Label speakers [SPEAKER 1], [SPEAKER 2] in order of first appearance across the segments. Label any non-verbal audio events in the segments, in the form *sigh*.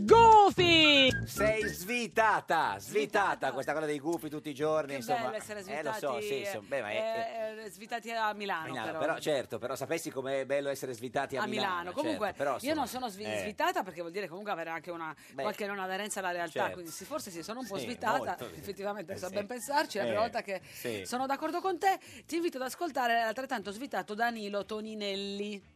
[SPEAKER 1] Goofy!
[SPEAKER 2] Sei svitata, svitata questa cosa dei gufi tutti i giorni.
[SPEAKER 1] Che
[SPEAKER 2] insomma.
[SPEAKER 1] bello essere svitati,
[SPEAKER 2] Eh, lo so, sì, insomma, beh, ma è- è-
[SPEAKER 1] eh, eh, svitati a Milano,
[SPEAKER 2] Milano,
[SPEAKER 1] però.
[SPEAKER 2] però. certo, però sapessi com'è bello essere svitati a,
[SPEAKER 1] a Milano, comunque
[SPEAKER 2] certo, però,
[SPEAKER 1] io
[SPEAKER 2] insomma,
[SPEAKER 1] non sono svi-
[SPEAKER 2] eh,
[SPEAKER 1] svitata perché vuol dire comunque avere anche una
[SPEAKER 2] Beh,
[SPEAKER 1] qualche non aderenza alla realtà
[SPEAKER 2] certo.
[SPEAKER 1] quindi sì, forse sì sono un po'
[SPEAKER 2] Sì,
[SPEAKER 1] svitata
[SPEAKER 2] molto.
[SPEAKER 1] effettivamente
[SPEAKER 2] Eh,
[SPEAKER 1] so
[SPEAKER 2] sì.
[SPEAKER 1] ben pensarci la prima
[SPEAKER 2] Eh,
[SPEAKER 1] volta che
[SPEAKER 2] sì.
[SPEAKER 1] sono d'accordo con te ti invito ad ascoltare l'altrettanto svitato Danilo Toninelli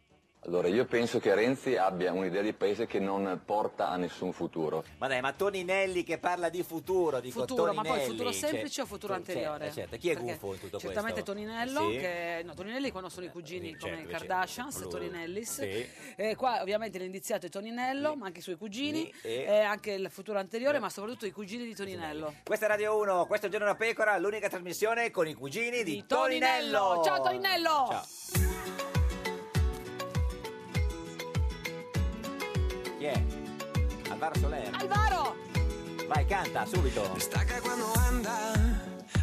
[SPEAKER 3] Allora, io penso che Renzi abbia un'idea di paese che non porta a nessun futuro.
[SPEAKER 2] Ma dai, ma Toninelli che parla di futuro, di
[SPEAKER 1] futuro ma poi futuro semplice o futuro anteriore
[SPEAKER 2] Certo, chi è
[SPEAKER 1] Perché
[SPEAKER 2] gufo in tutto
[SPEAKER 1] certamente
[SPEAKER 2] questo?
[SPEAKER 1] Toninello
[SPEAKER 2] Sì.
[SPEAKER 1] che no Toninelli quando sono i cugini
[SPEAKER 2] certo,
[SPEAKER 1] come
[SPEAKER 2] invece-
[SPEAKER 1] Kardashian e
[SPEAKER 2] lui-
[SPEAKER 1] Toninellis
[SPEAKER 2] Sì.
[SPEAKER 1] Eh, qua ovviamente l'indiziato è Toninello ma anche i suoi cugini
[SPEAKER 2] Lì, e- Eh.
[SPEAKER 1] eh, anche il futuro anteriore ma soprattutto i cugini di Toninello
[SPEAKER 2] Questa è Radio 1, questo è Giorno da Pecora, l'unica trasmissione con i cugini di, Toninello.
[SPEAKER 1] Ciao Toninello!
[SPEAKER 2] Ciao. Chi è? Alvaro Soler.
[SPEAKER 1] Alvaro!
[SPEAKER 2] Vai, canta subito.
[SPEAKER 4] Destaca cuando anda,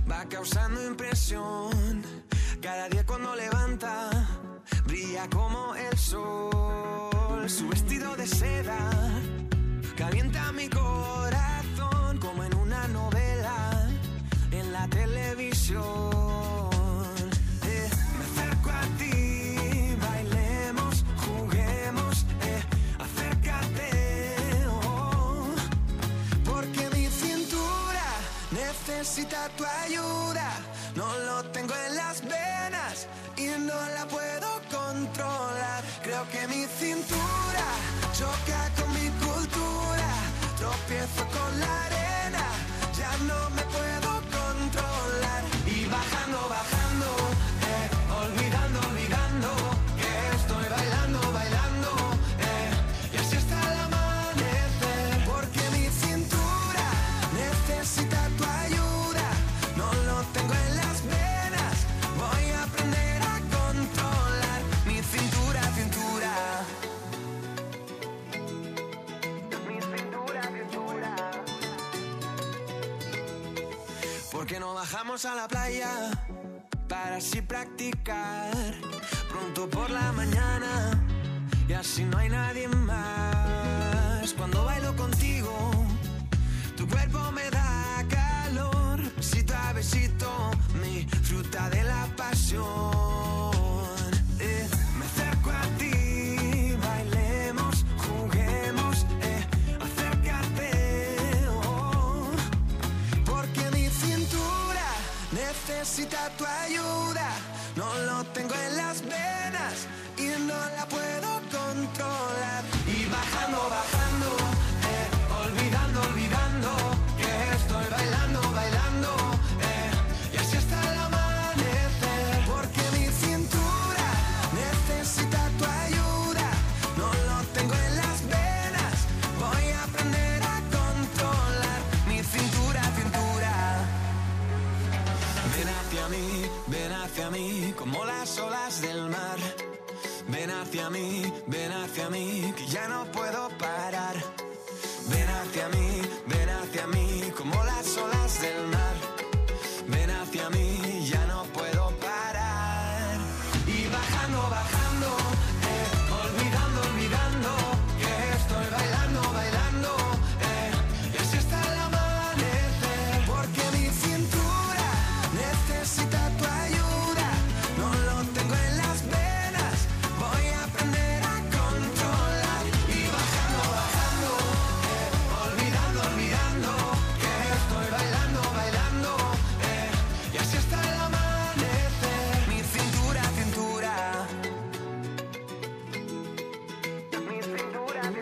[SPEAKER 4] va causando impresión. Cada día cuando levanta, brilla como el sol. Su vestido de seda calienta mi corazón como en una novela en la televisión. Eh, me acerco a ti, bailemos, juguemos, eh, acércate. oh. Porque mi cintura necesita tu ayuda. No lo tengo en las venas y no la puedo controlar. Creo que mi cintura choca con mi cultura. Tropiezo con la arena, ya no me puedo controlar. Y bajando, bajando, eh, olvidando, olvidando que estoy bailando, bailando. eh, y así está el amanecer, porque mi cintura necesita tu ayuda. No lo tengo en las venas, voy a aprender a controlar mi cintura, cintura. Mi cintura, cintura. Porque no bajamos a la playa para así practicar pronto por la mañana y así no hay nadie más. Cuando bailo contigo, tu cuerpo me da calor, besito a besito, mi fruta de la pasión. Eh, me acerco a ti, bailemos, juguemos, eh, acércate. oh. Porque mi cintura necesita tu ayuda. No lo tengo en las venas y no la puedo controlar. Y bajando, bajando, eh, olvidando, olvidando que estoy bailando, bailando. eh, y así hasta el amanecer. Porque mi cintura necesita tu ayuda. No lo tengo en las venas. Voy a aprender a controlar mi cintura, cintura. Ven hacia mí, ven hacia mí, como las olas del mar. Ven hacia mí, ven hacia mí, que ya no puedo parar. Ven hacia mí, ven hacia mí, como las olas del mar. Ven hacia mí, ya no puedo parar. Y bajando, bajando, eh, olvidando, olvidando, que estoy bailando, bailando. eh, y así está el amanecer, porque mi cintura necesita tu ayuda. No lo tengo en las venas, voy a aprender a controlar. Y bajando, bajando, eh, olvidando, olvidando, que estoy bailando, bailando. eh, y así está el amanecer, mi cintura, cintura.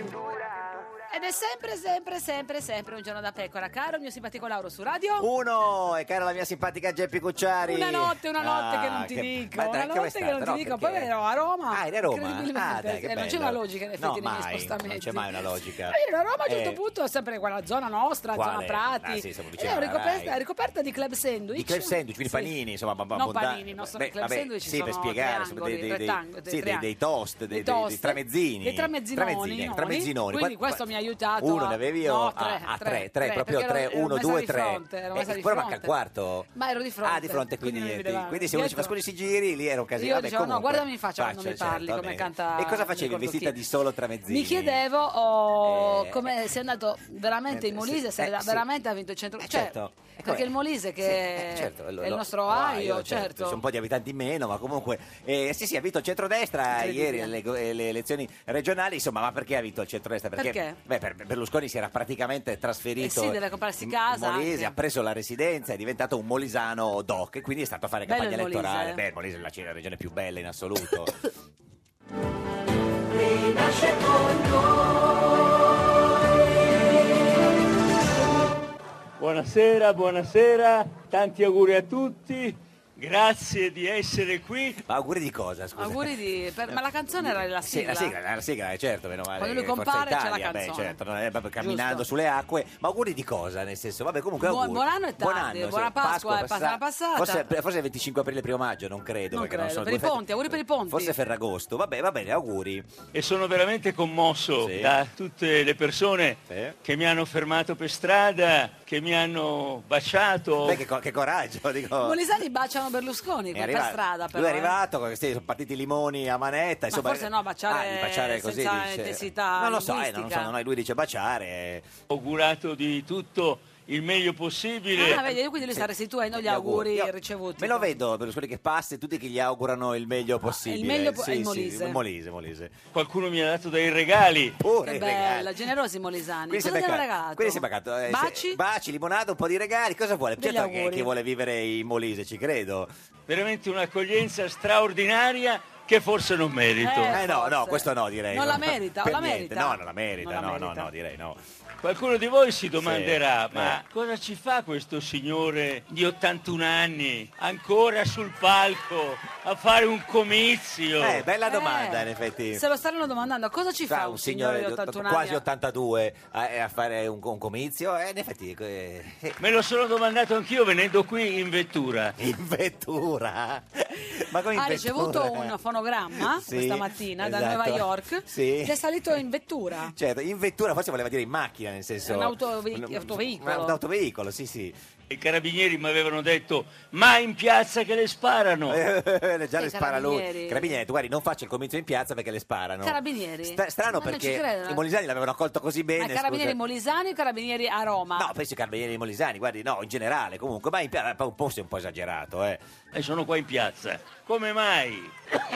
[SPEAKER 1] Come sempre, sempre, sempre, sempre un giorno da pecora, caro il mio simpatico Lauro su radio.
[SPEAKER 2] Uno, e cara la mia simpatica Geppi Cucciari.
[SPEAKER 1] Una notte, una notte
[SPEAKER 2] Ah,
[SPEAKER 1] che non ti dico,
[SPEAKER 2] ma dai,
[SPEAKER 1] una
[SPEAKER 2] che
[SPEAKER 1] notte che non ti
[SPEAKER 2] bastata, no,
[SPEAKER 1] dico, poi
[SPEAKER 2] perché-
[SPEAKER 1] ero a Roma.
[SPEAKER 2] Ah, eri a Roma?
[SPEAKER 1] incredibilmente.
[SPEAKER 2] Ah, dai, che
[SPEAKER 1] Eh, non c'è
[SPEAKER 2] bello.
[SPEAKER 1] una logica in effetti
[SPEAKER 2] No,
[SPEAKER 1] nei miei
[SPEAKER 2] mai,
[SPEAKER 1] spostamenti.
[SPEAKER 2] non c'è mai una logica.
[SPEAKER 1] Ma Io ero a Roma a un certo
[SPEAKER 2] Eh.
[SPEAKER 1] punto, sempre quella zona nostra,
[SPEAKER 2] Quale?
[SPEAKER 1] zona Prati.
[SPEAKER 2] Ah, sì, siamo vicini
[SPEAKER 1] ero
[SPEAKER 2] alla
[SPEAKER 1] ricoperta,
[SPEAKER 2] Rai.
[SPEAKER 1] ricoperta di club sandwich.
[SPEAKER 2] Di club sandwich, quindi
[SPEAKER 1] Sì.
[SPEAKER 2] panini, insomma, ab-
[SPEAKER 1] No,
[SPEAKER 2] abbondan-
[SPEAKER 1] panini, no, sono
[SPEAKER 2] Beh,
[SPEAKER 1] club
[SPEAKER 2] vabbè,
[SPEAKER 1] sandwich,
[SPEAKER 2] sì, per
[SPEAKER 1] sono
[SPEAKER 2] spiegare, insomma,
[SPEAKER 1] triangoli,
[SPEAKER 2] dei- dei- dei-
[SPEAKER 1] rettangoli,
[SPEAKER 2] sì, dei-
[SPEAKER 1] triangoli.
[SPEAKER 2] dei toast, dei-
[SPEAKER 1] Dei
[SPEAKER 2] dei- dei
[SPEAKER 1] toast,
[SPEAKER 2] tramezzini.
[SPEAKER 1] dei tramezzini,
[SPEAKER 2] Tramezzini, eh,
[SPEAKER 1] noni.
[SPEAKER 2] tramezzini.
[SPEAKER 1] Quindi
[SPEAKER 2] Qua-
[SPEAKER 1] questo mi Ah, ha aiutato
[SPEAKER 2] Uno
[SPEAKER 1] a-
[SPEAKER 2] ne avevi io?
[SPEAKER 1] No,
[SPEAKER 2] Ah,
[SPEAKER 1] tre,
[SPEAKER 2] ah, tre,
[SPEAKER 1] tre, tre,
[SPEAKER 2] tre, proprio
[SPEAKER 1] perché ero-
[SPEAKER 2] tre,
[SPEAKER 1] ero
[SPEAKER 2] uno,
[SPEAKER 1] messa
[SPEAKER 2] due,
[SPEAKER 1] di
[SPEAKER 2] tre.
[SPEAKER 1] fronte, ero messa
[SPEAKER 2] Eh,
[SPEAKER 1] di
[SPEAKER 2] però manca
[SPEAKER 1] fronte.
[SPEAKER 2] il quarto.
[SPEAKER 1] Ma ero di fronte.
[SPEAKER 2] Ah, di fronte, quindi,
[SPEAKER 1] non mi
[SPEAKER 2] niente.
[SPEAKER 1] vedevano.
[SPEAKER 2] quindi se uno ci fa
[SPEAKER 1] Dietro.
[SPEAKER 2] scuole si giri, lì era un casino.
[SPEAKER 1] Io
[SPEAKER 2] Vabbè,
[SPEAKER 1] dicevo, no,
[SPEAKER 2] comunque,
[SPEAKER 1] guardami in faccia quando mi
[SPEAKER 2] certo,
[SPEAKER 1] parli,
[SPEAKER 2] va
[SPEAKER 1] come
[SPEAKER 2] bene.
[SPEAKER 1] canta-
[SPEAKER 2] E cosa
[SPEAKER 1] non
[SPEAKER 2] facevi,
[SPEAKER 1] ricordo
[SPEAKER 2] vestita
[SPEAKER 1] chi.
[SPEAKER 2] di solo tramezzini?
[SPEAKER 1] Mi chiedevo oh,
[SPEAKER 2] Eh.
[SPEAKER 1] come sei andato veramente in
[SPEAKER 2] Eh,
[SPEAKER 1] Molise,
[SPEAKER 2] sì,
[SPEAKER 1] se
[SPEAKER 2] eh,
[SPEAKER 1] era-
[SPEAKER 2] sì.
[SPEAKER 1] veramente ha vinto il centro.
[SPEAKER 2] Eh,
[SPEAKER 1] cioè,
[SPEAKER 2] certo. Eh,
[SPEAKER 1] perché
[SPEAKER 2] com'è?
[SPEAKER 1] il Molise
[SPEAKER 2] Sì,
[SPEAKER 1] che
[SPEAKER 2] eh, certo, lo-
[SPEAKER 1] è il
[SPEAKER 2] lo-
[SPEAKER 1] nostro
[SPEAKER 2] lo-
[SPEAKER 1] Ohio, certo.
[SPEAKER 2] C'è un po' di abitanti in meno, ma comunque. eh, sì, sì, ha vinto il centrodestra
[SPEAKER 1] Incredibile.
[SPEAKER 2] ieri alle, go- eh, le elezioni regionali. Insomma, ma perché ha vinto il centrodestra?
[SPEAKER 1] Perché?
[SPEAKER 2] beh, per- Berlusconi si era praticamente
[SPEAKER 1] Eh
[SPEAKER 2] trasferito.
[SPEAKER 1] sì, deve comprarsi
[SPEAKER 2] in
[SPEAKER 1] casa.
[SPEAKER 2] Molise,
[SPEAKER 1] anche.
[SPEAKER 2] ha preso la residenza, è diventato un molisano doc e quindi è stato a fare
[SPEAKER 1] Bello
[SPEAKER 2] campagna
[SPEAKER 1] il Molise,
[SPEAKER 2] elettorale.
[SPEAKER 1] eh.
[SPEAKER 2] Beh, Molise è la, c- la regione più bella in
[SPEAKER 1] *laughs*
[SPEAKER 2] assoluto.
[SPEAKER 5] Buonasera, buonasera, tanti auguri a tutti, grazie di essere qui.
[SPEAKER 2] ma auguri di cosa, scusa?
[SPEAKER 1] Auguri di. per- ma la canzone era la
[SPEAKER 2] Sì,
[SPEAKER 1] sigla.
[SPEAKER 2] la sigla, la sigla, eh, certo, meno male.
[SPEAKER 1] Quando lui
[SPEAKER 2] che Forza
[SPEAKER 1] compare c'è la
[SPEAKER 2] Italia,
[SPEAKER 1] canzone.
[SPEAKER 2] Beh, certo, non è proprio camminando
[SPEAKER 1] Giusto.
[SPEAKER 2] sulle acque. Ma auguri di cosa, nel senso? Vabbè, comunque
[SPEAKER 1] Buon-
[SPEAKER 2] auguri.
[SPEAKER 1] buon anno e
[SPEAKER 2] Buon
[SPEAKER 1] tardi,
[SPEAKER 2] anno,
[SPEAKER 1] buona
[SPEAKER 2] sì.
[SPEAKER 1] Pasqua, è
[SPEAKER 2] passa-
[SPEAKER 1] passata passata.
[SPEAKER 2] Forse, forse il 25 aprile, primo maggio, non credo.
[SPEAKER 1] Non
[SPEAKER 2] perché
[SPEAKER 1] credo,
[SPEAKER 2] non sono
[SPEAKER 1] per i
[SPEAKER 2] due feste-
[SPEAKER 1] ponti, auguri per i ponti.
[SPEAKER 2] Forse Ferragosto. Vabbè, va bene, auguri.
[SPEAKER 5] E sono veramente commosso
[SPEAKER 2] Sì.
[SPEAKER 5] da tutte le persone
[SPEAKER 2] Sì.
[SPEAKER 5] che mi hanno fermato per strada, che mi hanno baciato.
[SPEAKER 2] Beh, che, co- che coraggio, *laughs* dico.
[SPEAKER 1] I Molisani baciano Berlusconi
[SPEAKER 2] È
[SPEAKER 1] per
[SPEAKER 2] arrivato-
[SPEAKER 1] strada, però.
[SPEAKER 2] lui è
[SPEAKER 1] eh.
[SPEAKER 2] arrivato, con- sì, sono partiti i limoni a manetta. insomma,
[SPEAKER 1] forse no, baciare
[SPEAKER 2] ah, baciare così,
[SPEAKER 1] senza
[SPEAKER 2] dice.
[SPEAKER 1] intensità
[SPEAKER 2] Non lo so, eh, non lo so,
[SPEAKER 1] linguistica.
[SPEAKER 2] no, no, lui dice baciare. eh.
[SPEAKER 5] Ho augurato di tutto il meglio possibile.
[SPEAKER 1] Ah, vedi, quindi lui sta restituendo gli
[SPEAKER 2] Gli auguri.
[SPEAKER 1] auguri
[SPEAKER 2] Io
[SPEAKER 1] ricevuti.
[SPEAKER 2] Me lo vedo Berlusconi che passa e tutti che gli augurano il meglio possibile.
[SPEAKER 1] meglio po-
[SPEAKER 2] Sì,
[SPEAKER 1] è il
[SPEAKER 2] sì,
[SPEAKER 1] Molise.
[SPEAKER 2] Molise, Molise.
[SPEAKER 5] Qualcuno mi ha dato dei regali.
[SPEAKER 2] Pure
[SPEAKER 1] Che
[SPEAKER 2] i regali.
[SPEAKER 1] bella, generosi molisani.
[SPEAKER 2] Quindi si
[SPEAKER 1] Cosa
[SPEAKER 2] è
[SPEAKER 1] ti hanno
[SPEAKER 2] beccato-
[SPEAKER 1] regalato?
[SPEAKER 2] quindi si è beccato, eh, se-
[SPEAKER 1] Baci?
[SPEAKER 2] baci, limonata, un po' di regali. Cosa vuole?
[SPEAKER 1] Degli
[SPEAKER 2] Certo che,
[SPEAKER 1] auguri.
[SPEAKER 2] che vuole vivere in Molise, ci credo.
[SPEAKER 5] Veramente un'accoglienza straordinaria che forse non merito.
[SPEAKER 1] Eh,
[SPEAKER 2] Eh, no, no,
[SPEAKER 1] forse.
[SPEAKER 2] questo no, direi.
[SPEAKER 1] Non la merita, o
[SPEAKER 2] Per
[SPEAKER 1] la
[SPEAKER 2] niente.
[SPEAKER 1] merita?
[SPEAKER 2] No, non la merita,
[SPEAKER 1] Non la
[SPEAKER 2] no,
[SPEAKER 1] merita.
[SPEAKER 2] no, no, direi no.
[SPEAKER 5] Qualcuno di voi si domanderà,
[SPEAKER 2] Sì,
[SPEAKER 5] ma
[SPEAKER 2] eh.
[SPEAKER 5] cosa ci fa questo signore di 81 anni ancora sul palco a fare un comizio?
[SPEAKER 2] Eh, bella domanda,
[SPEAKER 1] Eh,
[SPEAKER 2] in effetti.
[SPEAKER 1] Se lo stanno domandando, cosa ci fa
[SPEAKER 2] Sa,
[SPEAKER 1] un signore di 81 anni?
[SPEAKER 2] quasi 82 a, a fare un, un comizio, eh, in effetti eh,
[SPEAKER 5] Me lo sono domandato anch'io venendo qui in vettura.
[SPEAKER 2] in
[SPEAKER 1] *laughs*
[SPEAKER 2] vettura. Ma come in
[SPEAKER 1] Ha ricevuto
[SPEAKER 2] vettura? *laughs*
[SPEAKER 1] un fonogramma
[SPEAKER 2] Sì,
[SPEAKER 1] questa mattina da
[SPEAKER 2] esatto.
[SPEAKER 1] Nuova York
[SPEAKER 2] Sì.
[SPEAKER 1] ed è salito in vettura.
[SPEAKER 2] Certo, in vettura forse voleva dire in macchina, nel senso...
[SPEAKER 1] Un autove- autoveicolo.
[SPEAKER 2] Un autoveicolo, sì, sì.
[SPEAKER 5] I carabinieri mi avevano detto, ma in piazza che le sparano.
[SPEAKER 2] *laughs* Eh, Già
[SPEAKER 1] Sì,
[SPEAKER 2] le spara
[SPEAKER 1] carabinieri.
[SPEAKER 2] lui. Carabinieri, tu guardi, non faccio il comizio in piazza perché le sparano.
[SPEAKER 1] Carabinieri?
[SPEAKER 2] Sta- strano
[SPEAKER 1] Ma non ci
[SPEAKER 2] perché
[SPEAKER 1] credo.
[SPEAKER 2] i molisani l'avevano accolto così bene.
[SPEAKER 1] Ma i carabinieri
[SPEAKER 2] scusa.
[SPEAKER 1] molisani o i carabinieri a Roma?
[SPEAKER 2] No, penso i carabinieri molisani, guardi, no, in generale comunque, ma in piazza un po' è un po' esagerato, eh.
[SPEAKER 5] E sono qua in piazza. Come mai? *clears throat*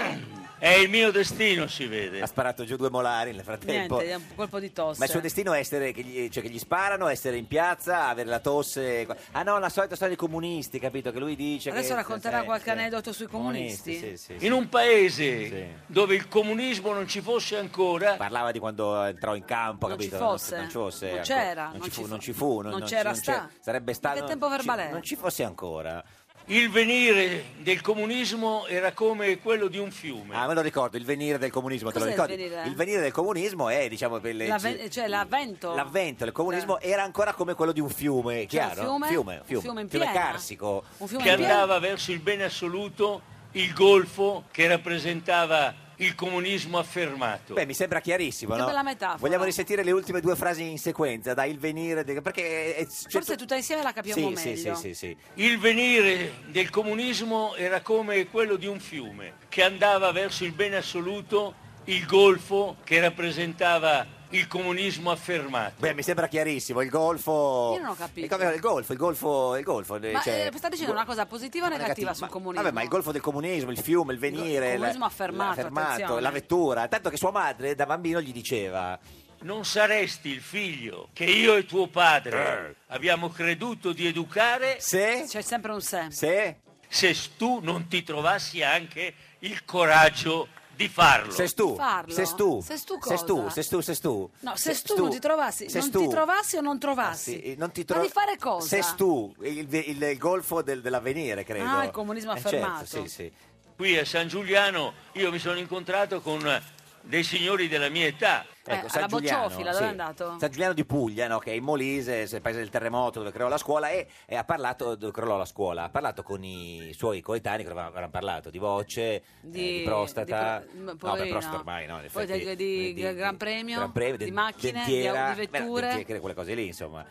[SPEAKER 5] È il mio destino, si vede.
[SPEAKER 2] Ha sparato giù due molari nel frattempo.
[SPEAKER 1] Niente, è un colpo di tosse.
[SPEAKER 2] Ma il suo destino è essere che gli, cioè che gli sparano, essere in piazza, avere la tosse. Ah no, la solita storia dei comunisti, capito? Che lui dice.
[SPEAKER 1] Adesso
[SPEAKER 2] che-
[SPEAKER 1] racconterà
[SPEAKER 2] sì,
[SPEAKER 1] qualche
[SPEAKER 2] sì.
[SPEAKER 1] aneddoto sui comunisti.
[SPEAKER 2] Sì, sì, sì.
[SPEAKER 5] In un paese
[SPEAKER 2] Sì.
[SPEAKER 5] dove il comunismo non ci fosse ancora,
[SPEAKER 2] Parlava di quando entrò in campo,
[SPEAKER 1] Non
[SPEAKER 2] capito?
[SPEAKER 1] ci fosse.
[SPEAKER 2] non ci fosse,
[SPEAKER 1] Non
[SPEAKER 2] ancora.
[SPEAKER 1] c'era,
[SPEAKER 2] non,
[SPEAKER 1] non
[SPEAKER 2] ci
[SPEAKER 1] ci
[SPEAKER 2] fu,
[SPEAKER 1] fu.
[SPEAKER 2] non ci fu,
[SPEAKER 1] Non c'era
[SPEAKER 2] ci- c'era.
[SPEAKER 1] sta.
[SPEAKER 2] Sarebbe
[SPEAKER 1] Che
[SPEAKER 2] stato.
[SPEAKER 1] tempo
[SPEAKER 2] non ci-
[SPEAKER 1] verbale è?
[SPEAKER 2] Non ci fosse ancora.
[SPEAKER 5] Il venire del comunismo era come quello di un fiume.
[SPEAKER 2] Ah, me lo ricordo, il venire del comunismo, te lo
[SPEAKER 1] Cos'è il
[SPEAKER 2] ricordi?
[SPEAKER 1] venire?
[SPEAKER 2] del comunismo è, diciamo, per le-
[SPEAKER 1] L'avve- cioè, l'avvento.
[SPEAKER 2] L'avvento del comunismo era ancora come quello di un fiume,
[SPEAKER 1] Eh. Cioè, un
[SPEAKER 2] chiaro?
[SPEAKER 1] fiume?
[SPEAKER 2] fiume,
[SPEAKER 1] Un fiume in piena?
[SPEAKER 2] carsico.
[SPEAKER 1] Un fiume
[SPEAKER 5] che
[SPEAKER 1] in piena?
[SPEAKER 5] andava verso il bene assoluto, il golfo che rappresentava il comunismo affermato.
[SPEAKER 2] Beh, mi sembra chiarissimo,
[SPEAKER 1] Che
[SPEAKER 2] no?
[SPEAKER 1] bella metafora.
[SPEAKER 2] Vogliamo risentire le ultime due frasi in sequenza, dai, il venire... del- Perché... È, è- c'è
[SPEAKER 1] Forse
[SPEAKER 2] tu-
[SPEAKER 1] tutta insieme la
[SPEAKER 2] sì,
[SPEAKER 1] capiamo
[SPEAKER 2] sì,
[SPEAKER 1] meglio.
[SPEAKER 2] sì, sì, sì.
[SPEAKER 5] Il venire del comunismo era come quello di un fiume che andava verso il bene assoluto, il golfo che rappresentava il comunismo affermato.
[SPEAKER 2] Beh, mi sembra chiarissimo, il golfo...
[SPEAKER 1] Io non ho capito.
[SPEAKER 2] E come- Il golfo, il golfo, il golfo... eh,
[SPEAKER 1] Ma
[SPEAKER 2] cioè-
[SPEAKER 1] eh, sta dicendo
[SPEAKER 2] go-
[SPEAKER 1] una cosa positiva o negativa, sul
[SPEAKER 2] ma-
[SPEAKER 1] comunismo?
[SPEAKER 2] Vabbè, ma il golfo del comunismo, il fiume, il venire...
[SPEAKER 1] Il
[SPEAKER 2] il
[SPEAKER 1] comunismo affermato,
[SPEAKER 2] l'affermato,
[SPEAKER 1] attenzione.
[SPEAKER 2] la vettura. Tanto che sua madre da bambino gli diceva...
[SPEAKER 5] Non saresti il figlio che io e tuo padre abbiamo creduto di educare
[SPEAKER 2] Eh. Se...
[SPEAKER 1] C'è sempre un sé.
[SPEAKER 2] Se...
[SPEAKER 5] se tu non ti trovassi anche il coraggio di farlo.
[SPEAKER 2] Sestù,
[SPEAKER 1] Farlo?
[SPEAKER 2] Sestù,
[SPEAKER 1] Sestù
[SPEAKER 2] Sestù,
[SPEAKER 1] cosa?
[SPEAKER 2] Sestù, Sestù.
[SPEAKER 1] No, se tu
[SPEAKER 2] Sestù,
[SPEAKER 1] non ti trovassi, non
[SPEAKER 2] Sestù.
[SPEAKER 1] ti trovassi o non trovassi?
[SPEAKER 2] Sì, eh, non ti
[SPEAKER 1] Ma di fare cosa?
[SPEAKER 2] Sestù, il, il- il golfo del- dell'avvenire, credo.
[SPEAKER 1] Ah, il comunismo
[SPEAKER 2] Eh, certo,
[SPEAKER 1] affermato.
[SPEAKER 2] sì, sì.
[SPEAKER 5] Qui a San Giuliano io mi sono incontrato con dei signori della mia età.
[SPEAKER 2] Ecco,
[SPEAKER 1] Eh,
[SPEAKER 2] San
[SPEAKER 1] alla
[SPEAKER 2] Giuliano,
[SPEAKER 1] Bocciofila, dove
[SPEAKER 2] sì.
[SPEAKER 1] è andato?
[SPEAKER 2] San Giuliano di Puglia, no, che è in Molise, è il paese del terremoto dove creò la scuola e, e ha parlato, dove crollò la scuola, ha parlato con i suoi coetanei che avevano avevano parlato di voce, eh, di, prostata,
[SPEAKER 1] di pro- m-
[SPEAKER 2] no, beh,
[SPEAKER 1] poverino.
[SPEAKER 2] prostata ormai, no, in
[SPEAKER 1] Poi
[SPEAKER 2] effetti,
[SPEAKER 1] di- di Gran Premio,
[SPEAKER 2] Gran Premio,
[SPEAKER 1] di
[SPEAKER 2] de-
[SPEAKER 1] macchine, di-
[SPEAKER 2] dentiera,
[SPEAKER 1] di
[SPEAKER 2] beh,
[SPEAKER 1] vetture.
[SPEAKER 2] dentiere, quelle cose lì, insomma.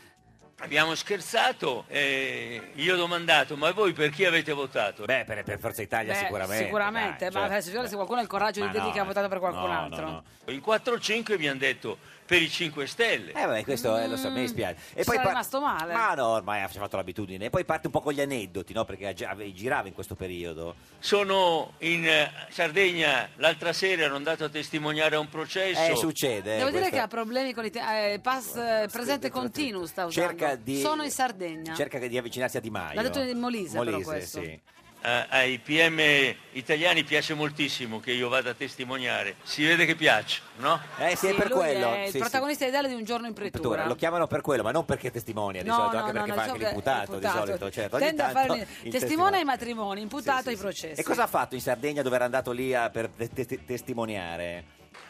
[SPEAKER 5] Abbiamo scherzato e gli ho domandato ma voi per chi avete votato?
[SPEAKER 2] Beh, per, per Forza Italia
[SPEAKER 1] Beh,
[SPEAKER 2] sicuramente.
[SPEAKER 1] sicuramente,
[SPEAKER 2] dai,
[SPEAKER 1] ma
[SPEAKER 2] certo.
[SPEAKER 1] adesso, figurati se qualcuno ha il coraggio
[SPEAKER 2] Ma
[SPEAKER 1] di dirgli
[SPEAKER 2] no, eh.
[SPEAKER 1] che ha votato per qualcun
[SPEAKER 2] no, no,
[SPEAKER 1] altro.
[SPEAKER 2] no.
[SPEAKER 5] In 4-5 mi hanno detto per i 5 Stelle.
[SPEAKER 2] Eh vabbè, questo eh, lo so, mi dispiace.
[SPEAKER 1] Mm, ci sarà rimasto male.
[SPEAKER 2] Ma no, ormai ci ha fatto l'abitudine. E poi parte un po' con gli aneddoti, no? Perché ha già- ave- girava in questo periodo.
[SPEAKER 5] Sono in eh, Sardegna l'altra sera, ero andato a testimoniare a un processo.
[SPEAKER 2] Eh, succede. eh,
[SPEAKER 1] Devo dire
[SPEAKER 2] questo.
[SPEAKER 1] che ha problemi con i te- eh, pass eh, presente continuo sta usando.
[SPEAKER 2] Cerca di-
[SPEAKER 1] Sono in Sardegna.
[SPEAKER 2] Cerca di avvicinarsi a Di Maio.
[SPEAKER 1] L'ha detto in Molise, però, questo.
[SPEAKER 2] sì.
[SPEAKER 5] A- ai PM italiani piace moltissimo che io vada a testimoniare. Si vede che piace, no?
[SPEAKER 2] Eh sì, è
[SPEAKER 1] Sì,
[SPEAKER 2] per
[SPEAKER 1] lui
[SPEAKER 2] quello.
[SPEAKER 1] È il
[SPEAKER 2] sì, sì.
[SPEAKER 1] protagonista ideale di un giorno in
[SPEAKER 2] Pretura.
[SPEAKER 1] pretura.
[SPEAKER 2] Lo chiamano per quello, ma non perché testimonia di
[SPEAKER 1] No,
[SPEAKER 2] solito,
[SPEAKER 1] no,
[SPEAKER 2] anche
[SPEAKER 1] no,
[SPEAKER 2] perché
[SPEAKER 1] no,
[SPEAKER 2] fa
[SPEAKER 1] diciamo
[SPEAKER 2] anche
[SPEAKER 1] che è
[SPEAKER 2] l'imputato di
[SPEAKER 1] imputato.
[SPEAKER 2] solito. Certo, ogni
[SPEAKER 1] Tende a
[SPEAKER 2] tanto
[SPEAKER 1] fare
[SPEAKER 2] il
[SPEAKER 1] testimone
[SPEAKER 2] testimone.
[SPEAKER 1] ai matrimoni, imputato ai processi.
[SPEAKER 2] E cosa ha fatto in Sardegna dove era andato lì a- per te- te- testimoniare?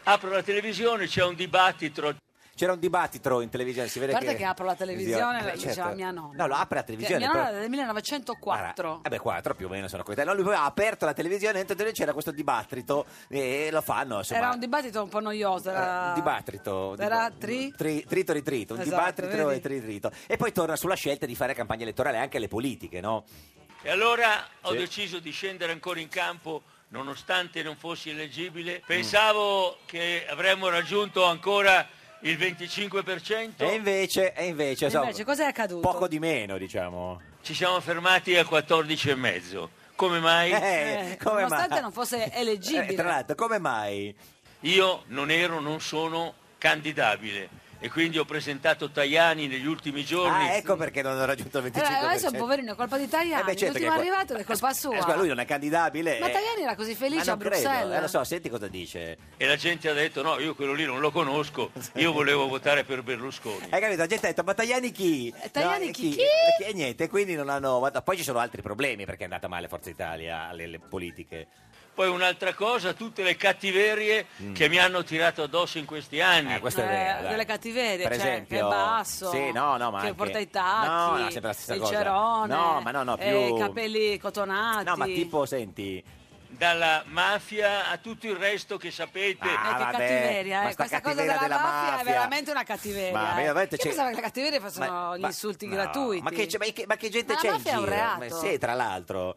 [SPEAKER 5] Apro la televisione, c'è un dibattito.
[SPEAKER 2] C'era un dibattito in televisione, si vede
[SPEAKER 1] A parte
[SPEAKER 2] che...
[SPEAKER 1] che apro la televisione,
[SPEAKER 2] Beh,
[SPEAKER 1] lo diceva mia nonna. Cioè,
[SPEAKER 2] No, lo apre la televisione.
[SPEAKER 1] Mia nonna
[SPEAKER 2] però-
[SPEAKER 1] era del 1904.
[SPEAKER 2] Guarda, Eh beh, quattro più o meno sono coetanei. No, lui poi ha aperto la televisione, dentro di lui c'era questo dibattito e lo fanno, insomma.
[SPEAKER 1] Era un dibattito un po' noioso. Era...
[SPEAKER 2] Eh, un dibattito
[SPEAKER 1] Era
[SPEAKER 2] Diba-
[SPEAKER 1] tri?
[SPEAKER 2] tri- trito e ritrito un
[SPEAKER 1] Esatto,
[SPEAKER 2] dibattito
[SPEAKER 1] vedi?
[SPEAKER 2] e tri- ritrito e poi torna sulla scelta di fare campagna elettorale anche alle politiche no?
[SPEAKER 5] E allora ho
[SPEAKER 2] Sì.
[SPEAKER 5] deciso di scendere ancora in campo, nonostante non fossi eleggibile.
[SPEAKER 2] Mm.
[SPEAKER 5] Pensavo che avremmo raggiunto ancora il 25%.
[SPEAKER 2] e invece e invece,
[SPEAKER 1] E
[SPEAKER 2] insomma,
[SPEAKER 1] invece, cos'è accaduto?
[SPEAKER 2] poco di meno diciamo
[SPEAKER 5] Ci siamo fermati a 14,5. Come mai?
[SPEAKER 1] Eh, nonostante non fosse eleggibile.
[SPEAKER 2] Eh, tra l'altro come mai
[SPEAKER 5] Io non ero, non sono candidabile e quindi ho presentato Tajani negli ultimi giorni.
[SPEAKER 2] ah ecco perché non ho raggiunto il 25%
[SPEAKER 1] Allora, Eh, adesso il poverino è colpa di Tajani,
[SPEAKER 2] Eh beh, certo
[SPEAKER 1] l'ultimo
[SPEAKER 2] che-
[SPEAKER 1] arrivato è colpa
[SPEAKER 2] Eh,
[SPEAKER 1] sua.
[SPEAKER 2] scusa, lui non è candidabile
[SPEAKER 1] Ma
[SPEAKER 2] eh.
[SPEAKER 1] Tajani era così felice
[SPEAKER 2] Ma
[SPEAKER 1] a
[SPEAKER 2] non credo,
[SPEAKER 1] Bruxelles.
[SPEAKER 2] eh, lo so senti cosa dice
[SPEAKER 5] E la gente ha detto no, io quello lì non lo conosco, io volevo votare per Berlusconi.
[SPEAKER 2] Hai capito? La gente ha detto, ma Tajani chi?
[SPEAKER 1] Eh, Tajani
[SPEAKER 2] e
[SPEAKER 1] chi? Chi?
[SPEAKER 2] E niente, quindi non hanno... ma- Poi ci sono altri problemi perché è andata male Forza Italia alle alle politiche.
[SPEAKER 5] Poi un'altra cosa, tutte le cattiverie che mi hanno tirato addosso in questi anni.
[SPEAKER 2] Mm. Ah, questo è
[SPEAKER 1] Eh,
[SPEAKER 2] vero. dai.
[SPEAKER 1] delle cattiverie,
[SPEAKER 2] per
[SPEAKER 1] cioè,
[SPEAKER 2] esempio,
[SPEAKER 1] che è basso,
[SPEAKER 2] Sì, no, no, ma
[SPEAKER 1] che
[SPEAKER 2] anche-
[SPEAKER 1] porta i tacchi,
[SPEAKER 2] No, no, sempre la stessa
[SPEAKER 1] il
[SPEAKER 2] cosa.
[SPEAKER 1] cerone,
[SPEAKER 2] No, ma no, no, più...
[SPEAKER 1] eh, i capelli cotonati.
[SPEAKER 2] No, ma tipo, senti...
[SPEAKER 5] Dalla mafia a tutto il resto che sapete.
[SPEAKER 1] Eh,
[SPEAKER 2] Ah,
[SPEAKER 1] che
[SPEAKER 2] vabbè,
[SPEAKER 1] cattiveria,
[SPEAKER 2] ma
[SPEAKER 1] eh.
[SPEAKER 2] sta
[SPEAKER 1] questa cosa
[SPEAKER 2] cattiveria
[SPEAKER 1] della,
[SPEAKER 2] della
[SPEAKER 1] mafia, è
[SPEAKER 2] mafia.
[SPEAKER 1] veramente una cattiveria.
[SPEAKER 2] Ma
[SPEAKER 1] eh.
[SPEAKER 2] veramente
[SPEAKER 1] Io
[SPEAKER 2] c'è-
[SPEAKER 1] pensavo che le cattiverie fossero
[SPEAKER 2] ma-
[SPEAKER 1] gli
[SPEAKER 2] ma-
[SPEAKER 1] insulti
[SPEAKER 2] no,
[SPEAKER 1] gratuiti.
[SPEAKER 2] Ma che, c'è- ma che- ma che gente
[SPEAKER 1] Ma la
[SPEAKER 2] c'è in
[SPEAKER 1] mafia è
[SPEAKER 2] giro?
[SPEAKER 1] un
[SPEAKER 2] Ma
[SPEAKER 1] reato.
[SPEAKER 2] sì, tra l'altro.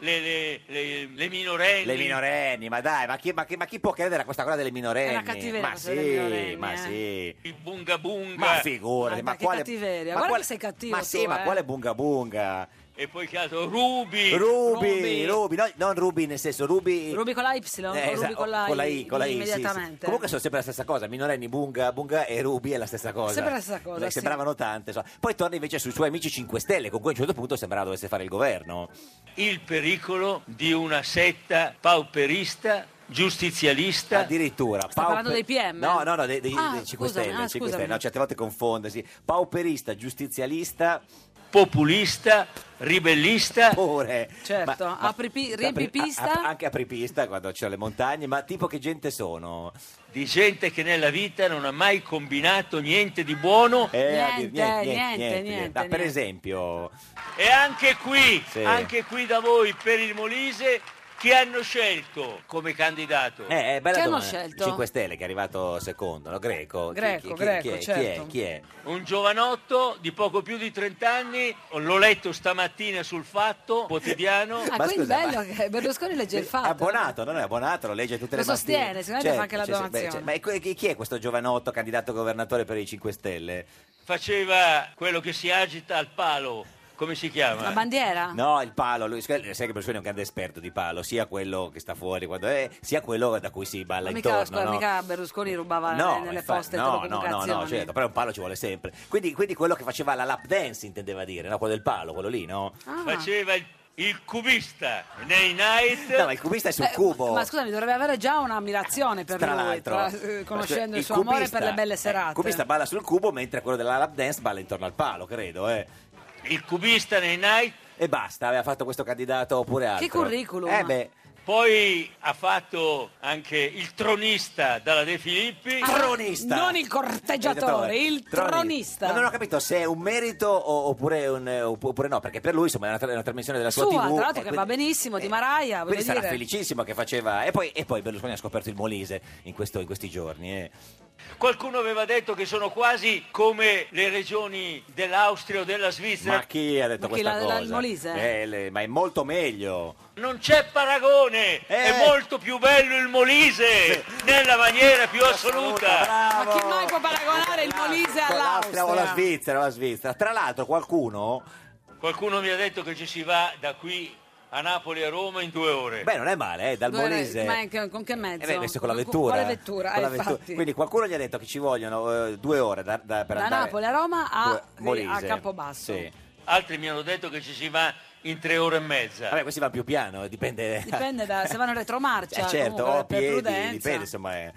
[SPEAKER 5] Le, le- le- le minorenni.
[SPEAKER 2] Le minorenni, ma dai, ma chi, ma chi- ma chi può credere a questa cosa delle minorenni?
[SPEAKER 1] È una cattiveria
[SPEAKER 2] ma
[SPEAKER 1] questa
[SPEAKER 2] sì,
[SPEAKER 1] delle minorenni,
[SPEAKER 2] ma
[SPEAKER 1] eh.
[SPEAKER 2] sì.
[SPEAKER 5] Il bunga bunga.
[SPEAKER 2] Ma figurati,
[SPEAKER 1] Ma
[SPEAKER 2] ma,
[SPEAKER 1] che
[SPEAKER 2] quale
[SPEAKER 1] cattiveria,
[SPEAKER 2] ma
[SPEAKER 1] guarda che sei cattivo
[SPEAKER 2] Ma sì,
[SPEAKER 1] tu,
[SPEAKER 2] ma
[SPEAKER 1] eh.
[SPEAKER 2] quale bunga bunga?
[SPEAKER 5] E poi che altro? Rubi.
[SPEAKER 2] Rubi,
[SPEAKER 1] Rubi.
[SPEAKER 2] Rubi, no, non Rubi nel senso Rubi
[SPEAKER 1] Rubi con la Y, o
[SPEAKER 2] Eh,
[SPEAKER 1] Rubi
[SPEAKER 2] esatto,
[SPEAKER 1] con la,
[SPEAKER 2] I, con la I, sì, sì.
[SPEAKER 1] immediatamente.
[SPEAKER 2] Comunque sono sempre la stessa cosa, minorenni bunga, bunga e Rubi è la stessa cosa.
[SPEAKER 1] Sempre la stessa cosa,
[SPEAKER 2] Ne
[SPEAKER 1] sì.
[SPEAKER 2] sembravano tante, insomma. Poi torna invece sui suoi amici 5 Stelle, con cui a un certo punto sembrava dovesse fare il governo.
[SPEAKER 5] il pericolo di una setta pauperista, giustizialista.
[SPEAKER 2] Addirittura pauper-
[SPEAKER 1] parlando dei PM?
[SPEAKER 2] No, no, no, dei, dei-
[SPEAKER 1] Ah,
[SPEAKER 2] dei 5
[SPEAKER 1] scusami,
[SPEAKER 2] Stelle, 5
[SPEAKER 1] ah,
[SPEAKER 2] Stelle,
[SPEAKER 1] scusami.
[SPEAKER 2] no, cioè, certe volte confondersi. Pauperista, giustizialista,
[SPEAKER 5] populista, ribellista.
[SPEAKER 2] pure.
[SPEAKER 1] Certo, apripi- riempipista.
[SPEAKER 2] a- anche apripista quando c'è le montagne, ma tipo che gente sono?
[SPEAKER 5] di gente che nella vita non ha mai combinato niente di buono
[SPEAKER 2] Eh,
[SPEAKER 1] Niente, niente, niente,
[SPEAKER 2] Ma per
[SPEAKER 1] niente.
[SPEAKER 2] esempio,
[SPEAKER 5] e anche qui,
[SPEAKER 2] Sì.
[SPEAKER 5] anche qui da voi per il Molise chi hanno scelto come candidato?
[SPEAKER 2] eh, eh, bella
[SPEAKER 1] Chi hanno
[SPEAKER 2] domanda.
[SPEAKER 1] scelto?
[SPEAKER 2] 5 Stelle che è arrivato secondo, no? Greco. Chi-
[SPEAKER 1] Greco,
[SPEAKER 2] chi, chi-
[SPEAKER 1] Greco,
[SPEAKER 2] chi è?
[SPEAKER 1] certo.
[SPEAKER 2] Chi è? Chi è?
[SPEAKER 5] Un giovanotto di poco più di 30 anni, l'ho letto stamattina sul Fatto quotidiano.
[SPEAKER 1] Ah,
[SPEAKER 2] Ma
[SPEAKER 1] quindi
[SPEAKER 2] scusa,
[SPEAKER 1] bello
[SPEAKER 2] ma-
[SPEAKER 1] che Berlusconi legge il fatto.
[SPEAKER 2] È abbonato, non è abbonato, lo legge tutte
[SPEAKER 1] Lo
[SPEAKER 2] le mattine.
[SPEAKER 1] sostiene, sicuramente fa anche la
[SPEAKER 2] cioè,
[SPEAKER 1] donazione.
[SPEAKER 2] beh, cioè, ma è que- chi chi è questo giovanotto candidato governatore per i 5 Stelle?
[SPEAKER 5] Faceva quello che si agita al palo, come si chiama?
[SPEAKER 2] eh.
[SPEAKER 1] La bandiera?
[SPEAKER 2] No, il palo, lui, sai che Berlusconi è un grande esperto di palo, sia quello che sta fuori quando è, sia quello da cui si balla
[SPEAKER 1] Ma mica,
[SPEAKER 2] intorno.
[SPEAKER 1] scusa,
[SPEAKER 2] no?
[SPEAKER 1] mica Berlusconi rubava
[SPEAKER 2] No,
[SPEAKER 1] eh, nelle
[SPEAKER 2] infa-
[SPEAKER 1] poste
[SPEAKER 2] no, no, no,
[SPEAKER 1] telecomunicazioni.
[SPEAKER 2] no, certo, però un palo ci vuole sempre. Quindi, quindi quello che faceva la lap dance intendeva dire, no? Quello del palo, quello lì, no?
[SPEAKER 1] Ah,
[SPEAKER 5] Faceva il il cubista Ney Knight.
[SPEAKER 2] No, ma il cubista è sul
[SPEAKER 1] Eh,
[SPEAKER 2] cubo.
[SPEAKER 1] Ma scusami, dovrebbe avere già un'ammirazione per
[SPEAKER 2] tra
[SPEAKER 1] lui,
[SPEAKER 2] l'altro,
[SPEAKER 1] tra- eh, conoscendo il, suo
[SPEAKER 2] cubista-
[SPEAKER 1] amore per le belle
[SPEAKER 2] eh,
[SPEAKER 1] serate.
[SPEAKER 2] Il cubista balla sul cubo mentre quello della lap dance balla intorno al palo, credo. eh.
[SPEAKER 5] Il cubista Ney Knight.
[SPEAKER 2] E basta, aveva fatto questo candidato oppure altro.
[SPEAKER 5] curriculum.
[SPEAKER 2] Eh beh,
[SPEAKER 5] Poi ha fatto anche il tronista dalla De Filippi.
[SPEAKER 2] Tronista!
[SPEAKER 1] Ah, Non il corteggiatore, il
[SPEAKER 2] Troni.
[SPEAKER 1] tronista.
[SPEAKER 2] Ma non ho capito se è un merito o- oppure, un- eh, opp- oppure no, perché per lui insomma è una, tra- è una trasmissione della sua,
[SPEAKER 1] Sua,
[SPEAKER 2] TV.
[SPEAKER 1] tra
[SPEAKER 2] eh,
[SPEAKER 1] l'altro, che
[SPEAKER 2] quindi-
[SPEAKER 1] va benissimo, di Maraia, voglio
[SPEAKER 2] Quindi sarà
[SPEAKER 1] dire.
[SPEAKER 2] felicissimo che faceva. E poi, e poi Berlusconi ha scoperto il Molise in, questo- in questi giorni. eh.
[SPEAKER 5] Qualcuno aveva detto che sono quasi come le regioni dell'Austria o della Svizzera.
[SPEAKER 2] Ma chi ha detto
[SPEAKER 5] Ma chi,
[SPEAKER 2] questa
[SPEAKER 5] la- la-
[SPEAKER 2] cosa?
[SPEAKER 5] il Molise?
[SPEAKER 2] Eh, le- ma è molto meglio.
[SPEAKER 5] Non c'è
[SPEAKER 2] Eh.
[SPEAKER 5] paragone, è molto più bello il Molise, nella maniera più assoluta.
[SPEAKER 1] Ma chi mai può paragonare il Molise
[SPEAKER 2] Con l'Austria o la
[SPEAKER 1] all'Austria?
[SPEAKER 2] Svizzera, o la Svizzera. Tra l'altro qualcuno,
[SPEAKER 5] Qualcuno mi ha detto che ci si va da qui a Napoli a Roma in due ore.
[SPEAKER 2] beh non è male, eh, dal
[SPEAKER 1] Due ore-
[SPEAKER 2] Molise.
[SPEAKER 1] Ma anche- con che mezzo?
[SPEAKER 2] Eh beh, questo con la
[SPEAKER 1] Con-
[SPEAKER 2] vettura.
[SPEAKER 1] Con la vettura,
[SPEAKER 2] Con
[SPEAKER 1] eh,
[SPEAKER 2] la vettura.
[SPEAKER 1] infatti.
[SPEAKER 2] Quindi qualcuno gli ha detto che ci vogliono eh, due ore da, da- per
[SPEAKER 1] da
[SPEAKER 2] andare
[SPEAKER 1] Napoli a Roma ah, a,
[SPEAKER 2] Due- Molise.
[SPEAKER 1] a
[SPEAKER 2] *laughs*
[SPEAKER 1] Campobasso.
[SPEAKER 2] Sì.
[SPEAKER 5] Altri mi hanno detto che ci si va in tre ore e mezza.
[SPEAKER 2] Vabbè, questi va più piano, eh, dipende.
[SPEAKER 1] Dipende da se vanno in retromarcia.
[SPEAKER 2] Eh, *laughs* certo,
[SPEAKER 1] comunque,
[SPEAKER 2] o a
[SPEAKER 1] per
[SPEAKER 2] piedi,
[SPEAKER 1] prudenza.
[SPEAKER 2] dipende, insomma. eh.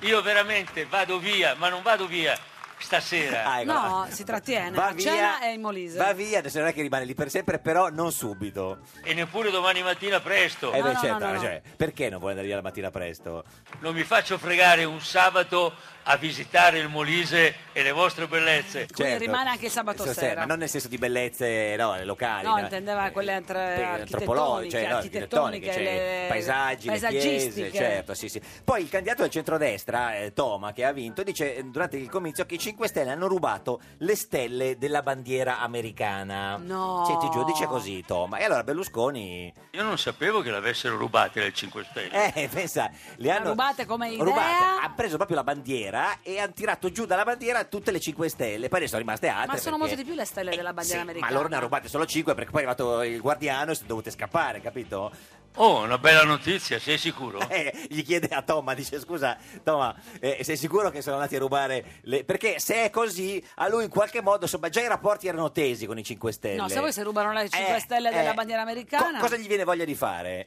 [SPEAKER 2] È...
[SPEAKER 5] Io veramente vado via, ma non vado via stasera.
[SPEAKER 2] Ah, ecco.
[SPEAKER 1] No, si trattiene.
[SPEAKER 2] Va
[SPEAKER 1] La
[SPEAKER 2] via-
[SPEAKER 1] cena è in Molise.
[SPEAKER 2] Va via, adesso non è che rimane lì per sempre, però non subito.
[SPEAKER 5] E neppure domani mattina presto.
[SPEAKER 2] Eh, beh, certo, cioè, perché non vuole andare via la mattina presto?
[SPEAKER 5] Non mi faccio fregare un sabato a visitare il Molise e le vostre bellezze.
[SPEAKER 1] Quindi
[SPEAKER 2] Certo.
[SPEAKER 1] rimane anche il sabato
[SPEAKER 2] Questo serve,
[SPEAKER 1] sera.
[SPEAKER 2] Ma non nel senso di bellezze no, le locali,
[SPEAKER 1] No,
[SPEAKER 2] no,
[SPEAKER 1] intendeva quelle antre-
[SPEAKER 2] pe-
[SPEAKER 1] architettoniche,
[SPEAKER 2] cioè, no,
[SPEAKER 1] architettoniche,
[SPEAKER 2] architettoniche, cioè,
[SPEAKER 1] le-
[SPEAKER 2] paesaggi, le chiese,
[SPEAKER 1] paesaggistiche.
[SPEAKER 2] certo, sì, sì. Poi il candidato del centrodestra, eh, Toma, che ha vinto, dice eh, durante il comizio che i 5 Stelle hanno rubato le stelle della bandiera americana.
[SPEAKER 1] No.
[SPEAKER 2] Senti giù, dice così Toma. E allora Berlusconi,
[SPEAKER 5] Io non sapevo che l'avessero rubata le 5 Stelle.
[SPEAKER 2] eh, *laughs* pensa, le hanno...
[SPEAKER 1] Rubate come idea.
[SPEAKER 2] rubate. ha preso proprio la bandiera e hanno tirato giù dalla bandiera tutte le 5 stelle, poi ne sono rimaste altre.
[SPEAKER 1] Ma sono
[SPEAKER 2] perché-
[SPEAKER 1] molto di più le stelle della
[SPEAKER 2] Sì,
[SPEAKER 1] bandiera
[SPEAKER 2] ma
[SPEAKER 1] americana.
[SPEAKER 2] loro ne hanno rubate solo 5 perché poi è arrivato il guardiano e sono dovute scappare, capito?
[SPEAKER 5] Oh, una bella notizia, sei sicuro?
[SPEAKER 2] *laughs* Eh, gli chiede a Toma, dice scusa Toma, eh, sei sicuro che sono andati a rubare le... Perché se è così, a lui in qualche modo, insomma, già i rapporti erano tesi con i 5 Stelle.
[SPEAKER 1] No, se voi si rubano le 5
[SPEAKER 2] Eh,
[SPEAKER 1] stelle della
[SPEAKER 2] eh,
[SPEAKER 1] bandiera
[SPEAKER 2] Co-
[SPEAKER 1] americana.
[SPEAKER 2] cosa gli viene voglia di fare?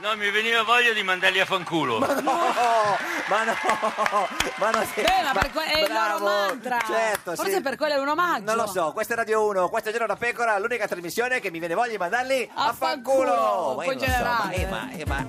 [SPEAKER 5] No, mi veniva voglia di mandarli a fanculo.
[SPEAKER 2] No, ma no, ma no. sì,
[SPEAKER 1] Beh, ma per que- è il
[SPEAKER 2] bravo,
[SPEAKER 1] loro mantra.
[SPEAKER 2] Certo,
[SPEAKER 1] Forse
[SPEAKER 2] sì.
[SPEAKER 1] per quello è un omaggio.
[SPEAKER 2] Non lo so, questa è Radio 1, questa è Giorno da Pecora, l'unica trasmissione che mi viene voglia di mandarli a,
[SPEAKER 1] Affanculo,
[SPEAKER 2] fanculo.
[SPEAKER 1] poi
[SPEAKER 2] Ma io non lo so, ma, eh,
[SPEAKER 1] generale.
[SPEAKER 2] ma, eh, ma,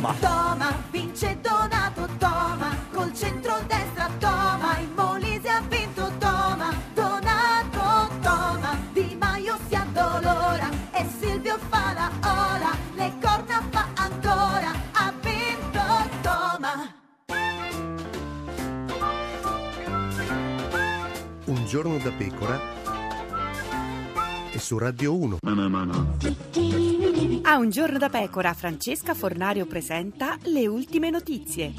[SPEAKER 2] ma-
[SPEAKER 6] Toma, vince Donato, Toma, col centrodestra Toma, il Molise ha vinto Toma, Donato, Toma, Di Maio si addolora e Silvio fa la ola, le corna fa ancora, ha vinto Toma.
[SPEAKER 7] Un giorno da pecora e su Radio 1.
[SPEAKER 8] A un giorno da pecora, Francesca Fornario presenta le ultime notizie.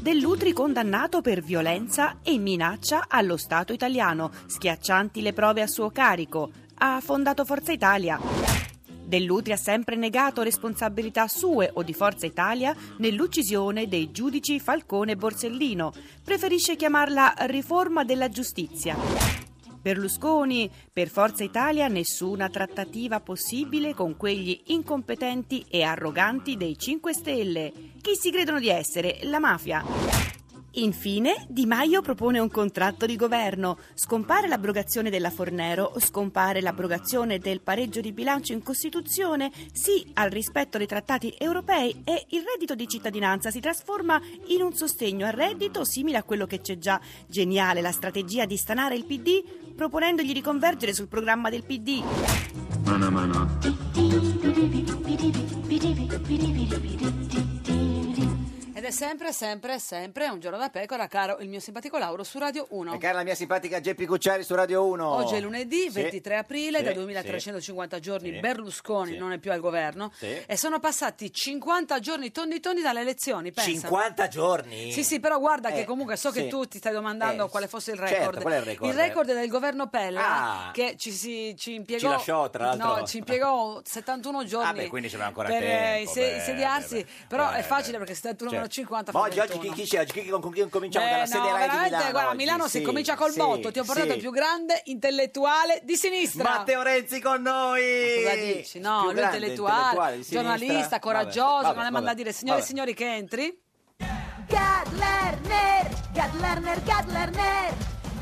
[SPEAKER 8] Dell'Utri condannato per violenza e minaccia allo Stato italiano, schiaccianti le prove a suo carico. Ha fondato Forza Italia. Dell'Utri ha sempre negato responsabilità sue o di Forza Italia nell'uccisione dei giudici Falcone e Borsellino. Preferisce chiamarla riforma della giustizia. Berlusconi, per Forza Italia nessuna trattativa possibile con quegli incompetenti e arroganti dei 5 Stelle. Chi si credono di essere? La mafia. Infine, Di Maio propone un contratto di governo. Scompare l'abrogazione della Fornero, scompare l'abrogazione del pareggio di bilancio in Costituzione, sì al rispetto dei trattati europei e il reddito di cittadinanza si trasforma in un sostegno al reddito simile a quello che c'è già. Geniale la strategia di stanare il PD proponendogli di convergere sul programma del PD.
[SPEAKER 1] Ed è sempre, sempre, sempre un giorno da pecora, caro il mio simpatico Lauro su Radio
[SPEAKER 2] E
[SPEAKER 1] 1.
[SPEAKER 2] eh, cara la mia simpatica Geppi Cucciari su Radio 1.
[SPEAKER 1] Oggi è lunedì 23 aprile,
[SPEAKER 2] Sì,
[SPEAKER 1] da
[SPEAKER 2] sì.
[SPEAKER 1] 2350 giorni
[SPEAKER 2] Sì.
[SPEAKER 1] Berlusconi non è più al governo
[SPEAKER 2] Sì.
[SPEAKER 1] e sono passati 50 giorni tondi tondi dalle elezioni, pensa.
[SPEAKER 2] 50 giorni?
[SPEAKER 1] Sì, sì, però guarda
[SPEAKER 2] Eh,
[SPEAKER 1] che comunque so
[SPEAKER 2] sì.
[SPEAKER 1] che tu ti stai domandando
[SPEAKER 2] Eh,
[SPEAKER 1] quale fosse il
[SPEAKER 2] certo,
[SPEAKER 1] record.
[SPEAKER 2] qual è il record?
[SPEAKER 1] del governo Pella
[SPEAKER 2] Ah.
[SPEAKER 1] che ci, si, ci impiegò
[SPEAKER 2] Ci lasciò, tra l'altro.
[SPEAKER 1] No, ci impiegò 71 giorni.
[SPEAKER 2] Ah, beh, quindi c'era ancora
[SPEAKER 1] per eh,
[SPEAKER 2] tempo,
[SPEAKER 1] inse-
[SPEAKER 2] beh,
[SPEAKER 1] insediarsi,
[SPEAKER 2] beh, beh.
[SPEAKER 1] però
[SPEAKER 2] Beh,
[SPEAKER 1] è facile
[SPEAKER 2] beh.
[SPEAKER 1] perché 71
[SPEAKER 2] Certo,
[SPEAKER 1] 50
[SPEAKER 2] Ma oggi, oggi
[SPEAKER 1] Favorituno.
[SPEAKER 2] chi, chi c'è? Oggi chi- chi- con chi cominciamo?
[SPEAKER 1] Eh,
[SPEAKER 2] Dalla
[SPEAKER 1] no,
[SPEAKER 2] sede Rai di
[SPEAKER 1] veramente,
[SPEAKER 2] Milano.
[SPEAKER 1] guarda,
[SPEAKER 2] oggi.
[SPEAKER 1] Milano si
[SPEAKER 2] Sì,
[SPEAKER 1] comincia col
[SPEAKER 2] sì,
[SPEAKER 1] botto. Ti ho portato
[SPEAKER 2] sì.
[SPEAKER 1] il più grande intellettuale di sinistra.
[SPEAKER 2] Matteo Renzi con noi!
[SPEAKER 1] Cosa dici? No,
[SPEAKER 2] Più
[SPEAKER 1] lui è
[SPEAKER 2] grande,
[SPEAKER 1] intellettuale,
[SPEAKER 2] intellettuale di sinistra.
[SPEAKER 1] giornalista,
[SPEAKER 2] Vabbè,
[SPEAKER 1] coraggioso,
[SPEAKER 2] vabbè,
[SPEAKER 1] non è
[SPEAKER 2] vabbè,
[SPEAKER 1] mandato a dire signore e
[SPEAKER 2] vabbè.
[SPEAKER 1] signori che entri.
[SPEAKER 6] Gad Lerner, Gad Lerner, Gad Lerner,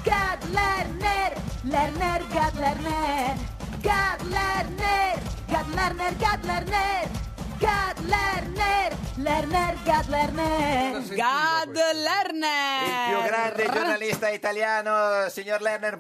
[SPEAKER 6] Gad Lerner, Lerner, Gad Lerner, Gad Lerner, Gad Lerner, Gad Lerner, Gad Lerner, Lerner, Gad Lerner.
[SPEAKER 1] Gad
[SPEAKER 2] Il
[SPEAKER 1] Lerner.
[SPEAKER 2] più grande giornalista italiano, signor Lerner,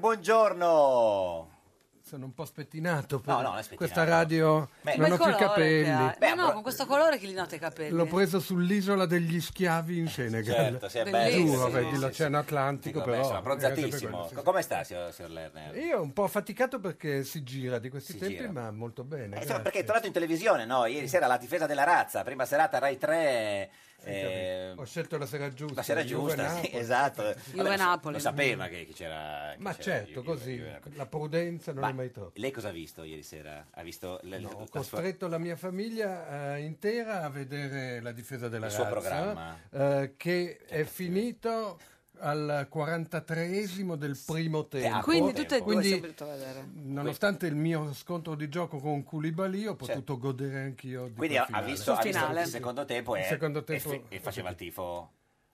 [SPEAKER 2] buongiorno.
[SPEAKER 9] Sono un po' spettinato per
[SPEAKER 2] No, no, non è spettinato.
[SPEAKER 9] questa radio.
[SPEAKER 2] Beh,
[SPEAKER 9] non
[SPEAKER 1] Ma
[SPEAKER 9] ho più
[SPEAKER 1] il
[SPEAKER 9] i
[SPEAKER 1] colore che
[SPEAKER 9] capelli.
[SPEAKER 1] ha. no, no, con questo colore che gli nota i capelli.
[SPEAKER 9] L'ho preso sull'isola degli schiavi in Senegal.
[SPEAKER 2] Certo, sì, è
[SPEAKER 1] Bellissimo.
[SPEAKER 2] bello.
[SPEAKER 9] Giuro,
[SPEAKER 2] sì,
[SPEAKER 9] vedi
[SPEAKER 2] sì,
[SPEAKER 9] l'Oceano
[SPEAKER 2] sì.
[SPEAKER 9] Atlantico,
[SPEAKER 2] Dico, beh,
[SPEAKER 9] però.
[SPEAKER 2] Insomma, bronzatissimo.
[SPEAKER 9] era sempre
[SPEAKER 2] Co-
[SPEAKER 9] quello, Eh,
[SPEAKER 2] Come sta, signor, signor Lerner?
[SPEAKER 9] sì. Io un po' faticato perché si gira di questi
[SPEAKER 2] Si
[SPEAKER 9] tempi,
[SPEAKER 2] gira.
[SPEAKER 9] ma molto bene.
[SPEAKER 2] Eh, insomma,
[SPEAKER 9] grazie.
[SPEAKER 2] perché è tornato in televisione, no? Ieri sera la difesa della razza, prima serata Rai 3. eh,
[SPEAKER 9] Ho scelto la sera giusta.
[SPEAKER 2] la sera
[SPEAKER 9] Juve
[SPEAKER 2] giusta, sì,
[SPEAKER 9] Napoli.
[SPEAKER 2] esatto. Vabbè, lo-
[SPEAKER 1] Napoli.
[SPEAKER 2] Lo sapeva che, che c'era. che
[SPEAKER 9] Ma
[SPEAKER 2] c'era
[SPEAKER 9] certo,
[SPEAKER 2] Juve-
[SPEAKER 9] così
[SPEAKER 2] Juve- Napoli.
[SPEAKER 9] la prudenza non
[SPEAKER 2] Ma
[SPEAKER 9] è mai troppa.
[SPEAKER 2] Lei cosa ha visto ieri sera? Ha visto l- l-
[SPEAKER 9] Ho
[SPEAKER 2] la sua-
[SPEAKER 9] costretto la mia famiglia eh, intera a vedere la difesa della
[SPEAKER 2] Il suo
[SPEAKER 9] razza,
[SPEAKER 2] programma.
[SPEAKER 9] eh, che è finito al 43esimo del primo
[SPEAKER 2] Eh, Ah,
[SPEAKER 9] tempo.
[SPEAKER 1] Quindi tutte e due
[SPEAKER 9] Quindi,
[SPEAKER 1] sei potuto vedere.
[SPEAKER 9] nonostante il mio scontro di gioco con Koulibaly, ho potuto
[SPEAKER 2] Certo.
[SPEAKER 9] godere anch'io di
[SPEAKER 2] Quindi
[SPEAKER 9] quel
[SPEAKER 2] ha, ha
[SPEAKER 9] finale.
[SPEAKER 2] visto, ha
[SPEAKER 1] Sul
[SPEAKER 2] visto
[SPEAKER 1] finale.
[SPEAKER 2] il secondo tempo, e,
[SPEAKER 9] Il secondo
[SPEAKER 2] e
[SPEAKER 9] tempo-
[SPEAKER 2] fi- e faceva il tifo.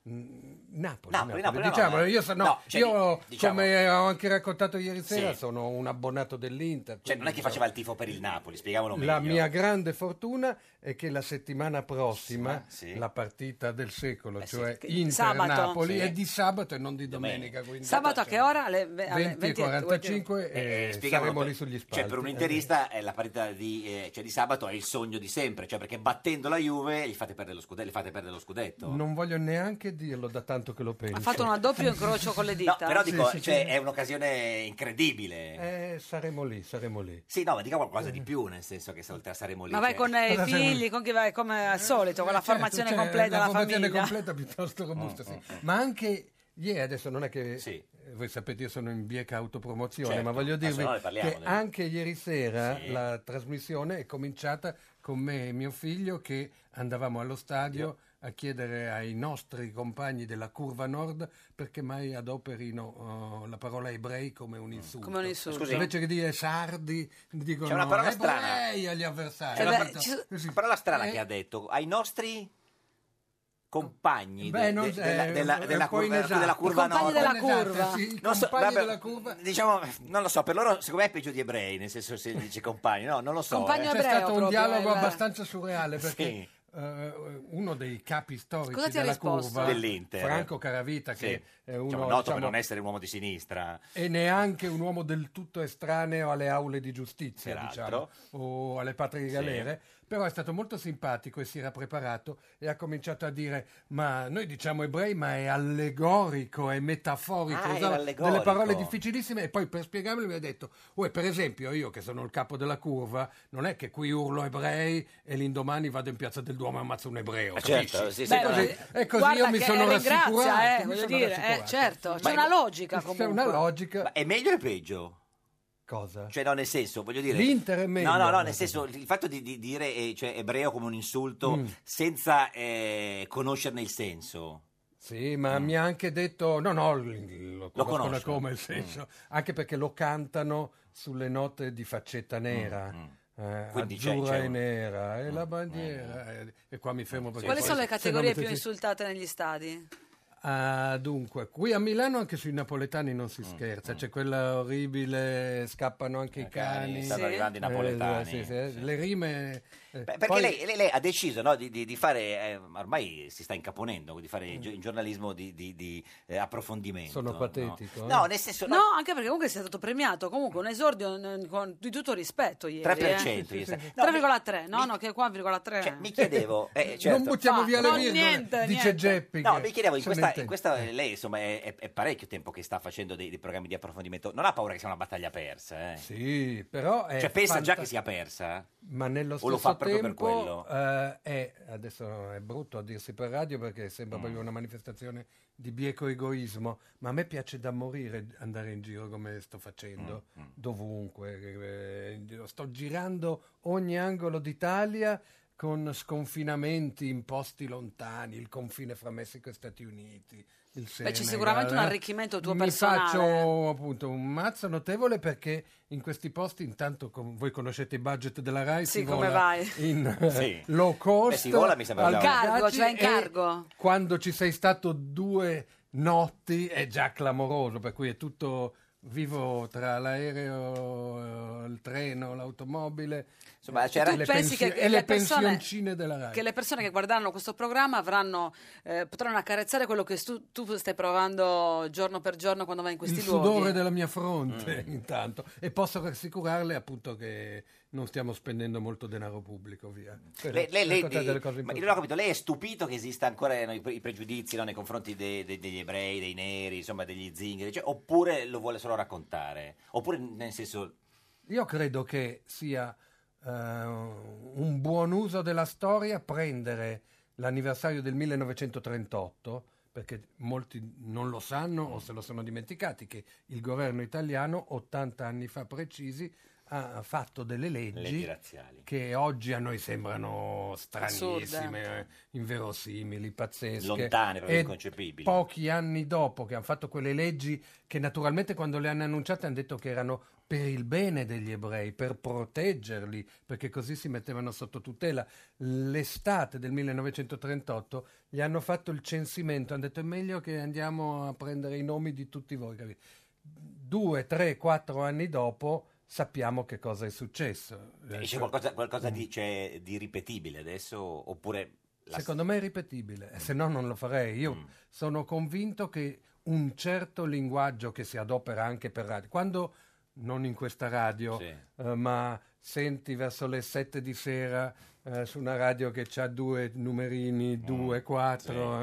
[SPEAKER 9] Napoli,
[SPEAKER 2] Napoli,
[SPEAKER 9] Napoli.
[SPEAKER 2] Napoli,
[SPEAKER 9] Diciamolo,
[SPEAKER 2] no,
[SPEAKER 9] io, so- no,
[SPEAKER 2] no, cioè,
[SPEAKER 9] io,
[SPEAKER 2] diciamo-
[SPEAKER 9] come ho anche raccontato ieri sera,
[SPEAKER 2] Sì.
[SPEAKER 9] sono un abbonato dell'Inter.
[SPEAKER 2] Cioè,
[SPEAKER 9] quindi,
[SPEAKER 2] non è che
[SPEAKER 9] diciamo-
[SPEAKER 2] faceva il tifo per il Napoli, spiegavolo meglio. Eh,
[SPEAKER 9] La mia grande fortuna è che la settimana prossima,
[SPEAKER 2] Sì, sì.
[SPEAKER 9] la partita del secolo,
[SPEAKER 2] Eh sì,
[SPEAKER 9] cioè
[SPEAKER 1] che- sabato.
[SPEAKER 9] Inter-Napoli,
[SPEAKER 2] Sì.
[SPEAKER 9] è di sabato e non di
[SPEAKER 2] Domenica.
[SPEAKER 9] domenica. quindi-
[SPEAKER 1] Sabato a che ora? Alle, ve- alle
[SPEAKER 9] 20 e 45
[SPEAKER 2] Eh,
[SPEAKER 9] e
[SPEAKER 2] spiegavolo
[SPEAKER 9] saremo
[SPEAKER 2] per-
[SPEAKER 9] lì sugli spalti.
[SPEAKER 2] Cioè, per un interista eh, la partita di, eh, cioè, di sabato è il sogno di sempre, cioè perché battendo la Juve gli fate perdere lo scudetto. Gli fate perdere lo scudetto.
[SPEAKER 9] Non voglio neanche dirlo da tanto che lo penso.
[SPEAKER 1] Ha fatto un doppio incrocio con le
[SPEAKER 2] No,
[SPEAKER 1] dita.
[SPEAKER 2] però dico,
[SPEAKER 9] sì,
[SPEAKER 2] cioè,
[SPEAKER 9] sì.
[SPEAKER 2] è un'occasione incredibile.
[SPEAKER 9] Eh, saremo lì, saremo lì. Eh.
[SPEAKER 2] Sì, no, ma dica qualcosa di più, nel senso che se saremo lì.
[SPEAKER 1] Ma vai
[SPEAKER 2] cioè-
[SPEAKER 1] con eh, i
[SPEAKER 9] Cosa sei-
[SPEAKER 1] figli, con chi vai? Come al solito, con la
[SPEAKER 9] Eh, certo,
[SPEAKER 1] formazione
[SPEAKER 9] cioè,
[SPEAKER 1] completa della
[SPEAKER 9] La formazione
[SPEAKER 1] famiglia.
[SPEAKER 9] completa piuttosto robusta, sì. Ma anche ieri, adesso non è che...
[SPEAKER 2] Mm, Sì.
[SPEAKER 9] eh, Voi sapete, io sono in bieca autopromozione,
[SPEAKER 2] Certo,
[SPEAKER 9] ma voglio
[SPEAKER 2] ma se
[SPEAKER 9] dirvi
[SPEAKER 2] no ne parliamo,
[SPEAKER 9] che
[SPEAKER 2] dai.
[SPEAKER 9] anche ieri sera
[SPEAKER 2] Sì.
[SPEAKER 9] la trasmissione è cominciata con me e mio figlio che andavamo allo stadio a chiedere ai nostri compagni della curva nord perché mai adoperino eh, la parola ebrei come un insulto.
[SPEAKER 1] Come un insulto.
[SPEAKER 2] Mm. Scusi.
[SPEAKER 9] Invece che dire sardi, dicono
[SPEAKER 2] C'è una
[SPEAKER 9] Eh,
[SPEAKER 2] parola
[SPEAKER 9] boh,
[SPEAKER 2] strana.
[SPEAKER 9] ebrei agli avversari.
[SPEAKER 1] C'è una-
[SPEAKER 9] Capito?
[SPEAKER 1] Eh, ci sono-
[SPEAKER 9] Così.
[SPEAKER 2] Una parola strana
[SPEAKER 9] Eh,
[SPEAKER 2] che ha detto ai nostri compagni
[SPEAKER 9] Beh,
[SPEAKER 2] de-
[SPEAKER 9] non-
[SPEAKER 2] de- della,
[SPEAKER 9] eh,
[SPEAKER 2] della-
[SPEAKER 9] è
[SPEAKER 2] della
[SPEAKER 9] un po'
[SPEAKER 2] curva,
[SPEAKER 9] inesatto.
[SPEAKER 2] della curva
[SPEAKER 1] I compagni
[SPEAKER 2] nord.
[SPEAKER 1] della
[SPEAKER 9] Esatto,
[SPEAKER 1] curva.
[SPEAKER 9] sì, i
[SPEAKER 2] Non so,
[SPEAKER 9] compagni
[SPEAKER 2] vabbè,
[SPEAKER 9] della curva.
[SPEAKER 2] Diciamo, non lo so, per loro secondo me è peggio di ebrei, nel senso se gli dice compagni, no, non lo so.
[SPEAKER 1] Compagno
[SPEAKER 2] eh.
[SPEAKER 9] C'è
[SPEAKER 1] ebreo
[SPEAKER 9] stato un
[SPEAKER 1] proprio,
[SPEAKER 9] dialogo
[SPEAKER 1] eh.
[SPEAKER 9] abbastanza surreale perché
[SPEAKER 2] Sì.
[SPEAKER 9] eh, uno dei capi storici
[SPEAKER 1] Cosa ti ha
[SPEAKER 9] della
[SPEAKER 1] risposto?
[SPEAKER 9] curva
[SPEAKER 2] Dell'Inter.
[SPEAKER 9] Franco Caravita
[SPEAKER 2] Sì.
[SPEAKER 9] che è uno
[SPEAKER 2] Diciamo, noto per
[SPEAKER 9] diciamo,
[SPEAKER 2] non essere un uomo di sinistra.
[SPEAKER 9] e neanche un uomo del tutto estraneo alle aule di giustizia,
[SPEAKER 2] Peraltro.
[SPEAKER 9] diciamo, o alle patrie di
[SPEAKER 2] Sì.
[SPEAKER 9] galere, però è stato molto simpatico e si era preparato e ha cominciato a dire "Ma noi diciamo ebrei, ma è allegorico, è metaforico",
[SPEAKER 2] Ah, era
[SPEAKER 9] usava
[SPEAKER 2] allegorico.
[SPEAKER 9] delle parole difficilissime e poi per spiegarmi mi ha detto "Uè, per esempio, io che sono il capo della curva, non è che qui urlo ebrei e l'indomani vado in Piazza del Duomo e ammazzo un ebreo",
[SPEAKER 2] Ah,
[SPEAKER 9] capisci? Cioè,
[SPEAKER 2] certo, sì, sì,
[SPEAKER 1] Beh,
[SPEAKER 2] no,
[SPEAKER 9] così.
[SPEAKER 2] eh.
[SPEAKER 9] E così
[SPEAKER 1] guarda
[SPEAKER 9] Ecco, io mi
[SPEAKER 1] che
[SPEAKER 9] sono
[SPEAKER 1] ringrazia,
[SPEAKER 9] rassicurato,
[SPEAKER 1] eh,
[SPEAKER 9] mi
[SPEAKER 1] voglio
[SPEAKER 9] sono
[SPEAKER 1] dire, eh,
[SPEAKER 9] rassicurato.
[SPEAKER 1] certo, c'è
[SPEAKER 2] Ma-
[SPEAKER 1] una logica
[SPEAKER 9] *laughs* C'è
[SPEAKER 1] comunque.
[SPEAKER 9] una logica.
[SPEAKER 2] Ma è meglio o è peggio?
[SPEAKER 9] Cosa?
[SPEAKER 2] Cioè, no, nel senso, voglio dire.
[SPEAKER 9] L'Inter è meglio.
[SPEAKER 2] No, no, no, nel senso, il fatto di, di dire eh, cioè, ebreo come un insulto
[SPEAKER 9] Mm.
[SPEAKER 2] senza eh, conoscerne il senso. Mm.
[SPEAKER 9] Sì, ma mi ha anche detto, no, no, l- lo conoscono
[SPEAKER 2] conosco. Mm.
[SPEAKER 9] come il senso, anche perché lo cantano sulle note di faccetta nera. eh,
[SPEAKER 2] Mm, Quindi c'è-
[SPEAKER 9] azzurra
[SPEAKER 2] c'è
[SPEAKER 9] e
[SPEAKER 2] un- Mm,
[SPEAKER 9] nera e la bandiera eh, e qua mi fermo perché
[SPEAKER 1] Quali
[SPEAKER 9] poi-
[SPEAKER 1] sono le
[SPEAKER 9] se no
[SPEAKER 1] categorie
[SPEAKER 9] mi
[SPEAKER 1] più
[SPEAKER 9] senti-
[SPEAKER 1] insultate negli stadi?
[SPEAKER 9] Ah, dunque qui a Milano anche sui napoletani non
[SPEAKER 2] Mm,
[SPEAKER 9] si scherza c'è quella orribile scappano anche i cani
[SPEAKER 2] Eh, stanno
[SPEAKER 1] Sì.
[SPEAKER 2] arrivando i
[SPEAKER 9] Eh,
[SPEAKER 2] napoletani.
[SPEAKER 9] sì, sì,
[SPEAKER 2] Sì.
[SPEAKER 9] le rime eh,
[SPEAKER 2] Beh, perché
[SPEAKER 9] poi-
[SPEAKER 2] lei, lei- lei ha deciso no, di, di- di fare, eh, ormai si sta incaponendo, di fare gio- giornalismo di, di- di, eh, approfondimento.
[SPEAKER 9] Mm. Sono
[SPEAKER 2] no?
[SPEAKER 9] patetico, eh.
[SPEAKER 2] No, nel senso,
[SPEAKER 1] No, anche perché comunque sei stato premiato, comunque un esordio eh, con- di tutto rispetto ieri.
[SPEAKER 2] 3%.
[SPEAKER 1] eh.
[SPEAKER 2] io sa- No,
[SPEAKER 1] 3,3, no,
[SPEAKER 2] mi-
[SPEAKER 1] no, che qua 1,3.
[SPEAKER 2] cioè, mi
[SPEAKER 1] *laughs*
[SPEAKER 2] chiedevo... eh,
[SPEAKER 9] non
[SPEAKER 2] certo.
[SPEAKER 9] buttiamo
[SPEAKER 1] Fa-
[SPEAKER 9] via le
[SPEAKER 1] no,
[SPEAKER 9] virgole
[SPEAKER 1] niente,
[SPEAKER 9] dice
[SPEAKER 1] niente.
[SPEAKER 9] Geppi
[SPEAKER 2] No,
[SPEAKER 9] che
[SPEAKER 2] mi chiedevo, in
[SPEAKER 9] se ne
[SPEAKER 2] questa, in
[SPEAKER 9] intende.
[SPEAKER 2] questa- eh, lei insomma è, è- è parecchio tempo che sta facendo dei, dei programmi di approfondimento, non ha paura che sia una battaglia persa, eh?
[SPEAKER 9] Sì, però è
[SPEAKER 2] Cioè pensa già
[SPEAKER 9] fanta-
[SPEAKER 2] che sia persa? eh?
[SPEAKER 9] Ma nello
[SPEAKER 2] O
[SPEAKER 9] stesso
[SPEAKER 2] lo fa proprio per
[SPEAKER 9] tempo
[SPEAKER 2] quello?
[SPEAKER 9] eh, è, adesso è brutto a dirsi per radio perché
[SPEAKER 2] Mm.
[SPEAKER 9] sembra proprio una manifestazione di bieco egoismo, ma a me piace da morire andare in giro come sto facendo,
[SPEAKER 2] Mm,
[SPEAKER 9] dovunque. eh, sto girando ogni angolo d'Italia con sconfinamenti in posti lontani, il confine fra Messico e Stati Uniti. Il
[SPEAKER 1] Beh, c'è
[SPEAKER 9] Senegal,
[SPEAKER 1] sicuramente un
[SPEAKER 9] eh.
[SPEAKER 1] arricchimento tuo
[SPEAKER 9] Mi
[SPEAKER 1] personale.
[SPEAKER 9] faccio appunto un mazzo notevole perché in questi posti, intanto com- voi conoscete i budget della RAI,
[SPEAKER 1] Sì,
[SPEAKER 9] si
[SPEAKER 1] come
[SPEAKER 9] vola
[SPEAKER 1] vai.
[SPEAKER 9] in
[SPEAKER 2] *laughs*
[SPEAKER 9] eh,
[SPEAKER 2] Sì.
[SPEAKER 9] low cost.
[SPEAKER 2] Beh, si vola, mi sembra
[SPEAKER 9] al
[SPEAKER 2] bravo.
[SPEAKER 1] Cargo,
[SPEAKER 9] Bugatti
[SPEAKER 1] cioè in
[SPEAKER 9] e
[SPEAKER 1] cargo.
[SPEAKER 9] Quando ci sei stato due notti è già clamoroso, per cui è tutto vivo tra l'aereo, eh, il treno, l'automobile.
[SPEAKER 2] Insomma,
[SPEAKER 9] e
[SPEAKER 2] c'era-
[SPEAKER 9] le
[SPEAKER 1] tu pensi
[SPEAKER 9] pensio-
[SPEAKER 1] che,
[SPEAKER 9] e
[SPEAKER 1] le
[SPEAKER 9] le
[SPEAKER 1] persone,
[SPEAKER 9] pensioncine della RAI.
[SPEAKER 1] che le persone che guarderanno questo programma avranno, eh, potranno accarezzare quello che tu, tu stai provando giorno per giorno quando vai in questi
[SPEAKER 9] il
[SPEAKER 1] luoghi?
[SPEAKER 9] sudore della mia fronte
[SPEAKER 2] Mm.
[SPEAKER 9] intanto e posso rassicurarle appunto che non stiamo spendendo molto denaro pubblico via per
[SPEAKER 2] Lei, lei- lei-
[SPEAKER 9] raccontare delle cose
[SPEAKER 2] ma io
[SPEAKER 9] importanti.
[SPEAKER 2] non ho capito, lei è stupito che esista ancora eh, no, i, pre- i pregiudizi no, nei confronti de- de- degli ebrei, dei neri, insomma degli zingari, cioè, oppure lo vuole solo raccontare? Oppure nel senso...
[SPEAKER 9] Io credo che sia eh, un buon uso della storia prendere l'anniversario del 1938, perché molti non lo sanno o se lo sono dimenticati, che il governo italiano, 80 anni fa precisi, ha fatto delle leggi,
[SPEAKER 2] Leggi razziali.
[SPEAKER 9] che oggi a noi sembrano stranissime,
[SPEAKER 1] Assurde.
[SPEAKER 9] eh, inverosimili, pazzesche.
[SPEAKER 2] Lontane, proprio cioè.
[SPEAKER 9] E
[SPEAKER 2] inconcepibili.
[SPEAKER 9] Pochi anni dopo che hanno fatto quelle leggi, che naturalmente quando le hanno annunciate hanno detto che erano per il bene degli ebrei, per proteggerli, perché così si mettevano sotto tutela. L'estate del 1938 gli hanno fatto il censimento, hanno detto è meglio che andiamo a prendere i nomi di tutti voi. capito? Due, tre, quattro anni dopo sappiamo che cosa è successo. Eh,
[SPEAKER 2] E c'è
[SPEAKER 9] cioè-
[SPEAKER 2] qualcosa, qualcosa di, c'è di ripetibile adesso? Oppure... la- Mm.
[SPEAKER 9] Secondo me è ripetibile, eh, se no non lo farei. Io sono convinto che un certo linguaggio che si adopera anche per radio, quando non in questa radio,
[SPEAKER 2] Sì.
[SPEAKER 9] eh, ma senti verso le 7 di sera eh, su una radio che ha due
[SPEAKER 2] Mm.
[SPEAKER 9] numerini, eh, 2, 4,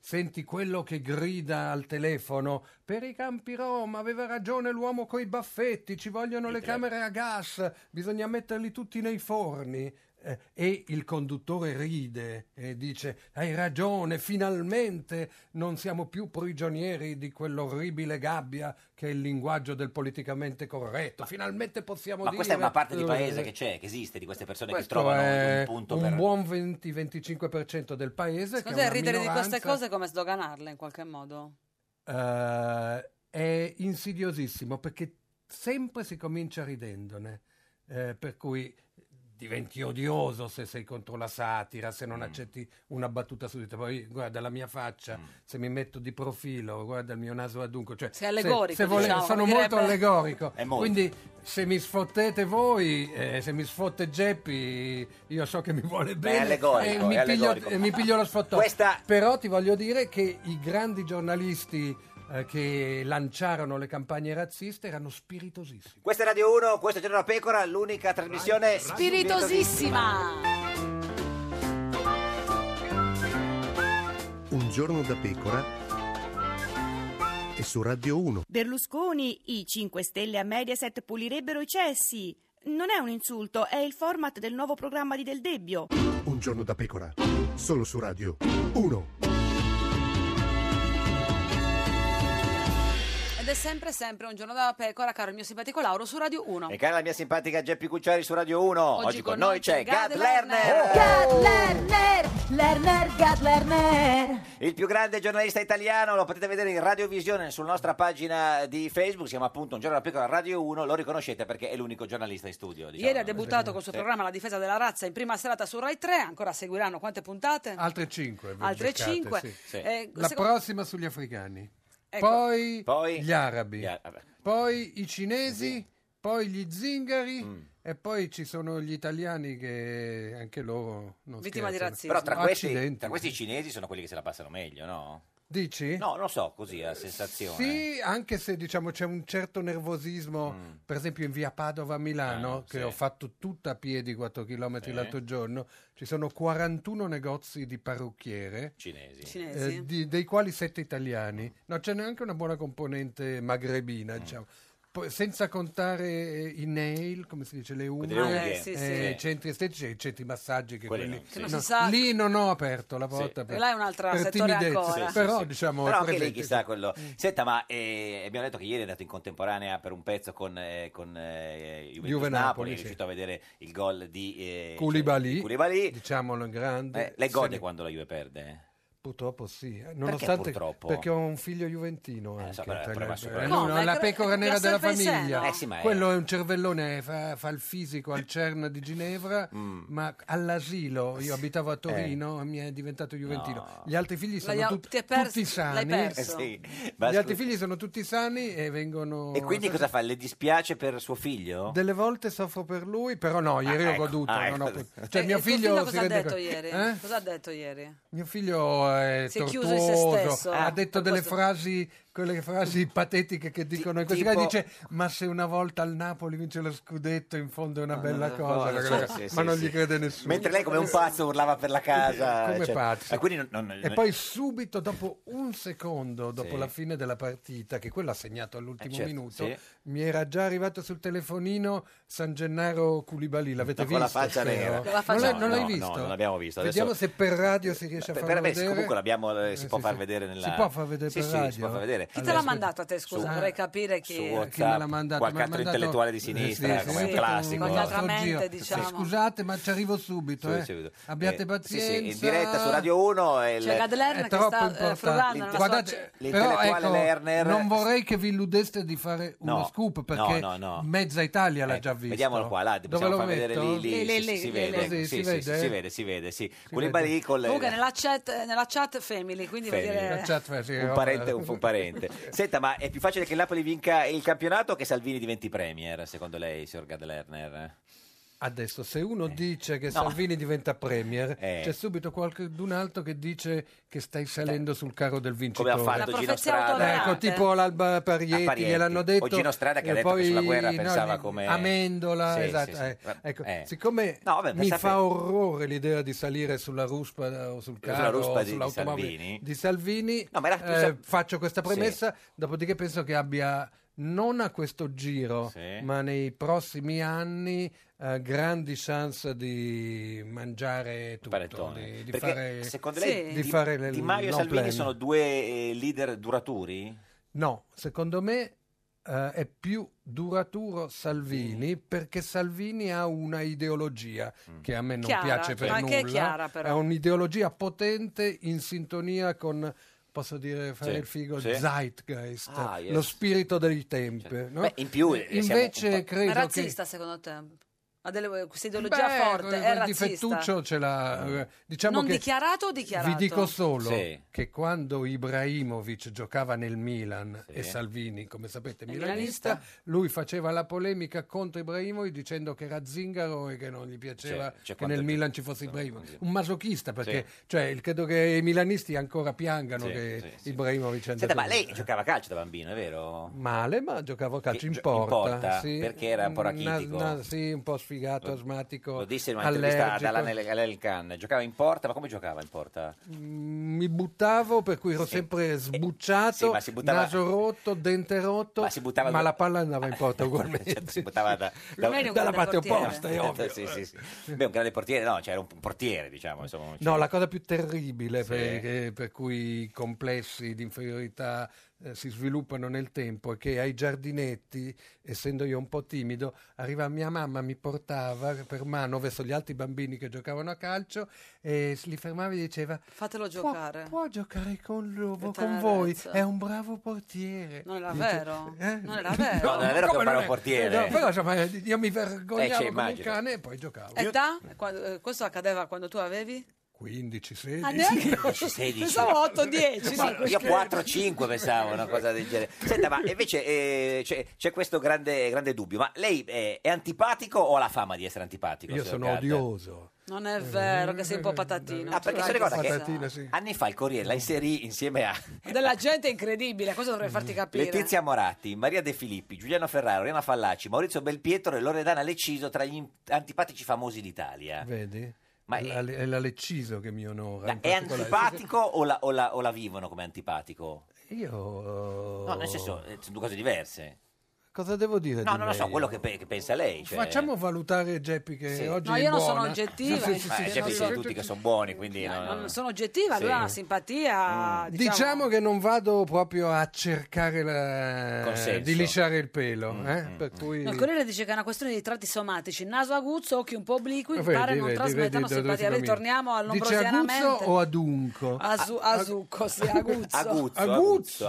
[SPEAKER 9] senti quello che grida al telefono per i campi Roma, aveva ragione l'uomo coi baffetti, ci vogliono le
[SPEAKER 2] telefono.
[SPEAKER 9] camere a gas, bisogna metterli tutti nei forni. Eh, e il conduttore ride e dice hai ragione, finalmente non siamo più prigionieri di quell'orribile gabbia che è il linguaggio del politicamente corretto, finalmente possiamo
[SPEAKER 2] Ma
[SPEAKER 9] dire...
[SPEAKER 2] questa è una parte di paese
[SPEAKER 9] Eh,
[SPEAKER 2] che c'è, che esiste, di queste persone che
[SPEAKER 9] questo
[SPEAKER 2] trovano
[SPEAKER 9] è
[SPEAKER 2] un punto
[SPEAKER 9] un
[SPEAKER 2] per...
[SPEAKER 9] buon 20-25% del paese
[SPEAKER 1] Secondo
[SPEAKER 9] che è
[SPEAKER 1] te
[SPEAKER 9] una
[SPEAKER 1] ridere di queste
[SPEAKER 9] minoranza.
[SPEAKER 1] cose è come sdoganarle in qualche modo?
[SPEAKER 9] Eh, è insidiosissimo perché sempre si comincia ridendone, eh, per cui diventi odioso se sei contro la satira, se
[SPEAKER 2] Mm.
[SPEAKER 9] non accetti una battuta su di te. Poi guarda la mia faccia, se mi metto di profilo, guarda il mio naso adunco. Cioè,
[SPEAKER 1] Sei allegorico,
[SPEAKER 9] se- se vole-
[SPEAKER 1] diciamo,
[SPEAKER 9] sono
[SPEAKER 1] come
[SPEAKER 9] molto
[SPEAKER 1] direbbe-
[SPEAKER 9] allegorico.
[SPEAKER 2] È molto.
[SPEAKER 9] Quindi se mi sfottete voi, eh, se mi sfotte Geppi, io so che mi vuole
[SPEAKER 2] Beh, è
[SPEAKER 9] bene
[SPEAKER 2] allegorico,
[SPEAKER 9] e mi,
[SPEAKER 2] è
[SPEAKER 9] piglio,
[SPEAKER 2] allegorico.
[SPEAKER 9] e mi piglio lo sfottone.
[SPEAKER 2] Questa-
[SPEAKER 9] Però ti voglio dire che i grandi giornalisti eh, che lanciarono le campagne razziste erano spiritosissimi.
[SPEAKER 2] Questa è Radio 1, questo è Giorno da Pecora, l'unica trasmissione...
[SPEAKER 1] Spiritosissima!
[SPEAKER 7] Un giorno da pecora e su Radio 1.
[SPEAKER 8] Berlusconi, i 5 Stelle a Mediaset pulirebbero i cessi. Non è un insulto, è il format del nuovo programma di Del Debbio.
[SPEAKER 7] Un giorno da pecora. Solo su Radio 1.
[SPEAKER 1] Ed è sempre, sempre un giorno da pecora, caro il mio simpatico Lauro, su Radio 1.
[SPEAKER 2] E cara la mia simpatica Geppi Cucciari su Radio 1, oggi, con noi c'è Gad Lerner,
[SPEAKER 6] Gad Lerner, Lerner, Gad Lerner.
[SPEAKER 2] il più grande giornalista italiano, lo potete vedere in radiovisione sulla nostra pagina di Facebook, si chiama appunto Un Giorno da Pecora Radio 1, lo riconoscete perché è l'unico giornalista in studio. diciamo.
[SPEAKER 1] Ieri ha debuttato col suo
[SPEAKER 2] Sì.
[SPEAKER 1] programma La difesa della razza in prima serata su Rai 3, ancora seguiranno quante puntate?
[SPEAKER 9] Altre 5.
[SPEAKER 1] Eh. Altre cinque.
[SPEAKER 2] Sì.
[SPEAKER 1] Eh,
[SPEAKER 9] La
[SPEAKER 1] secondo-
[SPEAKER 9] prossima sugli africani.
[SPEAKER 1] Ecco.
[SPEAKER 9] Poi,
[SPEAKER 2] Poi-
[SPEAKER 9] gli arabi.
[SPEAKER 2] Gli arabi.
[SPEAKER 9] Poi i cinesi. Poi gli zingari.
[SPEAKER 2] Mm.
[SPEAKER 9] E poi ci sono gli italiani che anche loro non
[SPEAKER 1] Vittima di
[SPEAKER 9] scherzano.
[SPEAKER 1] razzismo.
[SPEAKER 2] Però tra questi,
[SPEAKER 9] Accidenti.
[SPEAKER 2] tra questi cinesi sono quelli che se la passano meglio, no?
[SPEAKER 9] Dici?
[SPEAKER 2] No, non lo so, così a sensazione.
[SPEAKER 9] Sì, anche se diciamo c'è un certo nervosismo, per esempio in via Padova a Milano,
[SPEAKER 2] Ah,
[SPEAKER 9] che
[SPEAKER 2] Mm. sì.
[SPEAKER 9] ho fatto tutta a piedi 4 km
[SPEAKER 2] Sì.
[SPEAKER 9] l'altro giorno, ci sono 41 negozi di parrucchiere.
[SPEAKER 2] Cinesi.
[SPEAKER 9] eh,
[SPEAKER 1] Cinesi.
[SPEAKER 2] Mm.
[SPEAKER 9] di- dei quali sette italiani, no, c'è neanche una buona componente magrebina, diciamo. poi senza contare eh, i nail, come si dice, le unghie,
[SPEAKER 2] le unghie. Eh, sì,
[SPEAKER 9] eh,
[SPEAKER 2] sì.
[SPEAKER 9] i centri estetici e i centri massaggi. Che
[SPEAKER 2] Quelli
[SPEAKER 9] quelli-
[SPEAKER 2] no, sì. Che non
[SPEAKER 1] si sa-
[SPEAKER 9] Lì non ho aperto la porta. Per,
[SPEAKER 1] E là è un altro
[SPEAKER 9] per
[SPEAKER 1] settore
[SPEAKER 9] timidezza.
[SPEAKER 1] ancora. Sì, sì,
[SPEAKER 9] Però
[SPEAKER 2] sì.
[SPEAKER 9] diciamo...
[SPEAKER 2] Però
[SPEAKER 9] è
[SPEAKER 2] anche lì
[SPEAKER 9] presente. Mm.
[SPEAKER 2] chissà quello. Senta, ma eh, abbiamo detto che ieri è andato in contemporanea per un pezzo con, eh, con eh, Juventus
[SPEAKER 9] Juve
[SPEAKER 2] Napoli,
[SPEAKER 9] Napoli,
[SPEAKER 2] è
[SPEAKER 9] sì.
[SPEAKER 2] riuscito a vedere il gol di eh,
[SPEAKER 9] Koulibaly,
[SPEAKER 2] Koulibaly.
[SPEAKER 9] diciamolo in grande.
[SPEAKER 2] Eh, lei gode
[SPEAKER 9] Se-
[SPEAKER 2] quando la Juve perde? eh.
[SPEAKER 9] Purtroppo sì, eh, nonostante
[SPEAKER 2] purtroppo? Eh,
[SPEAKER 9] perché ho un figlio juventino anche,
[SPEAKER 2] so, però-
[SPEAKER 9] tra
[SPEAKER 2] però
[SPEAKER 9] gli
[SPEAKER 2] ma
[SPEAKER 9] altri.
[SPEAKER 2] sicuramente-
[SPEAKER 9] Eh, no,
[SPEAKER 2] Come?
[SPEAKER 9] no, la
[SPEAKER 2] Gra-
[SPEAKER 9] pecora nera
[SPEAKER 2] grazie
[SPEAKER 9] della
[SPEAKER 2] al paesano.
[SPEAKER 9] famiglia.
[SPEAKER 2] Eh sì, ma è- Eh.
[SPEAKER 9] Quello è un cervellone, fa, fa il fisico al CERN di Ginevra,
[SPEAKER 2] Mm.
[SPEAKER 9] ma all'asilo, io abitavo
[SPEAKER 2] Eh.
[SPEAKER 9] a Torino e mi è diventato juventino. Gli altri figli sono
[SPEAKER 1] L'hai-
[SPEAKER 9] tut-
[SPEAKER 1] ti è perso-
[SPEAKER 9] tutti
[SPEAKER 1] l'hai
[SPEAKER 9] sani.
[SPEAKER 1] perso.
[SPEAKER 2] Eh sì, ma
[SPEAKER 9] Gli altri
[SPEAKER 2] scusi-
[SPEAKER 9] figli sono tutti sani e vengono...
[SPEAKER 2] E quindi cosa fa? Le dispiace per suo figlio?
[SPEAKER 9] Delle volte soffro per lui, però no, ieri
[SPEAKER 2] Ah,
[SPEAKER 9] ho
[SPEAKER 2] ecco,
[SPEAKER 9] goduto.
[SPEAKER 2] ah,
[SPEAKER 9] non ho
[SPEAKER 2] ecco.
[SPEAKER 9] pot- Cioè,
[SPEAKER 1] E-
[SPEAKER 9] mio
[SPEAKER 1] e tuo
[SPEAKER 9] figlio, si
[SPEAKER 1] cosa ha
[SPEAKER 9] rende
[SPEAKER 1] detto
[SPEAKER 9] co-
[SPEAKER 1] ieri?
[SPEAKER 9] Eh?
[SPEAKER 1] Cosa ha detto ieri?
[SPEAKER 9] Mio figlio è
[SPEAKER 1] Si è chiuso in se
[SPEAKER 9] tortuoso,
[SPEAKER 1] stesso.
[SPEAKER 9] ha
[SPEAKER 1] Ah,
[SPEAKER 9] detto
[SPEAKER 1] per
[SPEAKER 9] delle
[SPEAKER 1] questo-
[SPEAKER 9] frasi, quelle frasi patetiche che dicono in questi
[SPEAKER 2] tipo-
[SPEAKER 9] casi, dice ma se una volta il Napoli vince lo scudetto in fondo è
[SPEAKER 2] Ah,
[SPEAKER 9] una bella
[SPEAKER 2] cosa,
[SPEAKER 9] cosa, quella-
[SPEAKER 2] certo, sì, sì,
[SPEAKER 9] ma non
[SPEAKER 2] sì.
[SPEAKER 9] gli crede nessuno.
[SPEAKER 2] Mentre lei come un pazzo urlava per la casa.
[SPEAKER 9] Come
[SPEAKER 2] cioè-
[SPEAKER 9] pazzo.
[SPEAKER 2] Ah, quindi non- non-
[SPEAKER 9] E poi subito dopo un secondo dopo
[SPEAKER 2] Sì.
[SPEAKER 9] la fine della partita, che quello ha segnato all'ultimo
[SPEAKER 2] Eh, certo,
[SPEAKER 9] minuto,
[SPEAKER 2] sì.
[SPEAKER 9] mi era già arrivato sul telefonino San Gennaro Culibalì. L'avete
[SPEAKER 2] No, con la
[SPEAKER 9] visto?
[SPEAKER 2] faccia
[SPEAKER 9] spero?
[SPEAKER 2] nera. Con la
[SPEAKER 9] Non,
[SPEAKER 2] faccia-
[SPEAKER 9] l'hai- non
[SPEAKER 2] no,
[SPEAKER 9] l'hai
[SPEAKER 2] no,
[SPEAKER 9] visto?
[SPEAKER 2] non l'abbiamo visto. Adesso-
[SPEAKER 9] Vediamo se per radio si riesce a
[SPEAKER 2] Per-
[SPEAKER 9] farlo
[SPEAKER 2] per- beh,
[SPEAKER 9] vedere.
[SPEAKER 2] comunque l'abbiamo, eh, si
[SPEAKER 9] Eh,
[SPEAKER 2] può
[SPEAKER 9] sì,
[SPEAKER 2] far
[SPEAKER 9] sì.
[SPEAKER 2] vedere nella...
[SPEAKER 9] Si può far vedere
[SPEAKER 2] Sì,
[SPEAKER 9] per
[SPEAKER 2] sì,
[SPEAKER 9] radio?
[SPEAKER 2] si può far vedere.
[SPEAKER 1] Chi te l'ha mandato a te, scusa?
[SPEAKER 9] su-
[SPEAKER 1] Vorrei capire chi...
[SPEAKER 2] su
[SPEAKER 9] Eh,
[SPEAKER 2] WhatsApp,
[SPEAKER 9] chi me l'ha mandato?
[SPEAKER 2] qualche
[SPEAKER 9] Me l'ha
[SPEAKER 2] altro
[SPEAKER 9] mandato-
[SPEAKER 2] intellettuale di
[SPEAKER 9] Eh,
[SPEAKER 2] sinistra,
[SPEAKER 1] sì,
[SPEAKER 2] come
[SPEAKER 1] sì.
[SPEAKER 2] un
[SPEAKER 1] Sì,
[SPEAKER 2] classico.
[SPEAKER 9] un nostro
[SPEAKER 1] Pacatamente,
[SPEAKER 9] giro.
[SPEAKER 1] diciamo.
[SPEAKER 9] Scusate, ma ci arrivo subito.
[SPEAKER 2] Sì,
[SPEAKER 9] eh.
[SPEAKER 2] subito.
[SPEAKER 9] Abbiate
[SPEAKER 2] Eh, sì,
[SPEAKER 9] pazienza. Cioè,
[SPEAKER 2] sì, in diretta su Radio 1 e il-
[SPEAKER 1] C'è Gadler
[SPEAKER 9] È
[SPEAKER 1] che
[SPEAKER 9] troppo
[SPEAKER 1] sta eh,
[SPEAKER 9] importante.
[SPEAKER 1] frullando nella
[SPEAKER 9] Guardate,
[SPEAKER 1] sua-
[SPEAKER 9] però
[SPEAKER 2] L'intellettuale
[SPEAKER 9] ecco,
[SPEAKER 2] Lerner-
[SPEAKER 9] non vorrei che vi illudeste di fare uno
[SPEAKER 2] No,
[SPEAKER 9] scoop
[SPEAKER 2] no,
[SPEAKER 9] perché
[SPEAKER 2] no, no.
[SPEAKER 9] mezza Italia l'ha
[SPEAKER 2] Ecco,
[SPEAKER 9] già visto.
[SPEAKER 2] Vediamolo qua, là,
[SPEAKER 9] Dove
[SPEAKER 2] possiamo
[SPEAKER 9] lo
[SPEAKER 2] far vedere
[SPEAKER 9] metto?
[SPEAKER 2] lì, lì, si- si, vede,
[SPEAKER 9] lì.
[SPEAKER 2] sì, sì,
[SPEAKER 9] Si
[SPEAKER 2] sì,
[SPEAKER 9] vede?
[SPEAKER 2] si vede, si vede, sì. Coulibaly con le-
[SPEAKER 1] Comunque nella chat, nella chat family, quindi vuol
[SPEAKER 2] Family.
[SPEAKER 1] dire...
[SPEAKER 9] La chat, cioè, sì, eh,
[SPEAKER 2] un
[SPEAKER 9] roba-
[SPEAKER 2] parente, un, un parente. Senta, ma è più facile che il Napoli vinca il campionato o che Salvini diventi premier, secondo lei, signor Gadlerner?
[SPEAKER 9] Adesso, se uno dice che Salvini diventa premier,
[SPEAKER 2] Eh.
[SPEAKER 9] c'è subito qualcun altro che dice che stai salendo sul carro
[SPEAKER 2] Cioè,
[SPEAKER 9] del
[SPEAKER 2] Come
[SPEAKER 9] vincitore.
[SPEAKER 2] ha fatto
[SPEAKER 1] La
[SPEAKER 2] Gino
[SPEAKER 1] profezia
[SPEAKER 2] Strada?
[SPEAKER 1] autogrante.
[SPEAKER 9] Ecco, tipo l'Alba
[SPEAKER 2] A
[SPEAKER 9] Parietti,
[SPEAKER 2] Parietti.
[SPEAKER 9] gliel'hanno detto.
[SPEAKER 2] O Gino Strada che ha
[SPEAKER 9] e
[SPEAKER 2] detto che
[SPEAKER 9] poi,
[SPEAKER 2] sulla guerra
[SPEAKER 9] no,
[SPEAKER 2] pensava
[SPEAKER 9] di-
[SPEAKER 2] come-
[SPEAKER 9] Amendola,
[SPEAKER 2] Sì, sì,
[SPEAKER 9] esatto.
[SPEAKER 2] sì.
[SPEAKER 9] eh.
[SPEAKER 2] Va-
[SPEAKER 9] Ecco,
[SPEAKER 2] eh.
[SPEAKER 9] siccome
[SPEAKER 2] No, vabbè,
[SPEAKER 9] mi
[SPEAKER 2] pensate-
[SPEAKER 9] fa orrore l'idea di salire sulla ruspa eh, o sul
[SPEAKER 2] Sulla
[SPEAKER 9] carro
[SPEAKER 2] ruspa
[SPEAKER 9] o
[SPEAKER 2] di- di
[SPEAKER 9] sull'automobile
[SPEAKER 2] Salvini.
[SPEAKER 9] di Salvini,
[SPEAKER 2] No, ma era cioè, più
[SPEAKER 9] eh,
[SPEAKER 2] sa-
[SPEAKER 9] faccio questa premessa, dopodiché penso che abbia non a questo giro,
[SPEAKER 2] Sì.
[SPEAKER 9] ma nei prossimi anni eh, grandi chance di mangiare tutto,
[SPEAKER 2] Panettone.
[SPEAKER 9] di, di
[SPEAKER 2] Perché
[SPEAKER 9] fare
[SPEAKER 2] secondo
[SPEAKER 1] Sì.
[SPEAKER 2] lei
[SPEAKER 9] Di
[SPEAKER 2] di,
[SPEAKER 9] fare le-
[SPEAKER 2] Di Mario e
[SPEAKER 9] no
[SPEAKER 2] Salvini
[SPEAKER 9] plan.
[SPEAKER 2] sono due eh, leader duraturi?
[SPEAKER 9] No, secondo me eh, è più duraturo
[SPEAKER 2] Mm.
[SPEAKER 9] Salvini perché Salvini ha una ideologia che a me non
[SPEAKER 1] Chiara,
[SPEAKER 9] piace per
[SPEAKER 1] ma
[SPEAKER 9] nulla.
[SPEAKER 1] che è chiara, però.
[SPEAKER 9] Ha un'ideologia potente in sintonia con posso dire fare
[SPEAKER 2] Sì,
[SPEAKER 9] il figo
[SPEAKER 2] sì.
[SPEAKER 9] zeitgeist,
[SPEAKER 2] Ah, yes.
[SPEAKER 9] lo spirito dei tempi, no?
[SPEAKER 2] Beh, in più, eh, siamo un
[SPEAKER 9] invece
[SPEAKER 2] po'-
[SPEAKER 9] credo
[SPEAKER 1] Ma è razzista
[SPEAKER 9] che
[SPEAKER 1] secondo te? Ha delle- questa ideologia
[SPEAKER 9] Beh,
[SPEAKER 1] forte, è
[SPEAKER 9] quel
[SPEAKER 1] razzista.
[SPEAKER 9] difettuccio ce l'ha eh, diciamo
[SPEAKER 1] Non
[SPEAKER 9] che
[SPEAKER 1] dichiarato o dichiarato?
[SPEAKER 9] vi dico solo
[SPEAKER 2] Sì.
[SPEAKER 9] che quando Ibrahimovic giocava nel Milan
[SPEAKER 2] Sì.
[SPEAKER 9] e Salvini, come sapete,
[SPEAKER 1] È
[SPEAKER 9] milanista,
[SPEAKER 1] milanista.
[SPEAKER 9] lui faceva la polemica contro Ibrahimovic dicendo che era zingaro e che non gli piaceva
[SPEAKER 2] Sì, cioè,
[SPEAKER 9] che
[SPEAKER 2] quando
[SPEAKER 9] nel
[SPEAKER 2] gio-
[SPEAKER 9] Milan ci fosse Ibrahimovic. Un masochista perché
[SPEAKER 2] Sì.
[SPEAKER 9] cioè, il- credo che i milanisti ancora piangano
[SPEAKER 2] Sì,
[SPEAKER 9] che
[SPEAKER 2] sì, sì.
[SPEAKER 9] Ibrahimovic è andato
[SPEAKER 2] Senta, ma
[SPEAKER 9] via.
[SPEAKER 2] lei giocava a calcio da bambino, è vero?
[SPEAKER 9] Male, ma giocavo a calcio
[SPEAKER 2] Che gio-
[SPEAKER 9] in
[SPEAKER 2] in
[SPEAKER 9] porta,
[SPEAKER 2] porta,
[SPEAKER 9] sì.
[SPEAKER 2] perché era un po' rachitico.
[SPEAKER 9] Na- na- sì, un po' sfigato, asmatico.
[SPEAKER 2] Lo disse in un'intervista ad
[SPEAKER 9] allergico.
[SPEAKER 2] Alan El- Alel Khan. Giocava in porta, ma come giocava in
[SPEAKER 9] *laughs*
[SPEAKER 2] porta?
[SPEAKER 9] Mm, mi buttavo per cui ero
[SPEAKER 2] Sì.
[SPEAKER 9] sempre
[SPEAKER 2] Eh,
[SPEAKER 9] sbucciato
[SPEAKER 2] sì, ma si buttava-
[SPEAKER 9] naso rotto dente rotto
[SPEAKER 2] Ma si buttava-
[SPEAKER 9] la palla andava
[SPEAKER 2] *laughs*
[SPEAKER 9] in porta ugualmente
[SPEAKER 2] Certo, si buttava da- da-
[SPEAKER 1] Meglio
[SPEAKER 9] dalla
[SPEAKER 1] guarda
[SPEAKER 9] parte
[SPEAKER 1] il portiere.
[SPEAKER 9] opposta è ovvio
[SPEAKER 2] Sì, sì, sì. Beh, un grande portiere, no, c'era un portiere, diciamo. Insomma, non c'era-
[SPEAKER 9] No, la cosa più terribile
[SPEAKER 2] Sì.
[SPEAKER 9] per, che- per cui i complessi di inferiorità eh, si sviluppano nel tempo è che ai giardinetti, essendo io un po' timido, arriva mia mamma, mi portava per mano verso gli altri bambini che giocavano a calcio e s- li fermava e diceva
[SPEAKER 1] Fatelo
[SPEAKER 9] "Può-
[SPEAKER 1] giocare."
[SPEAKER 9] Può, giocare con, lo-
[SPEAKER 1] Che
[SPEAKER 9] con voi,
[SPEAKER 1] tenerezza.
[SPEAKER 9] è un bravo portiere.
[SPEAKER 1] Non era
[SPEAKER 9] Dice,
[SPEAKER 1] vero?
[SPEAKER 9] "Eh?"
[SPEAKER 1] Non era vero?
[SPEAKER 2] No, non è vero che
[SPEAKER 9] Come
[SPEAKER 2] è un bravo
[SPEAKER 9] non
[SPEAKER 2] portiere?
[SPEAKER 9] Eh, no, però insomma, eh, io mi vergognavo come un
[SPEAKER 2] immagino.
[SPEAKER 9] cane e poi giocavo.
[SPEAKER 1] Età? Quando- eh, questo accadeva quando tu avevi?
[SPEAKER 9] 15, 16.
[SPEAKER 1] Ah, neanche...
[SPEAKER 2] 16.
[SPEAKER 1] Pensavo 8, 10.
[SPEAKER 2] Ma io 4-5 pensavo una cosa del genere. Senta, ma invece eh, c'è, c'è questo grande, grande dubbio. Ma lei eh, è antipatico o ha la fama di essere antipatico?
[SPEAKER 9] Io
[SPEAKER 2] signor
[SPEAKER 9] sono
[SPEAKER 2] Gard?
[SPEAKER 9] odioso.
[SPEAKER 1] Non è vero che sei un po' patatino.
[SPEAKER 2] Ah, perché
[SPEAKER 1] Cioè,
[SPEAKER 2] si ricorda che
[SPEAKER 9] Patatina, sì.
[SPEAKER 2] anni fa il Corriere la inserì insieme a
[SPEAKER 1] Della gente incredibile, questo dovrei farti capire.
[SPEAKER 2] Mm. Letizia Moratti, Maria De Filippi, Giuliano Ferraro, Riana Fallaci, Maurizio Belpietro e Loredana Leciso tra gli antipatici famosi d'Italia.
[SPEAKER 9] Vedi?
[SPEAKER 2] Ma
[SPEAKER 9] è, la, è la Lecciso che mi onora.
[SPEAKER 2] Ma
[SPEAKER 9] in
[SPEAKER 2] è
[SPEAKER 9] particolare.
[SPEAKER 2] antipatico o la, o la- o la vivono come antipatico?
[SPEAKER 9] Io. Oh.
[SPEAKER 2] No, nel senso, eh, sono due cose diverse.
[SPEAKER 9] Cosa devo dire?
[SPEAKER 2] No,
[SPEAKER 9] di
[SPEAKER 2] non lo so,
[SPEAKER 9] lei?
[SPEAKER 2] quello che, pe- che pensa lei. cioè.
[SPEAKER 9] Facciamo valutare Geppi che
[SPEAKER 2] Sì.
[SPEAKER 9] oggi
[SPEAKER 1] No,
[SPEAKER 9] è
[SPEAKER 1] io non
[SPEAKER 9] buona.
[SPEAKER 1] sono oggettiva,
[SPEAKER 9] Sì, sì, sì,
[SPEAKER 2] Eh,
[SPEAKER 9] sì,
[SPEAKER 2] già
[SPEAKER 9] sì,
[SPEAKER 2] vi
[SPEAKER 9] sì.
[SPEAKER 2] siete tutti che sono buoni, quindi... no, no.
[SPEAKER 1] Eh, Non sono oggettiva, lui
[SPEAKER 2] Sì. Mm.
[SPEAKER 1] ha una simpatia.
[SPEAKER 9] Diciamo...
[SPEAKER 1] Diciamo,
[SPEAKER 9] che non vado proprio a cercare la-
[SPEAKER 2] Consenso. Mm,
[SPEAKER 9] di lisciare il pelo, eh, per cui...
[SPEAKER 1] No, il Corriere dice che è una questione di tratti somatici, naso aguzzo, occhi un po' obliqui,
[SPEAKER 9] Vedi,
[SPEAKER 1] pare non
[SPEAKER 9] vedi,
[SPEAKER 1] trasmettano
[SPEAKER 9] vedi dove
[SPEAKER 1] simpatia.
[SPEAKER 9] si
[SPEAKER 1] Lei
[SPEAKER 9] cammina.
[SPEAKER 1] torniamo
[SPEAKER 9] Dice aguzzo
[SPEAKER 1] all'ombrosianamente.
[SPEAKER 9] o adunco?
[SPEAKER 1] Asu- Azucco, sì,
[SPEAKER 9] *laughs*
[SPEAKER 1] aguzzo.
[SPEAKER 2] Aguzzo,
[SPEAKER 9] Aguzzo.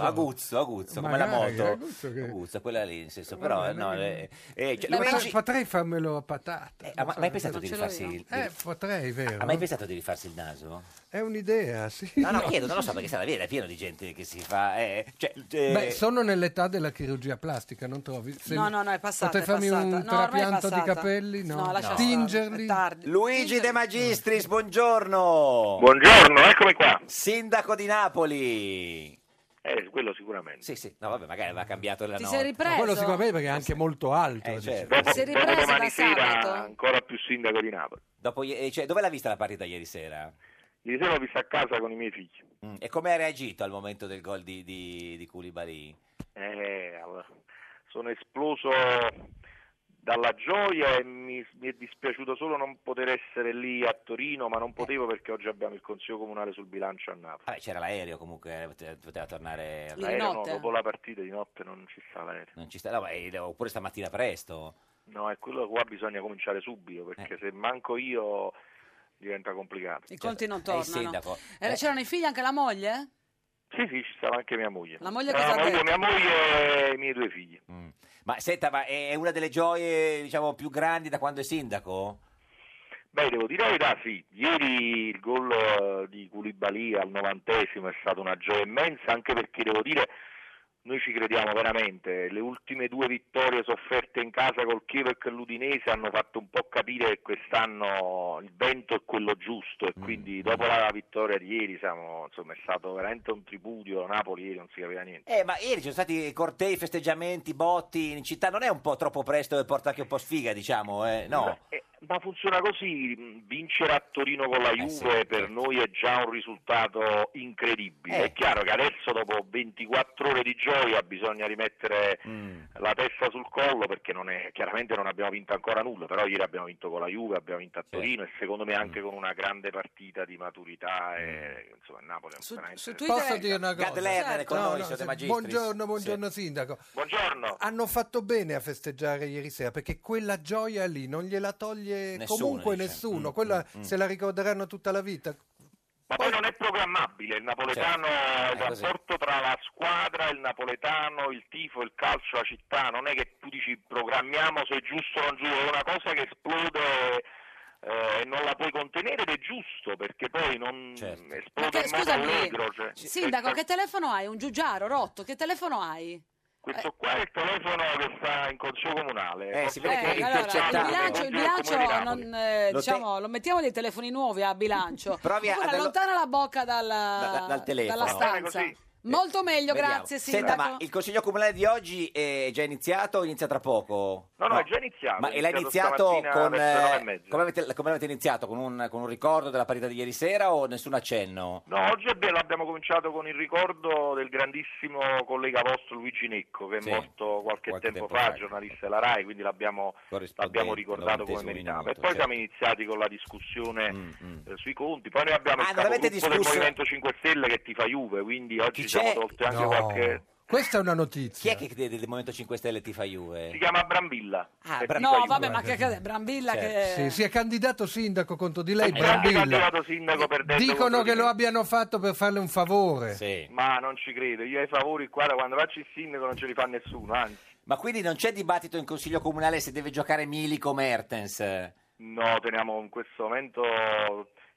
[SPEAKER 2] aguzzo, aguzzo, aguzzo, come la
[SPEAKER 9] Magari,
[SPEAKER 2] moto,
[SPEAKER 9] Aguzzo che-
[SPEAKER 2] Aguzzo, quella lì, nel senso, però, no, eh, eh, cioè,
[SPEAKER 9] Ma
[SPEAKER 2] Luigi-
[SPEAKER 9] fa- Potrei farmelo a patata.
[SPEAKER 2] ah, ma- ma
[SPEAKER 9] non
[SPEAKER 2] hai
[SPEAKER 9] so.
[SPEAKER 2] pensato di Non ce l'ho rifarsi io. il-
[SPEAKER 9] Eh, potrei, vero?
[SPEAKER 2] ha mai pensato di rifarsi il naso?
[SPEAKER 9] È un'idea, sì.
[SPEAKER 2] No, no, chiedo, non lo so,
[SPEAKER 9] *laughs*
[SPEAKER 2] perché sai, la via è piena di gente che si fa... eh, cioè, eh,
[SPEAKER 9] Beh, sono nell'età della chirurgia plastica, non trovi? Se-
[SPEAKER 1] No, no, no, è passata.
[SPEAKER 9] Potrei
[SPEAKER 1] è
[SPEAKER 9] farmi
[SPEAKER 1] passata.
[SPEAKER 9] un
[SPEAKER 1] No, ormai è
[SPEAKER 9] trapianto di
[SPEAKER 1] passata.
[SPEAKER 9] capelli? No,
[SPEAKER 1] No, lascia stare,
[SPEAKER 9] tingerli?
[SPEAKER 1] è tardi.
[SPEAKER 2] Luigi De Magistris, buongiorno!
[SPEAKER 10] Buongiorno, eccomi qua.
[SPEAKER 2] Sindaco di Napoli!
[SPEAKER 10] Eh, quello sicuramente.
[SPEAKER 2] Sì, sì, no, vabbè, magari aveva cambiato la
[SPEAKER 1] Ti
[SPEAKER 2] nota.
[SPEAKER 1] sei ripreso?
[SPEAKER 9] Ma quello sicuramente perché è anche molto alto.
[SPEAKER 2] Eh,
[SPEAKER 9] dice.
[SPEAKER 2] certo.
[SPEAKER 10] Dopo,
[SPEAKER 1] Si è
[SPEAKER 10] dopo
[SPEAKER 1] ripresa
[SPEAKER 10] domani
[SPEAKER 1] da
[SPEAKER 10] sera
[SPEAKER 1] sabato?
[SPEAKER 10] ancora più sindaco di Napoli.
[SPEAKER 2] Dopo ie- eh, cioè, dove l'ha vista la partita ieri sera?
[SPEAKER 10] Ieri sera l'ho vista a casa con i miei figli.
[SPEAKER 2] Mm, E come ha reagito al momento del gol di, di, di Koulibaly?
[SPEAKER 10] Eh, allora, sono esploso dalla gioia e mi, mi è dispiaciuto solo non poter essere lì a Torino, ma non potevo perché oggi abbiamo il Consiglio Comunale sul bilancio a Napoli.
[SPEAKER 2] Vabbè, c'era l'aereo comunque, eh, pote- poteva tornare...
[SPEAKER 1] Di
[SPEAKER 10] L'aereo no,
[SPEAKER 1] notte?
[SPEAKER 10] dopo la partita di notte non ci sta l'aereo.
[SPEAKER 2] Non ci sta, no, ma eh, oppure stamattina presto.
[SPEAKER 10] No, è quello qua bisogna cominciare subito, perché se manco io diventa complicato.
[SPEAKER 1] I conti non
[SPEAKER 2] È Eh. il
[SPEAKER 1] tornano.
[SPEAKER 2] sindaco.
[SPEAKER 1] Eh,
[SPEAKER 2] Eh,
[SPEAKER 1] C'erano i figli, anche la moglie?
[SPEAKER 10] Sì, sì, ci stava anche mia moglie.
[SPEAKER 1] La moglie
[SPEAKER 10] No,
[SPEAKER 1] cosa ha
[SPEAKER 10] mia moglie,
[SPEAKER 1] detto?
[SPEAKER 10] mia moglie e i miei due figli.
[SPEAKER 2] mm. Ma senta, ma è una delle gioie, diciamo, più grandi da quando è sindaco?
[SPEAKER 10] Beh, devo dire la verità, sì. Ieri il gol eh, di Koulibaly al novantesimo è stata una gioia immensa, anche perché devo dire noi ci crediamo veramente. Le ultime due vittorie sofferte in casa col Chievo e con l'Udinese hanno fatto un po' capire che quest'anno il vento è quello giusto e quindi dopo la vittoria di ieri siamo- insomma, è stato veramente un tripudio. A Napoli ieri non si capiva niente.
[SPEAKER 2] Eh, ma ieri ci sono stati cortei, festeggiamenti, botti in città. Non è un po' troppo presto e porta anche un po' sfiga, diciamo, eh? No.
[SPEAKER 10] Eh, Ma funziona così, mh, vincere a Torino con la
[SPEAKER 9] Eh
[SPEAKER 10] Juve
[SPEAKER 9] certo.
[SPEAKER 10] per noi è già un risultato incredibile.
[SPEAKER 2] Eh.
[SPEAKER 10] È chiaro che adesso dopo 24 ore di gioia bisogna rimettere
[SPEAKER 5] Mm.
[SPEAKER 10] la testa sul collo perché non è- chiaramente non abbiamo vinto ancora nulla, però ieri abbiamo vinto con la Juve, abbiamo vinto a Torino e secondo me
[SPEAKER 9] Mm.
[SPEAKER 10] anche con una grande partita di maturità e insomma il Napoli è veramente-
[SPEAKER 1] su Twitter-
[SPEAKER 9] Posso dire una cosa?
[SPEAKER 2] Gad Lerner è con noi, siete
[SPEAKER 9] se-
[SPEAKER 2] magistris.
[SPEAKER 9] Buongiorno, buongiorno sindaco.
[SPEAKER 10] Buongiorno.
[SPEAKER 9] Hanno fatto bene a festeggiare ieri sera perché quella gioia lì non gliela toglie
[SPEAKER 2] Nessuno,
[SPEAKER 9] comunque
[SPEAKER 2] dice.
[SPEAKER 9] nessuno.
[SPEAKER 2] Mm,
[SPEAKER 9] Quella
[SPEAKER 2] mm, mm.
[SPEAKER 9] se la ricorderanno tutta la vita.
[SPEAKER 10] Ma poi non è programmabile il napoletano, il
[SPEAKER 2] Certo. Eh, così.
[SPEAKER 10] rapporto tra la squadra, il napoletano, il tifo, il calcio, la città, non è che tu dici programmiamo se è giusto o non giusto, è una cosa che esplode eh, e non la puoi contenere ed è giusto perché poi non
[SPEAKER 2] Certo.
[SPEAKER 1] Ma
[SPEAKER 10] esplode
[SPEAKER 1] che,
[SPEAKER 10] in modo
[SPEAKER 1] scusami, eh,
[SPEAKER 10] allegro. cioè.
[SPEAKER 1] sindaco, che
[SPEAKER 10] Questo-
[SPEAKER 1] telefono hai? Un giugiaro rotto? Che telefono hai? eh,
[SPEAKER 10] Questo qua è il telefono che sta in consiglio comunale.
[SPEAKER 2] Eh, sì,
[SPEAKER 10] Forse
[SPEAKER 2] perché
[SPEAKER 1] Eh,
[SPEAKER 10] è
[SPEAKER 2] il
[SPEAKER 1] allora, il
[SPEAKER 2] intercettato.
[SPEAKER 1] bilancio, il
[SPEAKER 10] Consiglio del
[SPEAKER 1] bilancio
[SPEAKER 10] Comune di Napoli.
[SPEAKER 1] non, eh,
[SPEAKER 2] Lo te-
[SPEAKER 1] diciamo, lo mettiamo dei telefoni nuovi a bilancio.
[SPEAKER 2] *laughs* Provi a-
[SPEAKER 1] Oppure
[SPEAKER 2] ad allo-
[SPEAKER 1] allontana la bocca dalla,
[SPEAKER 2] Da- da- dal telefono.
[SPEAKER 1] dalla
[SPEAKER 10] Va bene
[SPEAKER 1] stanza.
[SPEAKER 10] così.
[SPEAKER 1] Molto meglio,
[SPEAKER 2] Vediamo.
[SPEAKER 1] grazie
[SPEAKER 2] Senta,
[SPEAKER 1] sindaco.
[SPEAKER 2] ma il consiglio comunale di oggi è già iniziato o inizia tra poco?
[SPEAKER 10] No, no, è già iniziato,
[SPEAKER 2] Ma
[SPEAKER 10] è
[SPEAKER 2] e l'ha
[SPEAKER 10] iniziato
[SPEAKER 2] iniziato
[SPEAKER 10] stamattina
[SPEAKER 2] con...
[SPEAKER 10] verso le nove e
[SPEAKER 2] eh,
[SPEAKER 10] mezza.
[SPEAKER 2] come, avete, come avete iniziato? Con un, con un ricordo della partita di ieri sera o nessun accenno?
[SPEAKER 10] No, oggi è bello, abbiamo cominciato con il ricordo del grandissimo collega vostro Luigi Necco che è
[SPEAKER 2] Sì,
[SPEAKER 10] morto qualche,
[SPEAKER 2] qualche tempo
[SPEAKER 10] tempo, fa,
[SPEAKER 2] fa. certo.
[SPEAKER 10] giornalista della RAI, quindi l'abbiamo,
[SPEAKER 2] Corrispondente,
[SPEAKER 10] l'abbiamo ricordato come
[SPEAKER 2] novantesimo
[SPEAKER 10] meritava.
[SPEAKER 2] minuto,
[SPEAKER 10] e poi
[SPEAKER 2] certo.
[SPEAKER 10] siamo iniziati con la discussione
[SPEAKER 2] Mm, mm.
[SPEAKER 10] eh, sui conti, poi noi abbiamo
[SPEAKER 2] Ah,
[SPEAKER 10] il
[SPEAKER 2] non avete
[SPEAKER 10] capogruppo del
[SPEAKER 2] discusso?
[SPEAKER 10] Movimento 5 Stelle che ti fa Juve, quindi oggi
[SPEAKER 2] Chi
[SPEAKER 10] siamo
[SPEAKER 2] c'è?
[SPEAKER 10] tolti anche
[SPEAKER 9] No.
[SPEAKER 10] qualche...
[SPEAKER 9] Questa è una
[SPEAKER 2] Chi
[SPEAKER 9] notizia.
[SPEAKER 2] è che del, del Movimento 5 Stelle ti fa Juve?
[SPEAKER 10] Si chiama Brambilla.
[SPEAKER 2] Ah,
[SPEAKER 10] che
[SPEAKER 2] Bra-
[SPEAKER 10] ti fa
[SPEAKER 1] No,
[SPEAKER 10] Juve.
[SPEAKER 1] vabbè, ma che cos'è? Brambilla
[SPEAKER 2] Certo.
[SPEAKER 9] Sì,
[SPEAKER 1] che...
[SPEAKER 9] si è candidato sindaco contro di lei,
[SPEAKER 10] Eh, È anche
[SPEAKER 9] Brambilla.
[SPEAKER 10] candidato sindaco perdendo contro
[SPEAKER 9] Dicono
[SPEAKER 10] di
[SPEAKER 9] che
[SPEAKER 10] me.
[SPEAKER 9] lo abbiano fatto per farle un favore.
[SPEAKER 2] Sì.
[SPEAKER 10] Ma non ci credo, io ai favori qua da quando faccio il sindaco non ce li fa nessuno, anzi.
[SPEAKER 2] Ma quindi non c'è dibattito in consiglio comunale se deve giocare Milico o Mertens?
[SPEAKER 10] No, teniamo in questo momento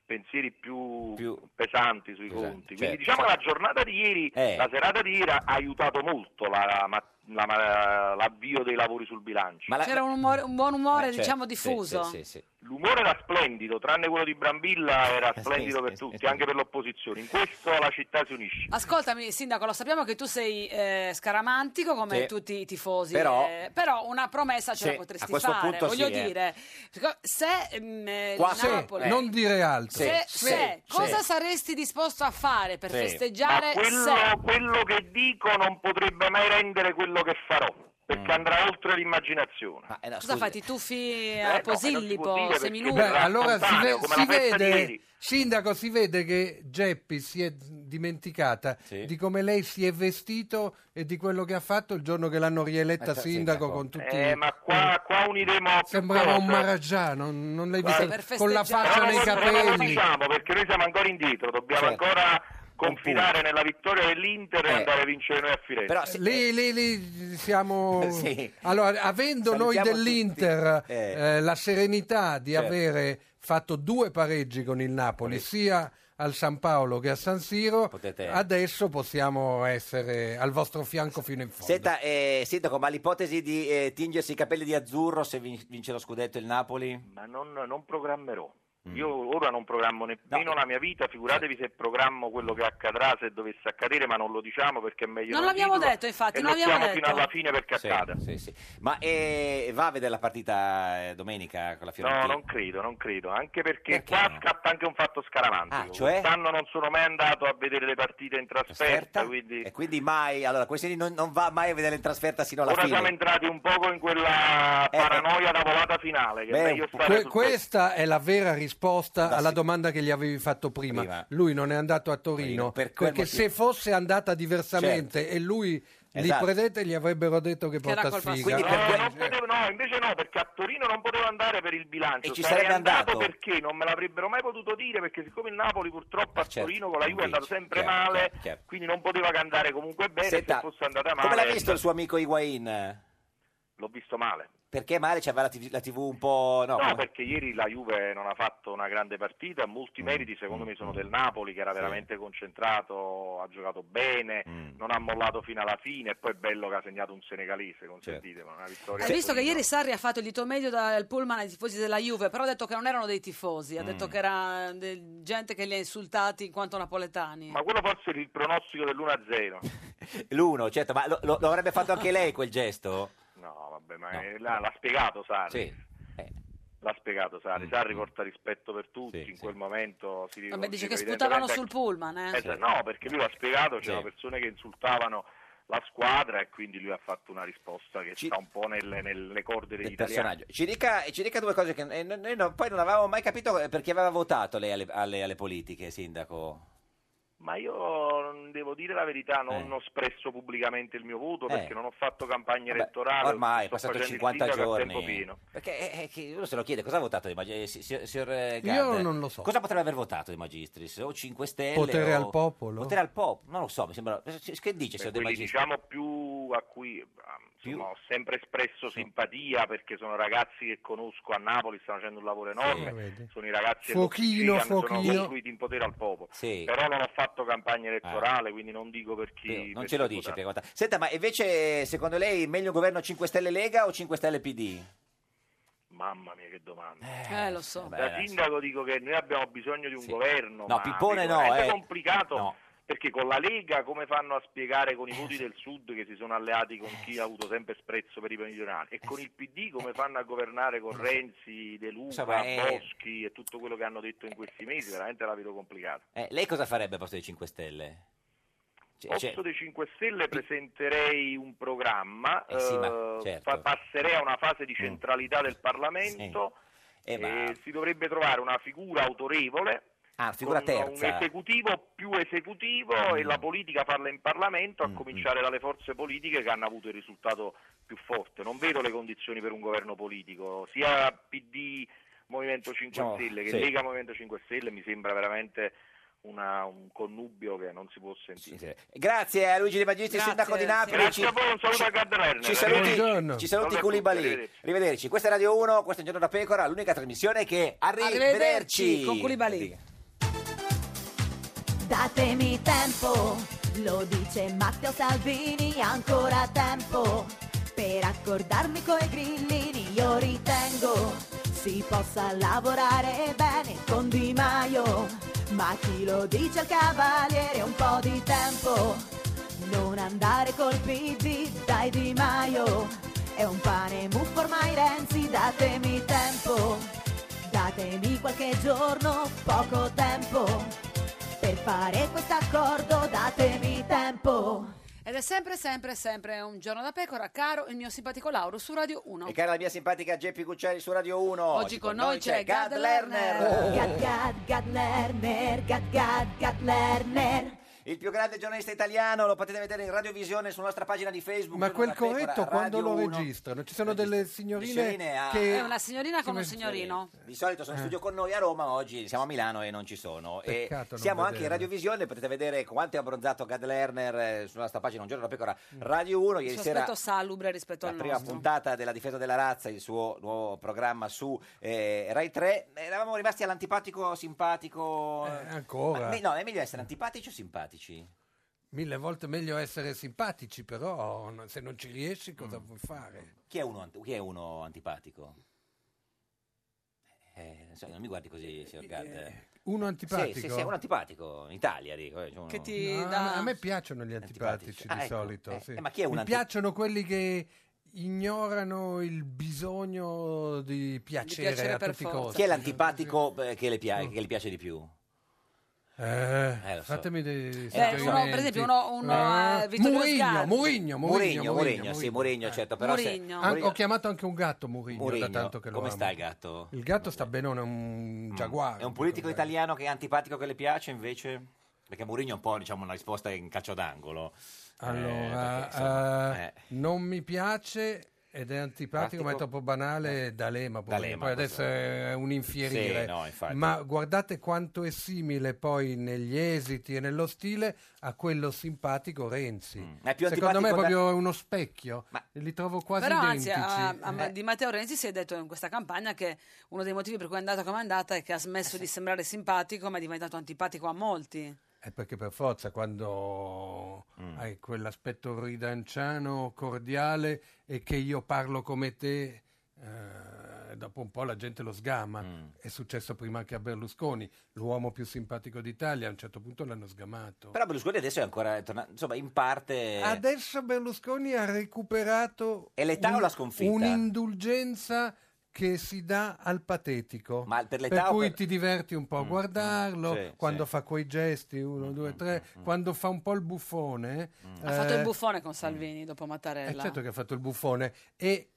[SPEAKER 10] pensieri più,
[SPEAKER 2] Più-
[SPEAKER 10] pesanti sui
[SPEAKER 2] pesanti,
[SPEAKER 10] conti.
[SPEAKER 2] certo.
[SPEAKER 10] Quindi diciamo la giornata di ieri,
[SPEAKER 2] Eh.
[SPEAKER 10] la serata di ieri ha aiutato molto la- la- la- l'avvio dei lavori sul bilancio.
[SPEAKER 2] Ma la-
[SPEAKER 1] C'era un, umore- un buon
[SPEAKER 2] Eh,
[SPEAKER 1] umore,
[SPEAKER 2] certo,
[SPEAKER 1] diciamo,
[SPEAKER 2] sì,
[SPEAKER 1] diffuso.
[SPEAKER 2] sì, sì, sì.
[SPEAKER 10] L'umore era splendido, tranne quello di Brambilla
[SPEAKER 2] *laughs*
[SPEAKER 10] era
[SPEAKER 2] Sì,
[SPEAKER 10] splendido
[SPEAKER 2] sì,
[SPEAKER 10] per
[SPEAKER 2] sì,
[SPEAKER 10] tutti,
[SPEAKER 2] sì.
[SPEAKER 10] anche per l'opposizione. In questo la città si unisce.
[SPEAKER 1] Ascoltami, Sindaco, lo sappiamo che tu sei eh, scaramantico come
[SPEAKER 2] Sì.
[SPEAKER 1] tutti i tifosi,
[SPEAKER 2] Però-
[SPEAKER 1] eh, però una promessa ce
[SPEAKER 2] Sì,
[SPEAKER 1] la
[SPEAKER 2] a
[SPEAKER 1] potresti
[SPEAKER 2] questo
[SPEAKER 1] fare.
[SPEAKER 2] punto
[SPEAKER 1] Voglio
[SPEAKER 2] sì, eh.
[SPEAKER 1] dire, se mm, eh,
[SPEAKER 2] Qua-
[SPEAKER 9] Sì,
[SPEAKER 1] Napoli.
[SPEAKER 2] Eh.
[SPEAKER 9] non dire altro.
[SPEAKER 1] Se,
[SPEAKER 2] Sì,
[SPEAKER 1] se,
[SPEAKER 2] sì,
[SPEAKER 1] cosa
[SPEAKER 2] sì.
[SPEAKER 1] saresti disposto a fare per
[SPEAKER 2] Sì.
[SPEAKER 1] festeggiare
[SPEAKER 10] Ma
[SPEAKER 1] se?
[SPEAKER 10] quello, quello che dico non potrebbe mai rendere quello che farò.
[SPEAKER 2] Mm.
[SPEAKER 10] perché andrà oltre l'immaginazione.
[SPEAKER 2] eh,
[SPEAKER 1] Cosa fai? Ti tuffi
[SPEAKER 10] Eh, no, non
[SPEAKER 1] a
[SPEAKER 10] si può
[SPEAKER 1] Posillipo,
[SPEAKER 10] dire
[SPEAKER 1] Seminù?
[SPEAKER 9] Beh, allora si, ve-
[SPEAKER 10] come
[SPEAKER 9] si
[SPEAKER 10] la festa di
[SPEAKER 9] vede,
[SPEAKER 10] ieri.
[SPEAKER 9] Sindaco, si vede che Geppi si è dimenticata di come lei si è vestito e di quello che ha fatto il giorno che l'hanno rieletta
[SPEAKER 10] Ecco,
[SPEAKER 9] sindaco con tutti
[SPEAKER 10] Eh, ma qua, qua uniremo più
[SPEAKER 9] Sembrava un
[SPEAKER 10] cose.
[SPEAKER 9] maraggiano, non l'hai
[SPEAKER 10] Guarda-
[SPEAKER 9] visto con la faccia
[SPEAKER 10] Però
[SPEAKER 9] nei
[SPEAKER 10] non- però non lo
[SPEAKER 9] capelli.
[SPEAKER 10] diciamo perché noi siamo ancora indietro, dobbiamo
[SPEAKER 2] Certo.
[SPEAKER 10] ancora confidare nella vittoria dell'Inter
[SPEAKER 2] Eh.
[SPEAKER 10] e andare a vincere noi a Firenze.
[SPEAKER 9] Eh, lì, lì, lì siamo.
[SPEAKER 10] Sì.
[SPEAKER 9] Allora, avendo noi
[SPEAKER 10] Salutiamo
[SPEAKER 9] dell'Inter
[SPEAKER 10] tutti. Eh.
[SPEAKER 9] eh, la serenità di
[SPEAKER 10] Certo.
[SPEAKER 9] avere fatto due pareggi con il Napoli, sia al San Paolo che a San Siro, adesso possiamo essere al vostro fianco fino in fondo.
[SPEAKER 2] Senta, eh, sindaco, ma l'ipotesi di eh, tingersi i capelli di azzurro se vin- vince lo scudetto il Napoli?
[SPEAKER 10] Ma non, non programmerò.
[SPEAKER 2] Mm.
[SPEAKER 10] Io ora non programmo nemmeno la mia vita, figuratevi se programmo quello che accadrà, se dovesse accadere, ma non lo diciamo perché è meglio.
[SPEAKER 1] Non l'abbiamo
[SPEAKER 10] dirlo,
[SPEAKER 1] detto, infatti,
[SPEAKER 10] e
[SPEAKER 1] non l'abbiamo
[SPEAKER 10] lottiamo fino
[SPEAKER 1] detto.
[SPEAKER 10] alla fine perché accada.
[SPEAKER 2] Sì, sì. Ma eh, va a vedere la partita eh, domenica con la Fiorentina?
[SPEAKER 10] No, non credo, non credo, anche perché, qua scatta anche un fatto scaramantico.
[SPEAKER 2] Ah, cioè?
[SPEAKER 10] Quest'anno non sono mai andato a vedere le partite in trasferta, quindi
[SPEAKER 2] E quindi mai, allora, questi non, non va mai a vedere in trasferta sino Ecco, alla
[SPEAKER 10] ora
[SPEAKER 2] fine. Eh,
[SPEAKER 10] siamo entrati un poco in quella paranoia da volata finale, che
[SPEAKER 2] Beh,
[SPEAKER 10] è meglio
[SPEAKER 9] Que-
[SPEAKER 10] stare sul
[SPEAKER 9] questa è la vera risposta alla domanda che gli avevi fatto prima. Lui non è andato a Torino
[SPEAKER 2] per quel
[SPEAKER 9] perché
[SPEAKER 2] motivo.
[SPEAKER 9] se fosse andata diversamente e lui
[SPEAKER 2] Esatto.
[SPEAKER 9] li prendete gli avrebbero detto che porta sfiga.
[SPEAKER 2] Eh,
[SPEAKER 10] no, non potevo- no, invece no, perché a Torino non potevo andare per il bilancio.
[SPEAKER 9] E ci
[SPEAKER 10] Sarei
[SPEAKER 9] sarebbe
[SPEAKER 10] andato,
[SPEAKER 9] andato.
[SPEAKER 10] perché non me l'avrebbero mai potuto dire, perché siccome il Napoli purtroppo a Torino con la Juve è andato sempre
[SPEAKER 2] Eh, certo, chiaro,
[SPEAKER 10] male,
[SPEAKER 2] chiaro, chiaro.
[SPEAKER 10] quindi non poteva che andare comunque bene
[SPEAKER 2] Senta,
[SPEAKER 10] se fosse andata male. eh.
[SPEAKER 2] Come l'ha visto il suo amico Higuain?
[SPEAKER 10] L'ho visto male.
[SPEAKER 2] Perché male c'aveva la TV, la TV un po'... No,
[SPEAKER 10] No,
[SPEAKER 2] come-
[SPEAKER 10] perché ieri la Juve non ha fatto una grande partita,
[SPEAKER 2] Mm,
[SPEAKER 10] molti meriti secondo me sono del Napoli che era veramente concentrato, ha giocato bene,
[SPEAKER 2] Mm.
[SPEAKER 10] non ha mollato fino alla fine e poi è bello che ha segnato un senegalese, consentite,
[SPEAKER 2] Certo.
[SPEAKER 10] ma una vittoria.
[SPEAKER 1] Hai visto
[SPEAKER 10] così,
[SPEAKER 1] che
[SPEAKER 10] no?
[SPEAKER 1] ieri Sarri ha fatto il dito medio dal pullman ai tifosi della Juve, però ha detto che non erano dei tifosi, ha
[SPEAKER 10] Mm.
[SPEAKER 1] detto che era eh, del- gente che li ha insultati in quanto napoletani.
[SPEAKER 10] Ma quello forse era il pronostico
[SPEAKER 2] *laughs*
[SPEAKER 10] dell'1-0.
[SPEAKER 2] L'uno, certo, ma lo, lo- lo avrebbe fatto anche lei quel gesto?
[SPEAKER 10] No, vabbè, ma
[SPEAKER 2] No.
[SPEAKER 10] eh, l'ha, l'ha spiegato Sarri.
[SPEAKER 2] Sì. eh. Mm.
[SPEAKER 10] L'ha spiegato Sarri. Sarri porta rispetto per tutti, in quel momento si
[SPEAKER 1] Vabbè, dice
[SPEAKER 10] riconosceva
[SPEAKER 1] che sputavano
[SPEAKER 10] evidentemente-
[SPEAKER 1] sul pullman, eh.
[SPEAKER 10] Eh, No, perché lui l'ha spiegato, c'erano
[SPEAKER 2] Sì.
[SPEAKER 10] persone che insultavano la squadra e quindi lui ha fatto una risposta che
[SPEAKER 2] Ci-
[SPEAKER 10] sta un po' nelle, nelle corde degli
[SPEAKER 2] Il
[SPEAKER 10] italiani.
[SPEAKER 2] personaggio. Ci dica, ci dica due cose che eh, no- noi no- poi non avevamo mai capito eh, perché aveva votato lei alle, alle- alle politiche, sindaco.
[SPEAKER 10] Ma io mm, devo dire la verità,
[SPEAKER 2] Eh.
[SPEAKER 10] non ho espresso pubblicamente il mio voto perché non ho fatto campagna elettorale.
[SPEAKER 2] Ormai è
[SPEAKER 10] sto
[SPEAKER 2] passato
[SPEAKER 10] facendo il
[SPEAKER 2] 50
[SPEAKER 10] sindaco a
[SPEAKER 2] giorni.
[SPEAKER 10] tempo pieno.
[SPEAKER 2] Perché eh, eh, chi- uno se lo chiede, cosa ha votato Di Magistris? Eh, si- si- signor, eh,
[SPEAKER 9] Io
[SPEAKER 2] Gard,
[SPEAKER 9] non lo so.
[SPEAKER 2] Cosa potrebbe aver votato Di Magistris? O 5 Stelle?
[SPEAKER 9] Potere
[SPEAKER 2] o-
[SPEAKER 9] al popolo?
[SPEAKER 2] Potere al popolo, non lo so, mi sembra... eh, Che dice, signor
[SPEAKER 10] Per
[SPEAKER 2] De
[SPEAKER 10] quelli,
[SPEAKER 2] Magistris?
[SPEAKER 10] diciamo più a cui ah, insomma, ho sempre espresso simpatia perché sono ragazzi che conosco a Napoli, stanno facendo un lavoro enorme,
[SPEAKER 9] vedi.
[SPEAKER 10] sono i ragazzi
[SPEAKER 9] Fuochino,
[SPEAKER 10] che sono
[SPEAKER 9] fuochino.
[SPEAKER 10] costruiti in potere al popolo.
[SPEAKER 2] Sì.
[SPEAKER 10] Però non ho fatto campagna elettorale, quindi non dico per chi...
[SPEAKER 2] Sì, non
[SPEAKER 10] per
[SPEAKER 2] ce lo
[SPEAKER 10] chi
[SPEAKER 2] dice.
[SPEAKER 10] votare.
[SPEAKER 2] perché guarda- Senta, ma invece secondo lei meglio un governo 5 Stelle Lega o 5 Stelle PD?
[SPEAKER 10] Mamma mia che domanda.
[SPEAKER 1] Eh, lo so.
[SPEAKER 10] da sindaco dico che noi abbiamo bisogno di un governo.
[SPEAKER 2] No,
[SPEAKER 10] ma
[SPEAKER 2] Pippone no,
[SPEAKER 10] sicuramente
[SPEAKER 2] eh.
[SPEAKER 10] È complicato perché con la Lega come fanno a spiegare con i
[SPEAKER 2] Eh,
[SPEAKER 10] voti del Sud che si sono alleati con chi ha avuto sempre sprezzo per i meridionali
[SPEAKER 2] Eh,
[SPEAKER 10] e con il PD come fanno a governare con Renzi, De Luca,
[SPEAKER 2] Insomma, eh.
[SPEAKER 10] Boschi e tutto quello che hanno detto in questi mesi, veramente la vedo complicata.
[SPEAKER 2] Eh, lei cosa farebbe al posto dei 5 Stelle? Cioè, cioè,
[SPEAKER 10] Posto dei 5 Stelle presenterei un programma,
[SPEAKER 2] Eh sì, ma
[SPEAKER 10] eh,
[SPEAKER 2] certo. Mm.
[SPEAKER 10] fa- passerei a una fase di centralità del Parlamento
[SPEAKER 2] Eh, ma-
[SPEAKER 10] e si dovrebbe trovare una figura autorevole
[SPEAKER 2] ah, figura
[SPEAKER 10] con Un
[SPEAKER 2] terza. Mm.
[SPEAKER 10] esecutivo più esecutivo e la politica farla in Parlamento, a cominciare dalle forze politiche che hanno avuto il risultato più forte. Non vedo le condizioni per un governo politico, sia PD Movimento 5
[SPEAKER 2] No,
[SPEAKER 10] Stelle che
[SPEAKER 2] sì.
[SPEAKER 10] Lega Movimento 5 Stelle mi sembra veramente una- un connubio che non si può sentire.
[SPEAKER 2] Grazie a Luigi De Magistris,
[SPEAKER 10] Grazie,
[SPEAKER 2] sindaco di Napoli.
[SPEAKER 10] grazie a voi, un saluto a Gad Lerner.
[SPEAKER 2] Ci saluti,
[SPEAKER 10] Buongiorno.
[SPEAKER 2] ci
[SPEAKER 10] Salve
[SPEAKER 2] saluti
[SPEAKER 10] a tutti,
[SPEAKER 2] Koulibaly.
[SPEAKER 10] arrivederci.
[SPEAKER 2] Arrivederci. Questa è Radio 1, questo è Un Giorno da Pecora, l'unica trasmissione che... Arrivederci!
[SPEAKER 6] Arrivederci con
[SPEAKER 2] Koulibaly.
[SPEAKER 6] Datemi tempo, lo dice Matteo Salvini, ancora tempo per accordarmi coi grillini. Io ritengo si possa lavorare bene con Di Maio, ma chi lo dice al cavaliere un po' di tempo. Non andare col PD, dai Di Maio, è un pane muffo ormai Renzi, datemi tempo, datemi qualche giorno, poco tempo. Per fare questo accordo datemi tempo.
[SPEAKER 1] Ed è sempre, sempre, sempre un giorno da pecora, caro il mio simpatico Lauro su Radio 1.
[SPEAKER 2] E cara la mia simpatica Geppi Cucciari su Radio 1.
[SPEAKER 1] Oggi con noi c'è Gad Lerner.
[SPEAKER 6] Oh. Gad, Gad, Gad Lerner, Gad, Gad, Gad Lerner.
[SPEAKER 2] Il più grande giornalista italiano, lo potete vedere in radiovisione sulla nostra pagina di Facebook.
[SPEAKER 9] Ma
[SPEAKER 2] Giorno da
[SPEAKER 9] quel
[SPEAKER 2] Pecora,
[SPEAKER 9] corretto quando
[SPEAKER 2] Radio
[SPEAKER 9] lo
[SPEAKER 2] 1.
[SPEAKER 9] registrano? Ci sono delle signorine
[SPEAKER 2] signorine a-
[SPEAKER 9] che...
[SPEAKER 1] È una signorina con
[SPEAKER 9] come
[SPEAKER 1] un
[SPEAKER 9] si-
[SPEAKER 1] signorino.
[SPEAKER 2] Di solito
[SPEAKER 9] Eh.
[SPEAKER 2] sono in studio con noi a Roma, oggi siamo a Milano e non ci sono. E
[SPEAKER 9] Peccato non
[SPEAKER 2] siamo anche in
[SPEAKER 9] vederlo.
[SPEAKER 2] radiovisione, potete vedere quanto è abbronzato Gad Lerner eh, sulla nostra pagina Un giorno da pecora
[SPEAKER 9] Mm.
[SPEAKER 2] Radio 1. Ieri
[SPEAKER 1] Il suo
[SPEAKER 2] sera
[SPEAKER 1] aspetto salubre rispetto
[SPEAKER 2] la
[SPEAKER 1] Certo, al
[SPEAKER 2] prima
[SPEAKER 1] nostro.
[SPEAKER 2] puntata della difesa della razza, il suo nuovo programma su eh, Rai 3. Eravamo rimasti all'antipatico simpatico.
[SPEAKER 9] Eh, ancora?
[SPEAKER 2] Ma- no, è meglio essere antipatici o simpatici?
[SPEAKER 9] Mille volte meglio essere simpatici, però no- se non ci riesci cosa vuoi fare?
[SPEAKER 2] Chi è uno, ant- chi è uno antipatico? Eh, non so, non mi guardi così, signor Gad.
[SPEAKER 9] eh, Uno
[SPEAKER 2] Sì, sì,
[SPEAKER 9] antipatico?
[SPEAKER 2] sì, uno antipatico in Italia, dico. eh, cioè uno-
[SPEAKER 9] No, A me piacciono gli antipatici,
[SPEAKER 2] Ah,
[SPEAKER 9] di
[SPEAKER 2] ecco.
[SPEAKER 9] solito.
[SPEAKER 2] Eh,
[SPEAKER 9] sì.
[SPEAKER 2] eh, ma chi è un
[SPEAKER 9] Mi
[SPEAKER 2] anti-
[SPEAKER 9] piacciono quelli che ignorano il bisogno di piacere, a tutti i costi.
[SPEAKER 2] Chi è l'antipatico eh, che le, pia- che le piace di più?
[SPEAKER 9] Eh,
[SPEAKER 2] Eh, lo so.
[SPEAKER 9] Fatemi dei
[SPEAKER 1] Eh, uno, per esempio, uno, uno
[SPEAKER 9] Eh,
[SPEAKER 1] eh, Vittorio
[SPEAKER 9] Mourinho,
[SPEAKER 1] Sgarbi.
[SPEAKER 9] Mourinho, Mourinho, Mourinho,
[SPEAKER 2] Mourinho, sì,
[SPEAKER 9] Mourinho.
[SPEAKER 2] Mourinho, certo. Però se-
[SPEAKER 1] Mourinho.
[SPEAKER 9] An- ho chiamato anche un gatto Mourinho,
[SPEAKER 2] Mourinho,
[SPEAKER 9] da tanto che lo
[SPEAKER 2] come
[SPEAKER 9] amo.
[SPEAKER 2] sta il gatto? Mm.
[SPEAKER 9] Il gatto sta benone, è un giaguaro.
[SPEAKER 2] È un politico italiano che è antipatico che le piace invece? Perché Mourinho è un po' diciamo, una risposta in calcio d'angolo. Eh,
[SPEAKER 9] Allora,
[SPEAKER 2] perché, insomma,
[SPEAKER 9] eh,
[SPEAKER 2] eh.
[SPEAKER 9] non mi piace ed è antipatico,
[SPEAKER 2] Pratico?
[SPEAKER 9] ma è troppo banale. D'Alema, poi,
[SPEAKER 2] D'Alema,
[SPEAKER 9] poi adesso
[SPEAKER 2] questo-
[SPEAKER 9] è un infierire.
[SPEAKER 2] Sì, no, infatti.
[SPEAKER 9] ma guardate quanto è simile poi negli esiti e nello stile a quello simpatico Renzi.
[SPEAKER 2] Mm. Ma è più
[SPEAKER 9] Secondo me è
[SPEAKER 2] antipatico da-
[SPEAKER 9] proprio uno specchio, li trovo quasi
[SPEAKER 1] Però anzi,
[SPEAKER 9] identici.
[SPEAKER 1] a- a-
[SPEAKER 9] Eh.
[SPEAKER 1] di Matteo Renzi si è detto in questa campagna che uno dei motivi per cui è andata come è andata è che ha smesso di sembrare simpatico ma è diventato antipatico a molti.
[SPEAKER 9] È perché per forza quando
[SPEAKER 2] Mm.
[SPEAKER 9] hai quell'aspetto ridanciano, cordiale e che io parlo come te, eh, dopo un po' la gente lo sgama.
[SPEAKER 2] Mm.
[SPEAKER 9] È successo prima anche a Berlusconi, l'uomo più simpatico d'Italia, a un certo punto l'hanno sgamato.
[SPEAKER 2] Però Berlusconi adesso è ancora tornato, insomma, in parte...
[SPEAKER 9] Adesso Berlusconi ha recuperato
[SPEAKER 2] È l'età o la sconfitta?
[SPEAKER 9] un'indulgenza che si dà al patetico.
[SPEAKER 2] Ma per l'età
[SPEAKER 9] per
[SPEAKER 2] o
[SPEAKER 9] cui
[SPEAKER 2] per- Mm,
[SPEAKER 9] ti diverti un po' a guardarlo
[SPEAKER 2] sì, Mm,
[SPEAKER 9] quando fa quei gesti, uno, due, tre, quando fa un po' il buffone.
[SPEAKER 1] Ha fatto il
[SPEAKER 9] eh,
[SPEAKER 1] buffone con Salvini dopo
[SPEAKER 9] è
[SPEAKER 1] Mattarella.
[SPEAKER 9] certo che ha fatto il buffone e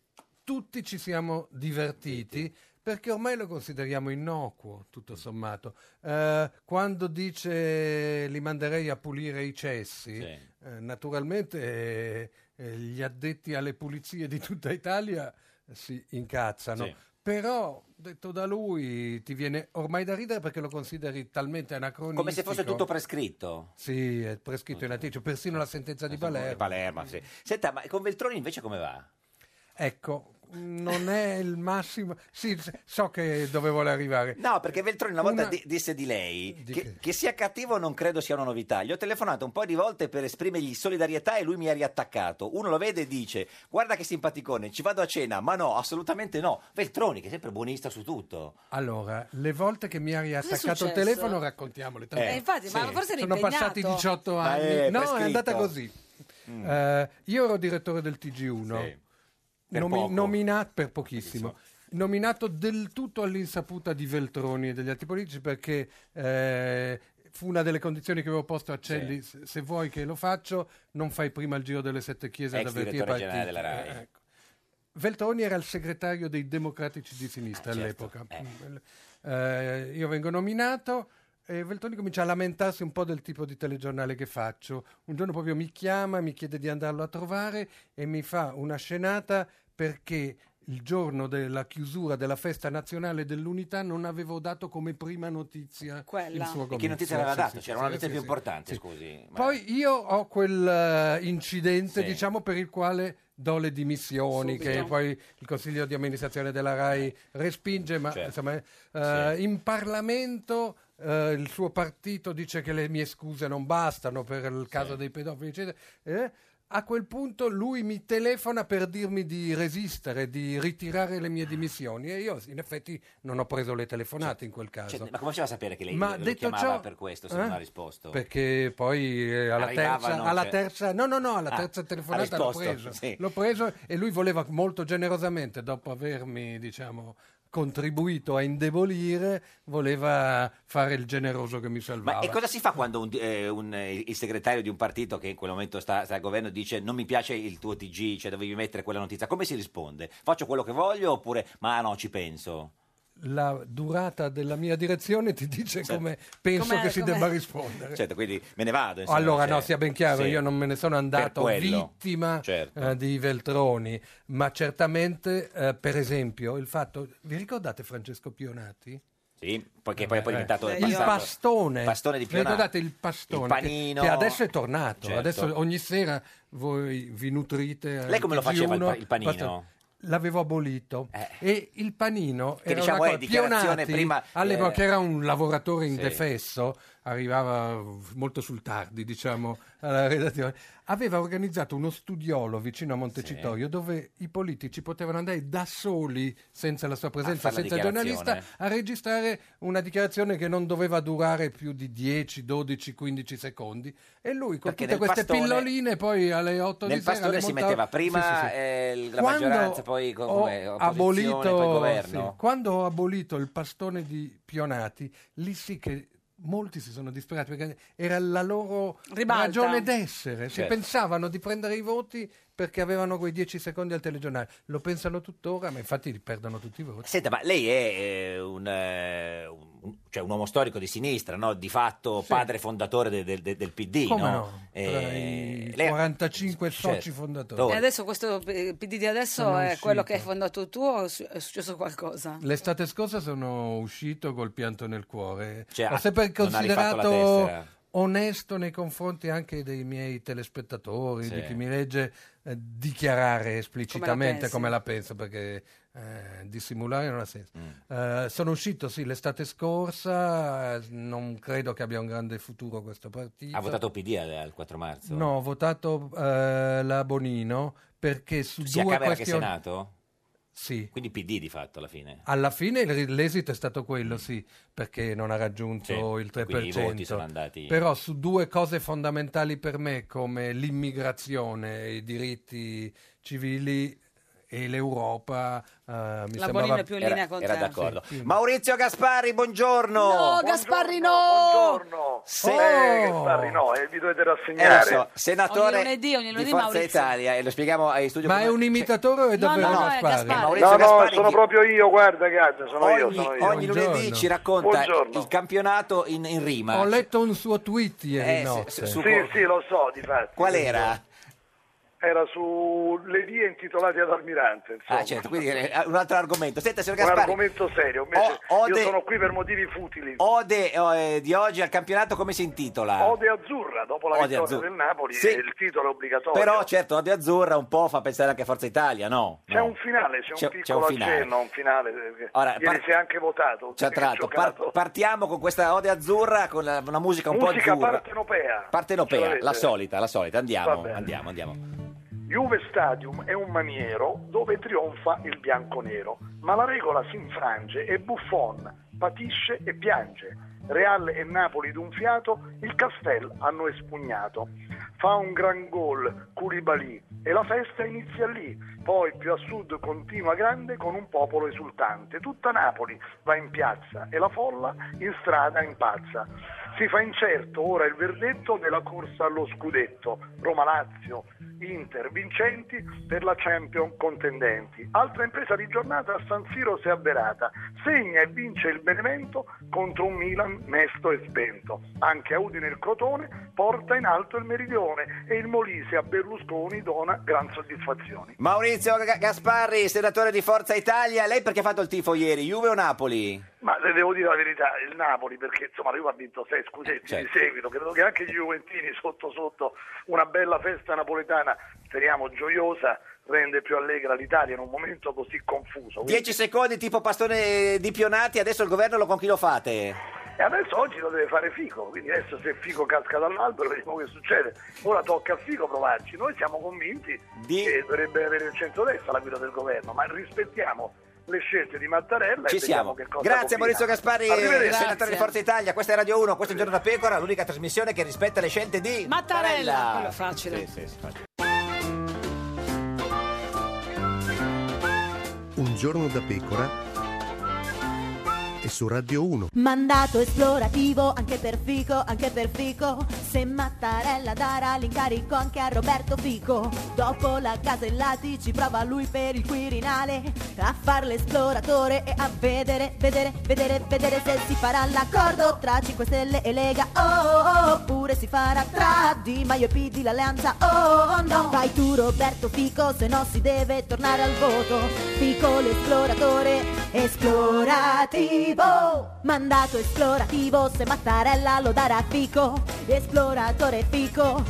[SPEAKER 9] tutti ci siamo divertiti perché ormai lo consideriamo innocuo, tutto sommato. Eh, quando dice li manderei a pulire i cessi, eh, naturalmente eh, eh, gli addetti alle pulizie di tutta Italia si incazzano.
[SPEAKER 11] Sì.
[SPEAKER 9] Però, detto da lui, ti viene ormai da ridere perché lo consideri talmente anacronistico.
[SPEAKER 2] Come se fosse tutto prescritto.
[SPEAKER 9] Sì, è prescritto in anticipo, persino la sentenza di Palermo.
[SPEAKER 2] Palermo, sì. Senta, ma con Veltroni invece come va?
[SPEAKER 9] Ecco, non è il massimo. Sì, s- so che dove vuole arrivare.
[SPEAKER 2] No, perché Veltroni una volta
[SPEAKER 9] Una-
[SPEAKER 2] di- disse di lei che, che sia cattivo non credo sia una novità. Gli ho telefonato un po' di volte per esprimergli solidarietà e lui mi ha riattaccato. Uno lo vede e dice guarda che simpaticone, ci vado a cena, ma no, assolutamente no. Veltroni che è sempre buonista su tutto.
[SPEAKER 9] Allora, le volte che mi ha riattaccato il
[SPEAKER 2] successo?
[SPEAKER 9] telefono, raccontiamole. tante-
[SPEAKER 2] Eh, Eh, infatti, ma
[SPEAKER 9] sì.
[SPEAKER 2] forse era
[SPEAKER 9] Sono
[SPEAKER 2] impegnato.
[SPEAKER 9] passati 18
[SPEAKER 2] Ma
[SPEAKER 9] anni.
[SPEAKER 2] è Mm.
[SPEAKER 9] no, è
[SPEAKER 2] prescritto.
[SPEAKER 9] andata così. Eh, io ero direttore del TG1,
[SPEAKER 2] Per poco.
[SPEAKER 9] nominato per pochissimo. Nominato del tutto all'insaputa di Veltroni e degli altri politici perché eh, fu una delle condizioni che avevo posto a Celli: se, se vuoi che lo faccio, non fai prima il giro delle sette chiese ad
[SPEAKER 2] Ex
[SPEAKER 9] avvertire i
[SPEAKER 2] direttore generale della
[SPEAKER 9] partiti.
[SPEAKER 2] RAI.
[SPEAKER 9] Eh, ecco. Veltroni era il segretario dei democratici di sinistra
[SPEAKER 2] Ah, certo.
[SPEAKER 9] all'epoca. Eh, io vengo nominato e Veltroni comincia a lamentarsi un po' del tipo di telegiornale che faccio. Un giorno proprio mi chiama, mi chiede di andarlo a trovare e mi fa una scenata perché il giorno della chiusura della festa nazionale dell'unità non avevo dato come prima notizia il
[SPEAKER 2] E
[SPEAKER 9] suo
[SPEAKER 2] che
[SPEAKER 9] comizio.
[SPEAKER 2] notizia aveva
[SPEAKER 9] Sì,
[SPEAKER 2] dato?
[SPEAKER 9] sì,
[SPEAKER 2] C'era
[SPEAKER 9] sì,
[SPEAKER 2] una
[SPEAKER 9] sì,
[SPEAKER 2] notizia
[SPEAKER 9] sì,
[SPEAKER 2] più
[SPEAKER 9] sì.
[SPEAKER 2] importante, scusi. ma-
[SPEAKER 9] Poi io ho quell'incidente,
[SPEAKER 2] Sì.
[SPEAKER 9] diciamo, per il quale do le dimissioni,
[SPEAKER 2] Subito. Eh.
[SPEAKER 9] che poi il consiglio di amministrazione della RAI respinge, ma
[SPEAKER 2] Certo.
[SPEAKER 9] insomma, eh, in Parlamento eh, il suo partito dice che le mie scuse non bastano per il caso dei pedofili, eccetera. eh, a quel punto lui mi telefona per dirmi di resistere, di ritirare le mie dimissioni e io in effetti non ho preso le telefonate in quel caso.
[SPEAKER 2] Cioè, ma come faceva a sapere che lei
[SPEAKER 9] Ma
[SPEAKER 2] lo
[SPEAKER 9] detto
[SPEAKER 2] chiamava
[SPEAKER 9] ciò-
[SPEAKER 2] per questo se
[SPEAKER 9] Eh?
[SPEAKER 2] non ha risposto?
[SPEAKER 9] Perché poi eh, alla,
[SPEAKER 2] Arrivavano,
[SPEAKER 9] terza, alla
[SPEAKER 2] cioè-
[SPEAKER 9] terza- no, no, no, alla
[SPEAKER 2] Ah,
[SPEAKER 9] terza
[SPEAKER 2] ha
[SPEAKER 9] telefonata l'ho
[SPEAKER 2] risposto,
[SPEAKER 9] preso,
[SPEAKER 2] sì.
[SPEAKER 9] l'ho preso e lui voleva molto generosamente, dopo avermi diciamo contribuito a indebolire, voleva fare il generoso che mi salvava.
[SPEAKER 2] Ma e cosa si fa quando un, eh, un, eh, il segretario di un partito che in quel momento sta, sta al governo dice non mi piace il tuo TG, cioè dovevi mettere quella notizia? Come si risponde? Faccio quello che voglio oppure ma no, ci penso?
[SPEAKER 9] La durata della mia direzione ti dice come penso
[SPEAKER 2] Com'è-
[SPEAKER 9] che si
[SPEAKER 2] com'è?
[SPEAKER 9] debba rispondere.
[SPEAKER 2] Certo, quindi me ne vado. insomma,
[SPEAKER 9] allora,
[SPEAKER 2] cioè,
[SPEAKER 9] no, sia ben chiaro,
[SPEAKER 2] sì.
[SPEAKER 9] io non me ne sono andato
[SPEAKER 2] Per quello.
[SPEAKER 9] vittima
[SPEAKER 2] Certo.
[SPEAKER 9] eh, di Veltroni, ma certamente, eh, per esempio, il fatto... Vi ricordate Francesco Pionati?
[SPEAKER 2] Sì, poiché poi, poi è
[SPEAKER 9] Eh,
[SPEAKER 2] diventato
[SPEAKER 9] il pastone,
[SPEAKER 2] pastone di
[SPEAKER 9] Vi
[SPEAKER 2] Pionati.
[SPEAKER 9] ricordate il pastone
[SPEAKER 2] Il
[SPEAKER 9] che-
[SPEAKER 2] panino.
[SPEAKER 9] che, adesso è tornato
[SPEAKER 2] Certo.
[SPEAKER 9] adesso ogni sera voi vi nutrite al
[SPEAKER 2] Lei come lo faceva il pa-
[SPEAKER 9] TG1,
[SPEAKER 2] il panino? Eh.
[SPEAKER 9] pastone. l'avevo abolito e il panino
[SPEAKER 2] Che
[SPEAKER 9] era
[SPEAKER 2] diciamo
[SPEAKER 9] una
[SPEAKER 2] è
[SPEAKER 9] cosa-
[SPEAKER 2] dichiarazione
[SPEAKER 9] Pionati,
[SPEAKER 2] prima,
[SPEAKER 9] all'epoca
[SPEAKER 2] eh,
[SPEAKER 9] era un lavoratore
[SPEAKER 2] sì.
[SPEAKER 9] indefesso arrivava molto sul tardi diciamo alla redazione aveva organizzato uno studiolo vicino a Montecitorio dove i politici potevano andare da soli senza la sua presenza
[SPEAKER 2] fare la
[SPEAKER 9] senza il giornalista
[SPEAKER 2] dichiarazione.
[SPEAKER 9] a registrare una dichiarazione che non doveva durare più di 10, 12, 15 secondi e lui con
[SPEAKER 2] Perché nel
[SPEAKER 9] tutte queste
[SPEAKER 2] pastone-
[SPEAKER 9] pilloline poi alle 8
[SPEAKER 2] Nel
[SPEAKER 9] di sera
[SPEAKER 2] pastone
[SPEAKER 9] le
[SPEAKER 2] si
[SPEAKER 9] montava-
[SPEAKER 2] metteva prima
[SPEAKER 9] Sì, sì, sì.
[SPEAKER 2] eh, la
[SPEAKER 9] Quando
[SPEAKER 2] maggioranza, poi co-
[SPEAKER 9] ho
[SPEAKER 2] come opposizione,
[SPEAKER 9] abolito,
[SPEAKER 2] poi governo.
[SPEAKER 9] sì, quando ho abolito il pastone di Pionati lì sì che molti si sono disperati perché era la loro
[SPEAKER 1] Ribalta.
[SPEAKER 9] ragione d'essere si
[SPEAKER 2] Certo.
[SPEAKER 9] pensavano di prendere i voti perché avevano quei 10 secondi al telegiornale lo pensano tuttora ma infatti perdono tutti i voti
[SPEAKER 2] Senta, ma lei è eh, un, eh, un- cioè un uomo storico di sinistra, no? di fatto padre fondatore de- de- de- del PD.
[SPEAKER 9] Come
[SPEAKER 2] no?
[SPEAKER 9] no?
[SPEAKER 2] Eh,
[SPEAKER 9] Tra i
[SPEAKER 2] lei-
[SPEAKER 9] 45 soci
[SPEAKER 2] certo.
[SPEAKER 9] fondatori.
[SPEAKER 1] E adesso questo eh, PD di adesso
[SPEAKER 9] Sono
[SPEAKER 1] è
[SPEAKER 9] uscito.
[SPEAKER 1] quello che hai fondato tu o su- è successo qualcosa?
[SPEAKER 9] L'estate scorsa sono uscito col pianto nel cuore.
[SPEAKER 2] Cioè,
[SPEAKER 9] Ho sempre
[SPEAKER 2] non ha rifatto la
[SPEAKER 9] considerato
[SPEAKER 2] tessera.
[SPEAKER 9] onesto nei confronti anche dei miei telespettatori,
[SPEAKER 2] Sì.
[SPEAKER 9] di chi mi legge, eh, dichiarare esplicitamente
[SPEAKER 2] pensi?
[SPEAKER 9] come la penso, perché eh, dissimulare non ha senso.
[SPEAKER 2] Mm.
[SPEAKER 9] Eh, sono uscito, sì, l'estate scorsa, eh, non credo che abbia un grande futuro questo partito.
[SPEAKER 2] Ha votato PD al, al 4 marzo?
[SPEAKER 9] No, ho votato eh, la Bonino perché su
[SPEAKER 2] Sia
[SPEAKER 9] due
[SPEAKER 2] Camera che
[SPEAKER 9] questioni...
[SPEAKER 2] Senato?
[SPEAKER 9] Sì.
[SPEAKER 2] Quindi PD di fatto alla fine.
[SPEAKER 9] Alla fine il- l'esito è stato quello, sì, perché non ha raggiunto
[SPEAKER 2] Sì,
[SPEAKER 9] il
[SPEAKER 2] quindi i
[SPEAKER 9] 3%.
[SPEAKER 2] voti sono andati-
[SPEAKER 9] Però su due cose fondamentali per me, come l'immigrazione, e i diritti civili e l'Europa, eh, mi
[SPEAKER 1] La
[SPEAKER 9] sembrava...
[SPEAKER 1] Bonino è più in linea Era- con era te. d'accordo.
[SPEAKER 9] Sì, sì.
[SPEAKER 2] Maurizio Gasparri, buongiorno!
[SPEAKER 1] No, Gasparri no!
[SPEAKER 9] Oh!
[SPEAKER 12] Buongiorno.
[SPEAKER 2] Se-
[SPEAKER 12] Eh, Gasparri, no, eh, vi dovete
[SPEAKER 2] Eh, lo
[SPEAKER 12] rassegnare.
[SPEAKER 2] so, senatore
[SPEAKER 1] Ogni lunedì, ogni lunedì
[SPEAKER 2] di Forza
[SPEAKER 1] Maurizio.
[SPEAKER 2] Italia e lo spieghiamo ai studio.
[SPEAKER 9] Ma è un imitatore o è davvero
[SPEAKER 2] no, no, è
[SPEAKER 9] Gasparri?
[SPEAKER 2] Gasparri.
[SPEAKER 12] No, no,
[SPEAKER 2] Maurizio Gasparri
[SPEAKER 12] sono
[SPEAKER 2] chi-
[SPEAKER 12] proprio io, guarda, cazzo, sono
[SPEAKER 2] ogni,
[SPEAKER 12] io, sono io.
[SPEAKER 2] ogni lunedì
[SPEAKER 9] Buongiorno.
[SPEAKER 2] ci racconta
[SPEAKER 12] Buongiorno.
[SPEAKER 2] il campionato in, in rima.
[SPEAKER 9] Ho letto un suo tweet ieri
[SPEAKER 2] Eh,
[SPEAKER 9] notte.
[SPEAKER 2] su- su-
[SPEAKER 12] Sì, sì, lo so, di fatto.
[SPEAKER 2] Qual era?
[SPEAKER 12] Era sulle vie intitolate ad Almirante, insomma.
[SPEAKER 2] Ah, certo, quindi eh, un altro argomento. Senta, signor
[SPEAKER 12] un
[SPEAKER 2] Gasparri,
[SPEAKER 12] argomento serio, invece
[SPEAKER 2] O-
[SPEAKER 12] io
[SPEAKER 2] ode-
[SPEAKER 12] sono qui per motivi futili.
[SPEAKER 2] ode eh, di oggi al campionato come si intitola?
[SPEAKER 12] Ode azzurra, dopo la
[SPEAKER 2] Ode
[SPEAKER 12] vittoria
[SPEAKER 2] azzurra.
[SPEAKER 12] del Napoli,
[SPEAKER 2] Sì.
[SPEAKER 12] il titolo è obbligatorio.
[SPEAKER 2] Però certo, Ode Azzurra un po' fa pensare anche a Forza Italia, no?
[SPEAKER 12] c'è
[SPEAKER 2] No.
[SPEAKER 12] un finale,
[SPEAKER 2] C'è-
[SPEAKER 12] c'è, un
[SPEAKER 2] c'è un
[SPEAKER 12] piccolo
[SPEAKER 2] finale.
[SPEAKER 12] accenno, un finale. perché
[SPEAKER 2] Ora,
[SPEAKER 12] Ieri
[SPEAKER 2] par-
[SPEAKER 12] si è anche votato.
[SPEAKER 2] Ci ha
[SPEAKER 12] si è
[SPEAKER 2] tratto. Par-
[SPEAKER 12] giocato.
[SPEAKER 2] partiamo con questa Ode Azzurra, con la- una musica un
[SPEAKER 12] Musica
[SPEAKER 2] po' azzurra.
[SPEAKER 12] partenopea. Ce
[SPEAKER 2] Partenopea,
[SPEAKER 12] l'avete?
[SPEAKER 2] la solita, la solita.
[SPEAKER 12] eh. Va
[SPEAKER 2] Andiamo,
[SPEAKER 12] bene.
[SPEAKER 2] andiamo, andiamo.
[SPEAKER 12] Juve Stadium è un maniero dove trionfa il bianconero, ma la regola si infrange e Buffon patisce e piange. Real e Napoli d'un fiato il Castel hanno espugnato. Fa un gran gol Curibali e la festa inizia lì. Poi più a sud continua grande con un popolo esultante. Tutta Napoli va in piazza e la folla in strada impazza. Si fa incerto ora il verdetto della corsa allo scudetto. Roma-Lazio, Inter vincenti per la Champions contendenti. Altra impresa di giornata a San Siro si è avverata. Segna e vince il Benevento contro un Milan mesto e spento. Anche a Udine il Crotone porta in alto il Meridione e il Molise a Berlusconi dona gran soddisfazione.
[SPEAKER 2] Maurizio Ga- Gasparri, senatore di Forza Italia, lei perché ha fatto il tifo ieri? Juve o Napoli?
[SPEAKER 12] Ma le devo dire la verità, il Napoli, perché insomma lui ha vinto sei scudetti
[SPEAKER 2] Certo.
[SPEAKER 12] di seguito, credo che anche gli Juventini sotto sotto una bella festa napoletana, speriamo gioiosa, rende più allegra l'Italia in un momento così confuso. Quindi-
[SPEAKER 2] 10 secondi tipo pastone di Pionati, adesso il governo lo con chi lo fate?
[SPEAKER 12] E adesso oggi lo deve fare Fico, quindi adesso se Fico casca dall'albero vediamo che succede. Ora tocca a Fico provarci, noi siamo convinti che dovrebbe avere il centrodestra la guida del governo, ma rispettiamo le scelte di Mattarella
[SPEAKER 2] Ci
[SPEAKER 12] e vediamo
[SPEAKER 2] siamo.
[SPEAKER 12] che cosa
[SPEAKER 2] Grazie
[SPEAKER 12] combina.
[SPEAKER 2] Maurizio Gasparri,
[SPEAKER 12] Arrivederci.
[SPEAKER 2] senatore di Forza Italia. Questa è Radio 1, questo è un giorno da pecora, l'unica trasmissione che rispetta le scelte di
[SPEAKER 1] Mattarella. Quello è facile.
[SPEAKER 2] Sì, sì, sì, facile.
[SPEAKER 7] Un giorno da pecora e su Radio 1.
[SPEAKER 6] Mandato esplorativo anche per Fico, anche per Fico. Se Mattarella darà l'incarico anche a Roberto Fico. Dopo la Casellati ci prova lui per il Quirinale. A far l'esploratore e a vedere, vedere, vedere, vedere se si farà l'accordo tra 5 Stelle e Lega. Oh, oh, oh, oppure si farà tra Di Maio e PD l'alleanza. Oh, oh, no. Vai tu Roberto Fico, se no si deve tornare al voto. Fico l'esploratore, esplorativo. Mandato esplorativo, se Mattarella lo darà Fico. Esploratore Fico,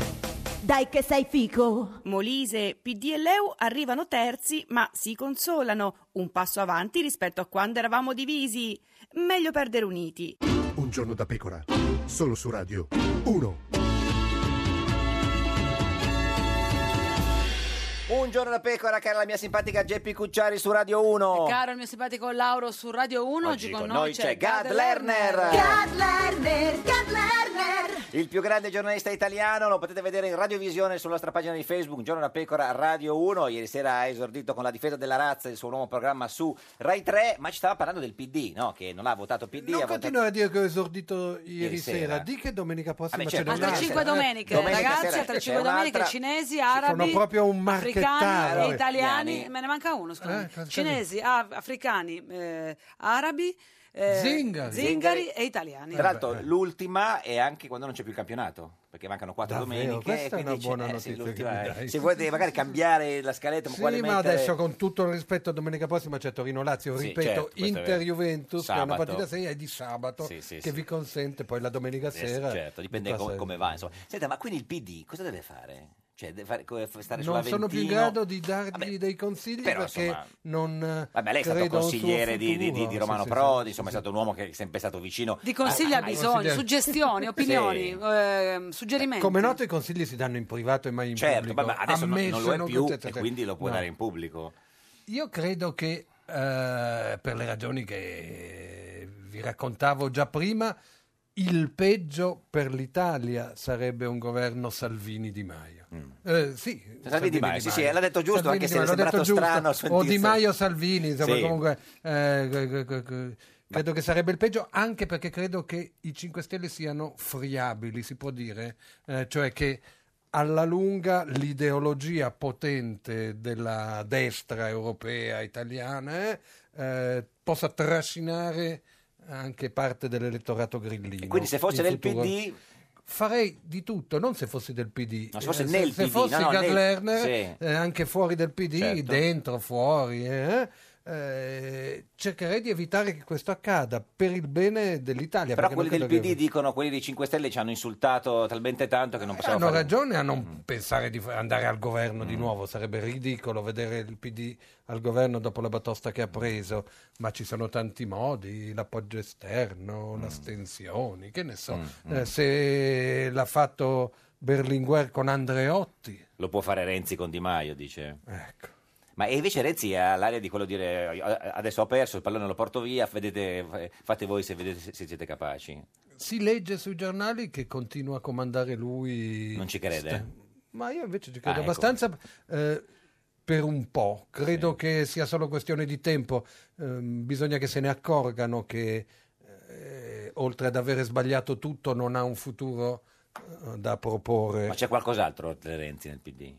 [SPEAKER 6] dai che sei Fico.
[SPEAKER 8] Molise, PD e Leu arrivano terzi, ma si consolano. Un passo avanti rispetto a quando eravamo divisi. Meglio perdere uniti.
[SPEAKER 7] Un giorno da pecora, solo su Radio 1.
[SPEAKER 2] Un giorno da pecora, cara la mia simpatica Geppi Cucciari su Radio 1.
[SPEAKER 1] Caro il mio simpatico Lauro su Radio 1, oggi, con, noi c'è Gad
[SPEAKER 2] Lerner.
[SPEAKER 6] Gad Lerner, Gad Lerner.
[SPEAKER 2] Il più grande giornalista italiano, lo potete vedere in radiovisione sulla nostra pagina di Facebook, Giorno da Pecora Radio 1. Ieri sera ha esordito con la difesa della razza il suo nuovo programma su Rai 3, ma ci stava parlando del PD, no? Che non ha votato PD, ha
[SPEAKER 9] Non
[SPEAKER 2] votato
[SPEAKER 9] continuare a dire che ho esordito ieri
[SPEAKER 2] Ieri sera.
[SPEAKER 9] sera, di che domenica prossima
[SPEAKER 2] Vabbè,
[SPEAKER 9] ce
[SPEAKER 2] certo,
[SPEAKER 9] n'è
[SPEAKER 2] Altre
[SPEAKER 9] un'altra.
[SPEAKER 1] Cinque domeniche,
[SPEAKER 9] Domenica
[SPEAKER 1] ragazzi,
[SPEAKER 9] sera
[SPEAKER 1] altre
[SPEAKER 9] c'è
[SPEAKER 1] cinque domeniche,
[SPEAKER 9] un'altra.
[SPEAKER 1] cinesi,
[SPEAKER 9] Sono
[SPEAKER 1] arabi,
[SPEAKER 9] proprio un
[SPEAKER 1] africani,
[SPEAKER 9] marchettaro.
[SPEAKER 1] e italiani, me ne manca uno, scusami.
[SPEAKER 9] Eh, cosa-
[SPEAKER 1] cinesi, af- africani, eh, arabi, eh,
[SPEAKER 2] Zingari.
[SPEAKER 1] zingari e italiani.
[SPEAKER 2] Tra l'altro, l'ultima è anche quando non c'è più il campionato, perché mancano quattro
[SPEAKER 9] Davvero?
[SPEAKER 2] domeniche.
[SPEAKER 9] Questa
[SPEAKER 2] e
[SPEAKER 9] è
[SPEAKER 2] quindi
[SPEAKER 9] una
[SPEAKER 2] dice,
[SPEAKER 9] buona
[SPEAKER 2] eh, sì,
[SPEAKER 9] notizia
[SPEAKER 2] l'ultima
[SPEAKER 9] che mi
[SPEAKER 2] è-
[SPEAKER 9] dai.
[SPEAKER 2] Se volete magari cambiare la scaletta, ma
[SPEAKER 9] Sì,
[SPEAKER 2] quale
[SPEAKER 9] ma
[SPEAKER 2] mettere-
[SPEAKER 9] adesso con tutto il rispetto, domenica prossima c'è Torino-Lazio,
[SPEAKER 2] Sì,
[SPEAKER 9] ripeto,
[SPEAKER 2] certo, questo è vero.
[SPEAKER 9] Inter-Juventus, che è una
[SPEAKER 2] Sabato.
[SPEAKER 9] partita seria e di sabato,
[SPEAKER 2] Sì, sì,
[SPEAKER 9] che
[SPEAKER 2] sì.
[SPEAKER 9] vi consente poi la domenica
[SPEAKER 2] Eh,
[SPEAKER 9] sera.
[SPEAKER 2] certo, dipende
[SPEAKER 9] di
[SPEAKER 2] come,
[SPEAKER 9] passare.
[SPEAKER 2] come va. Insomma. Senta, ma quindi il PD cosa deve fare? Cioè, deve fare, come- stare
[SPEAKER 9] Non
[SPEAKER 2] sulla
[SPEAKER 9] sono più in
[SPEAKER 2] Aventino?
[SPEAKER 9] grado di dargli dei consigli
[SPEAKER 2] però,
[SPEAKER 9] perché
[SPEAKER 2] insomma,
[SPEAKER 9] non eh,
[SPEAKER 2] Vabbè, lei è stato
[SPEAKER 9] credo al suo
[SPEAKER 2] consigliere di, di- di- di
[SPEAKER 9] futuro. Sì,
[SPEAKER 2] Romano
[SPEAKER 9] sì, sì.
[SPEAKER 2] Prodi, insomma, è stato un uomo che è sempre stato vicino.
[SPEAKER 1] Di consigli ha
[SPEAKER 2] ai-
[SPEAKER 1] bisogno,
[SPEAKER 9] consigliere.
[SPEAKER 1] suggestioni, opinioni,
[SPEAKER 2] Sì.
[SPEAKER 1] ehm, suggerimenti.
[SPEAKER 9] Come noto i consigli si danno in privato e mai in
[SPEAKER 2] Certo,
[SPEAKER 9] pubblico.
[SPEAKER 2] vabbè, adesso non, non lo
[SPEAKER 9] Ammesso,
[SPEAKER 2] è
[SPEAKER 9] non
[SPEAKER 2] più
[SPEAKER 9] tutte-
[SPEAKER 2] e quindi lo può
[SPEAKER 9] No.
[SPEAKER 2] dare in pubblico.
[SPEAKER 9] Io credo che eh, per le ragioni che vi raccontavo già prima, il peggio per l'Italia sarebbe un governo Salvini Di Maio.
[SPEAKER 12] Mm.
[SPEAKER 9] Eh, sì,
[SPEAKER 2] Salvini Di Maio, sì, sì, l'ha detto giusto, anche se
[SPEAKER 9] Di Maio,
[SPEAKER 2] è
[SPEAKER 9] l'ho
[SPEAKER 2] sembrato
[SPEAKER 9] detto giusto.
[SPEAKER 2] strano
[SPEAKER 9] O Di
[SPEAKER 2] sentirsi-
[SPEAKER 9] Maio Salvini, insomma,
[SPEAKER 2] Sì.
[SPEAKER 9] comunque eh, c- c- c- c- credo che sarebbe il peggio, anche perché credo che i 5 Stelle siano friabili, si può dire, eh, cioè che alla lunga l'ideologia potente della destra europea italiana eh, eh, possa trascinare anche parte dell'elettorato grillino.
[SPEAKER 2] E quindi se fosse
[SPEAKER 9] in
[SPEAKER 2] del
[SPEAKER 9] futuro.
[SPEAKER 2] PD,
[SPEAKER 9] Farei di tutto, non se fossi del PD,
[SPEAKER 2] No, se fosse
[SPEAKER 9] Eh,
[SPEAKER 2] nel
[SPEAKER 9] se
[SPEAKER 2] PD,
[SPEAKER 9] fossi
[SPEAKER 2] no, no,
[SPEAKER 9] Gad
[SPEAKER 2] nel-
[SPEAKER 9] Lerner,
[SPEAKER 2] sì.
[SPEAKER 9] eh, anche fuori del PD,
[SPEAKER 2] Certo.
[SPEAKER 9] dentro, fuori, eh, eh, cercherei di evitare che questo accada per il bene dell'Italia.
[SPEAKER 2] però
[SPEAKER 9] perché non
[SPEAKER 2] quelli del
[SPEAKER 9] credo
[SPEAKER 2] PD
[SPEAKER 9] che-
[SPEAKER 2] dicono, quelli dei 5 Stelle ci hanno insultato talmente tanto che non possiamo
[SPEAKER 9] hanno
[SPEAKER 2] fare Mm.
[SPEAKER 9] ragione a non pensare di fa- andare al governo di nuovo, sarebbe ridicolo vedere il PD al governo dopo la batosta che ha preso, ma ci sono tanti modi, l'appoggio esterno,
[SPEAKER 2] Mm.
[SPEAKER 9] l'astensione, che ne so, Eh, se l'ha fatto Berlinguer con Andreotti,
[SPEAKER 2] Lo può fare Renzi con Di Maio, dice.
[SPEAKER 9] Ecco.
[SPEAKER 2] Ma e invece Renzi ha l'aria di quello dire "Io, eh, adesso ho perso, il pallone lo porto via, vedete, eh, fate voi se, vedete se- se siete capaci.
[SPEAKER 9] si legge sui giornali che continua a comandare lui.
[SPEAKER 2] Non ci crede?
[SPEAKER 9] Ma io invece ci
[SPEAKER 2] Ah,
[SPEAKER 9] credo
[SPEAKER 2] ecco.
[SPEAKER 9] abbastanza eh, per un po'. Credo che sia solo questione di tempo. Ehm, bisogna che se ne accorgano che eh, oltre ad avere sbagliato tutto non ha un futuro eh, da proporre.
[SPEAKER 2] Ma c'è qualcos'altro oltre Renzi nel PD?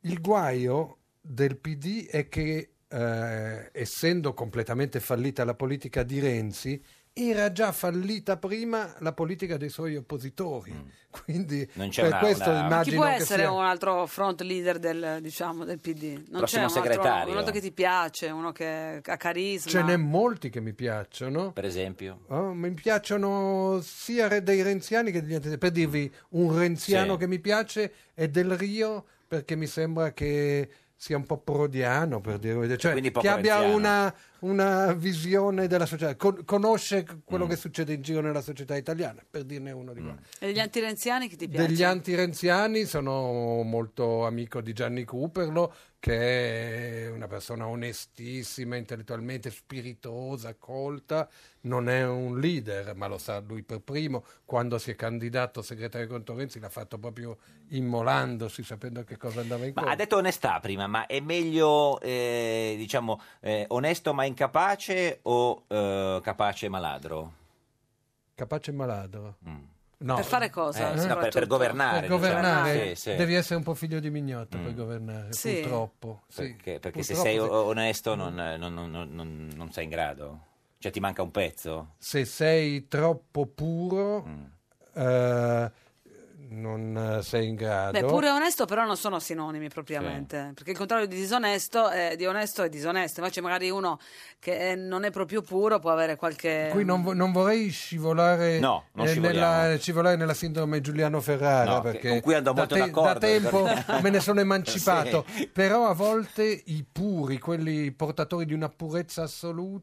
[SPEAKER 9] Il guaio del PD è che, eh, essendo completamente fallita la politica di Renzi, era già fallita prima la politica dei suoi oppositori. Quindi
[SPEAKER 2] Mm. Non c'è
[SPEAKER 9] per
[SPEAKER 2] una-
[SPEAKER 9] questo
[SPEAKER 2] una-
[SPEAKER 9] immagino
[SPEAKER 1] Chi può
[SPEAKER 9] che
[SPEAKER 1] essere
[SPEAKER 9] sia-
[SPEAKER 1] un altro front leader del, diciamo, del PD? Non
[SPEAKER 2] Prossimo
[SPEAKER 1] c'è un altro,
[SPEAKER 2] segretario.
[SPEAKER 1] un altro che ti piace, uno che ha carisma.
[SPEAKER 9] Ce n'è molti che mi piacciono.
[SPEAKER 2] Per esempio?
[SPEAKER 9] Oh, mi piacciono sia re- dei renziani che degli antisemiti. Per dirvi, un renziano
[SPEAKER 2] Sì.
[SPEAKER 9] che mi piace è Del Rio perché mi sembra che sia un po' prodiano, per dire, cioè
[SPEAKER 2] Quindi poco
[SPEAKER 9] che abbia
[SPEAKER 2] renziano.
[SPEAKER 9] una, una visione della società, con- conosce quello
[SPEAKER 2] Mm.
[SPEAKER 9] che succede in giro nella società italiana, per dirne uno di qua.
[SPEAKER 1] E degli antirenziani che ti piace?
[SPEAKER 9] Degli anti-renziani sono molto amico di Gianni Cuperlo, che è una persona onestissima, intellettualmente spiritosa, colta. Non è un leader, ma lo sa lui per primo. Quando si è candidato segretario contro Renzi l'ha fatto proprio immolandosi, sapendo che cosa andava in
[SPEAKER 2] Ma
[SPEAKER 9] corso.
[SPEAKER 2] ha detto onestà prima, ma è meglio, eh, diciamo, eh, onesto ma incapace o eh, capace e maladro?
[SPEAKER 9] Capace e maladro. No.
[SPEAKER 1] Per fare
[SPEAKER 2] Eh,
[SPEAKER 1] cosa,
[SPEAKER 2] sì, no, Mm. per- per
[SPEAKER 9] soprattutto?
[SPEAKER 2] governare,
[SPEAKER 9] Per governare.
[SPEAKER 2] diciamo. Sì, sì. Mm.
[SPEAKER 9] Devi essere un po' figlio di mignotta per governare,
[SPEAKER 1] Sì.
[SPEAKER 9] purtroppo. Sì.
[SPEAKER 2] Perché, perché se
[SPEAKER 9] Purtroppo
[SPEAKER 2] sei
[SPEAKER 9] sì.
[SPEAKER 2] o- onesto non, non- non- non- non sei in grado. Cioè ti manca un pezzo.
[SPEAKER 9] se sei troppo puro,
[SPEAKER 2] Mm.
[SPEAKER 9] eh, non eh, sei in grado.
[SPEAKER 1] Beh, pure e onesto però non sono sinonimi propriamente, perché il contrario di disonesto è di onesto è disonesto, invece magari uno che eh, non è proprio puro può avere qualche...
[SPEAKER 9] Qui non, vo- non vorrei scivolare,
[SPEAKER 2] No, non scivoliamo.
[SPEAKER 9] nella, scivolare nella sindrome Giuliano Ferrara
[SPEAKER 2] No, che-
[SPEAKER 9] perché
[SPEAKER 2] con cui andò molto
[SPEAKER 9] da,
[SPEAKER 2] d'accordo,
[SPEAKER 9] da tempo
[SPEAKER 2] ricordiamo.
[SPEAKER 9] *laughs* me ne sono emancipato.
[SPEAKER 2] *laughs* Sì.
[SPEAKER 9] Però a volte i puri, quelli portatori di una purezza assoluta,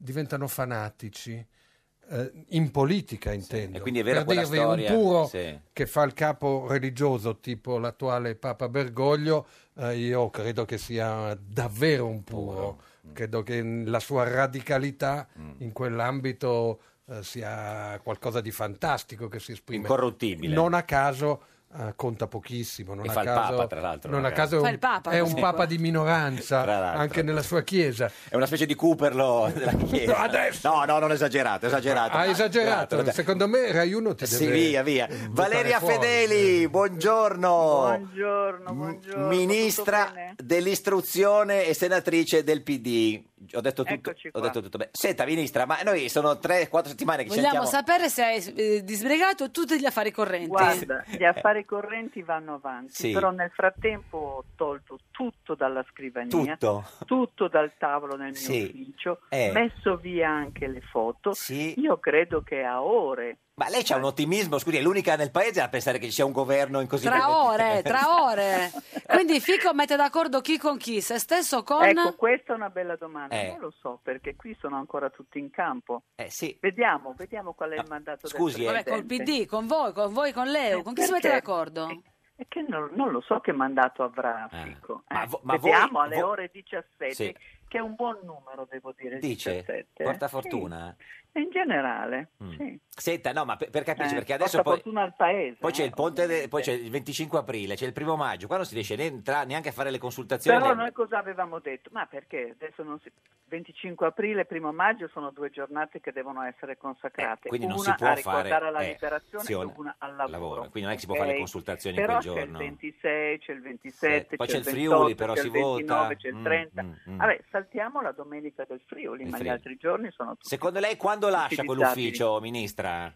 [SPEAKER 9] diventano fanatici. Eh, in politica intendo.
[SPEAKER 2] e quindi è vera
[SPEAKER 9] per
[SPEAKER 2] quella
[SPEAKER 9] dirvi,
[SPEAKER 2] storia,
[SPEAKER 9] un puro
[SPEAKER 2] sì.
[SPEAKER 9] che fa il capo religioso, tipo l'attuale Papa Bergoglio, eh, io credo che sia davvero un puro.
[SPEAKER 2] Mm.
[SPEAKER 9] Credo che la sua radicalità in quell'ambito eh, sia qualcosa di fantastico che si esprime.
[SPEAKER 2] Incorruttibile.
[SPEAKER 9] Non a caso. eh, conta pochissimo, non
[SPEAKER 2] E
[SPEAKER 9] a
[SPEAKER 2] fa il
[SPEAKER 9] caso,
[SPEAKER 2] Papa, tra l'altro,
[SPEAKER 9] non a
[SPEAKER 2] ragazzi.
[SPEAKER 9] caso è
[SPEAKER 2] Fa
[SPEAKER 9] un,
[SPEAKER 2] il Papa,
[SPEAKER 9] è un
[SPEAKER 2] comunque.
[SPEAKER 9] papa di minoranza
[SPEAKER 2] Tra l'altro.
[SPEAKER 9] anche nella sua chiesa.
[SPEAKER 2] È una specie di Cooperlo *laughs*
[SPEAKER 9] *laughs*
[SPEAKER 2] della Chiesa.
[SPEAKER 9] Adesso!
[SPEAKER 2] No, no, non Esatto, esagerato, esagerato.
[SPEAKER 9] Ha esagerato,
[SPEAKER 2] Esagerato.
[SPEAKER 9] secondo me Rai 1 ti deve
[SPEAKER 2] Sì, via, via.
[SPEAKER 9] buttare
[SPEAKER 2] Valeria
[SPEAKER 9] fuori.
[SPEAKER 2] Fedeli, buongiorno.
[SPEAKER 11] Buongiorno, buongiorno. tutto
[SPEAKER 2] Ministra
[SPEAKER 11] bene?
[SPEAKER 2] dell'istruzione e senatrice del PD. Ho detto tutto.
[SPEAKER 11] Eccoci
[SPEAKER 2] Ho
[SPEAKER 11] qua.
[SPEAKER 2] detto tutto. Beh, senta, ministra, ma noi sono 3-4 settimane che
[SPEAKER 1] Vogliamo
[SPEAKER 2] sentiamo.
[SPEAKER 1] sapere se hai eh, disbrigato tutti gli affari correnti.
[SPEAKER 11] Guarda, gli affari correnti vanno avanti,
[SPEAKER 2] Sì.
[SPEAKER 11] però nel frattempo ho tolto tutto dalla scrivania,
[SPEAKER 2] Tutto.
[SPEAKER 11] tutto dal tavolo nel mio
[SPEAKER 2] Sì.
[SPEAKER 11] ufficio,
[SPEAKER 2] Eh.
[SPEAKER 11] messo via anche le foto. Io credo che a ore.
[SPEAKER 2] Ma lei c'ha un ottimismo, scusi, è l'unica nel paese a pensare che ci sia un governo in così
[SPEAKER 1] Tra ore, tra
[SPEAKER 2] *laughs*
[SPEAKER 1] ore. Quindi Fico mette d'accordo chi con chi, se stesso con...
[SPEAKER 11] Ecco, questa è una bella domanda,
[SPEAKER 2] Eh.
[SPEAKER 11] non lo so perché qui sono ancora tutti in campo.
[SPEAKER 2] Eh, sì.
[SPEAKER 11] Vediamo, vediamo qual è il mandato
[SPEAKER 2] scusi,
[SPEAKER 11] del
[SPEAKER 2] eh.
[SPEAKER 1] Certo, Vabbè, col PD,
[SPEAKER 11] presidente.
[SPEAKER 1] con voi, con voi, con Leo, con chi si mette
[SPEAKER 11] Eh, perché?
[SPEAKER 1] d'accordo?
[SPEAKER 11] E che non, non lo so che mandato avrà Fico.
[SPEAKER 2] Ah. Ma
[SPEAKER 11] eh.
[SPEAKER 2] vo- ma
[SPEAKER 11] Vediamo
[SPEAKER 2] voi-
[SPEAKER 11] alle
[SPEAKER 2] vo-
[SPEAKER 11] ore 17,
[SPEAKER 2] Sì.
[SPEAKER 11] che è un buon numero, devo dire.
[SPEAKER 2] Dice,
[SPEAKER 11] 17, eh.
[SPEAKER 2] porta fortuna.
[SPEAKER 11] Sì, In generale,
[SPEAKER 2] Mm.
[SPEAKER 11] sì.
[SPEAKER 2] Senta, no, ma per, per capirci,
[SPEAKER 11] Eh,
[SPEAKER 2] perché adesso
[SPEAKER 11] porta
[SPEAKER 2] poi,
[SPEAKER 11] fortuna al paese.
[SPEAKER 2] poi c'è
[SPEAKER 11] eh,
[SPEAKER 2] il ponte, de-
[SPEAKER 11] ovviamente.
[SPEAKER 2] poi c'è il 25 aprile, c'è il primo maggio, qua non si riesce ne- tra- neanche a fare le consultazioni.
[SPEAKER 11] Però noi cosa avevamo detto? Ma perché adesso non si... 25 aprile e 1 maggio sono due giornate che devono essere consacrate.
[SPEAKER 2] Eh, quindi
[SPEAKER 11] una
[SPEAKER 2] non si può
[SPEAKER 11] a ricordare
[SPEAKER 2] fare,
[SPEAKER 11] alla
[SPEAKER 2] eh,
[SPEAKER 11] liberazione e
[SPEAKER 2] azione
[SPEAKER 11] una al
[SPEAKER 2] al
[SPEAKER 11] lavoro.
[SPEAKER 2] lavoro, quindi non è che si può
[SPEAKER 11] ok?
[SPEAKER 2] fare le consultazioni in
[SPEAKER 11] Però
[SPEAKER 2] quel giorno.
[SPEAKER 11] C'è il 26, c'è il 27,
[SPEAKER 2] Eh, poi c'è il
[SPEAKER 11] 28,
[SPEAKER 2] Friuli, però
[SPEAKER 11] c'è
[SPEAKER 2] si
[SPEAKER 11] il 29,
[SPEAKER 2] vota.
[SPEAKER 11] C'è il
[SPEAKER 2] Mm,
[SPEAKER 11] 30.
[SPEAKER 2] mm, mm.
[SPEAKER 11] Vabbè, saltiamo la domenica del Friuli,
[SPEAKER 2] Il
[SPEAKER 11] ma gli
[SPEAKER 2] Friuli.
[SPEAKER 11] altri giorni sono tutti.
[SPEAKER 2] Secondo lei quando lascia
[SPEAKER 11] Utilizzabili.
[SPEAKER 2] quell'ufficio, ministra?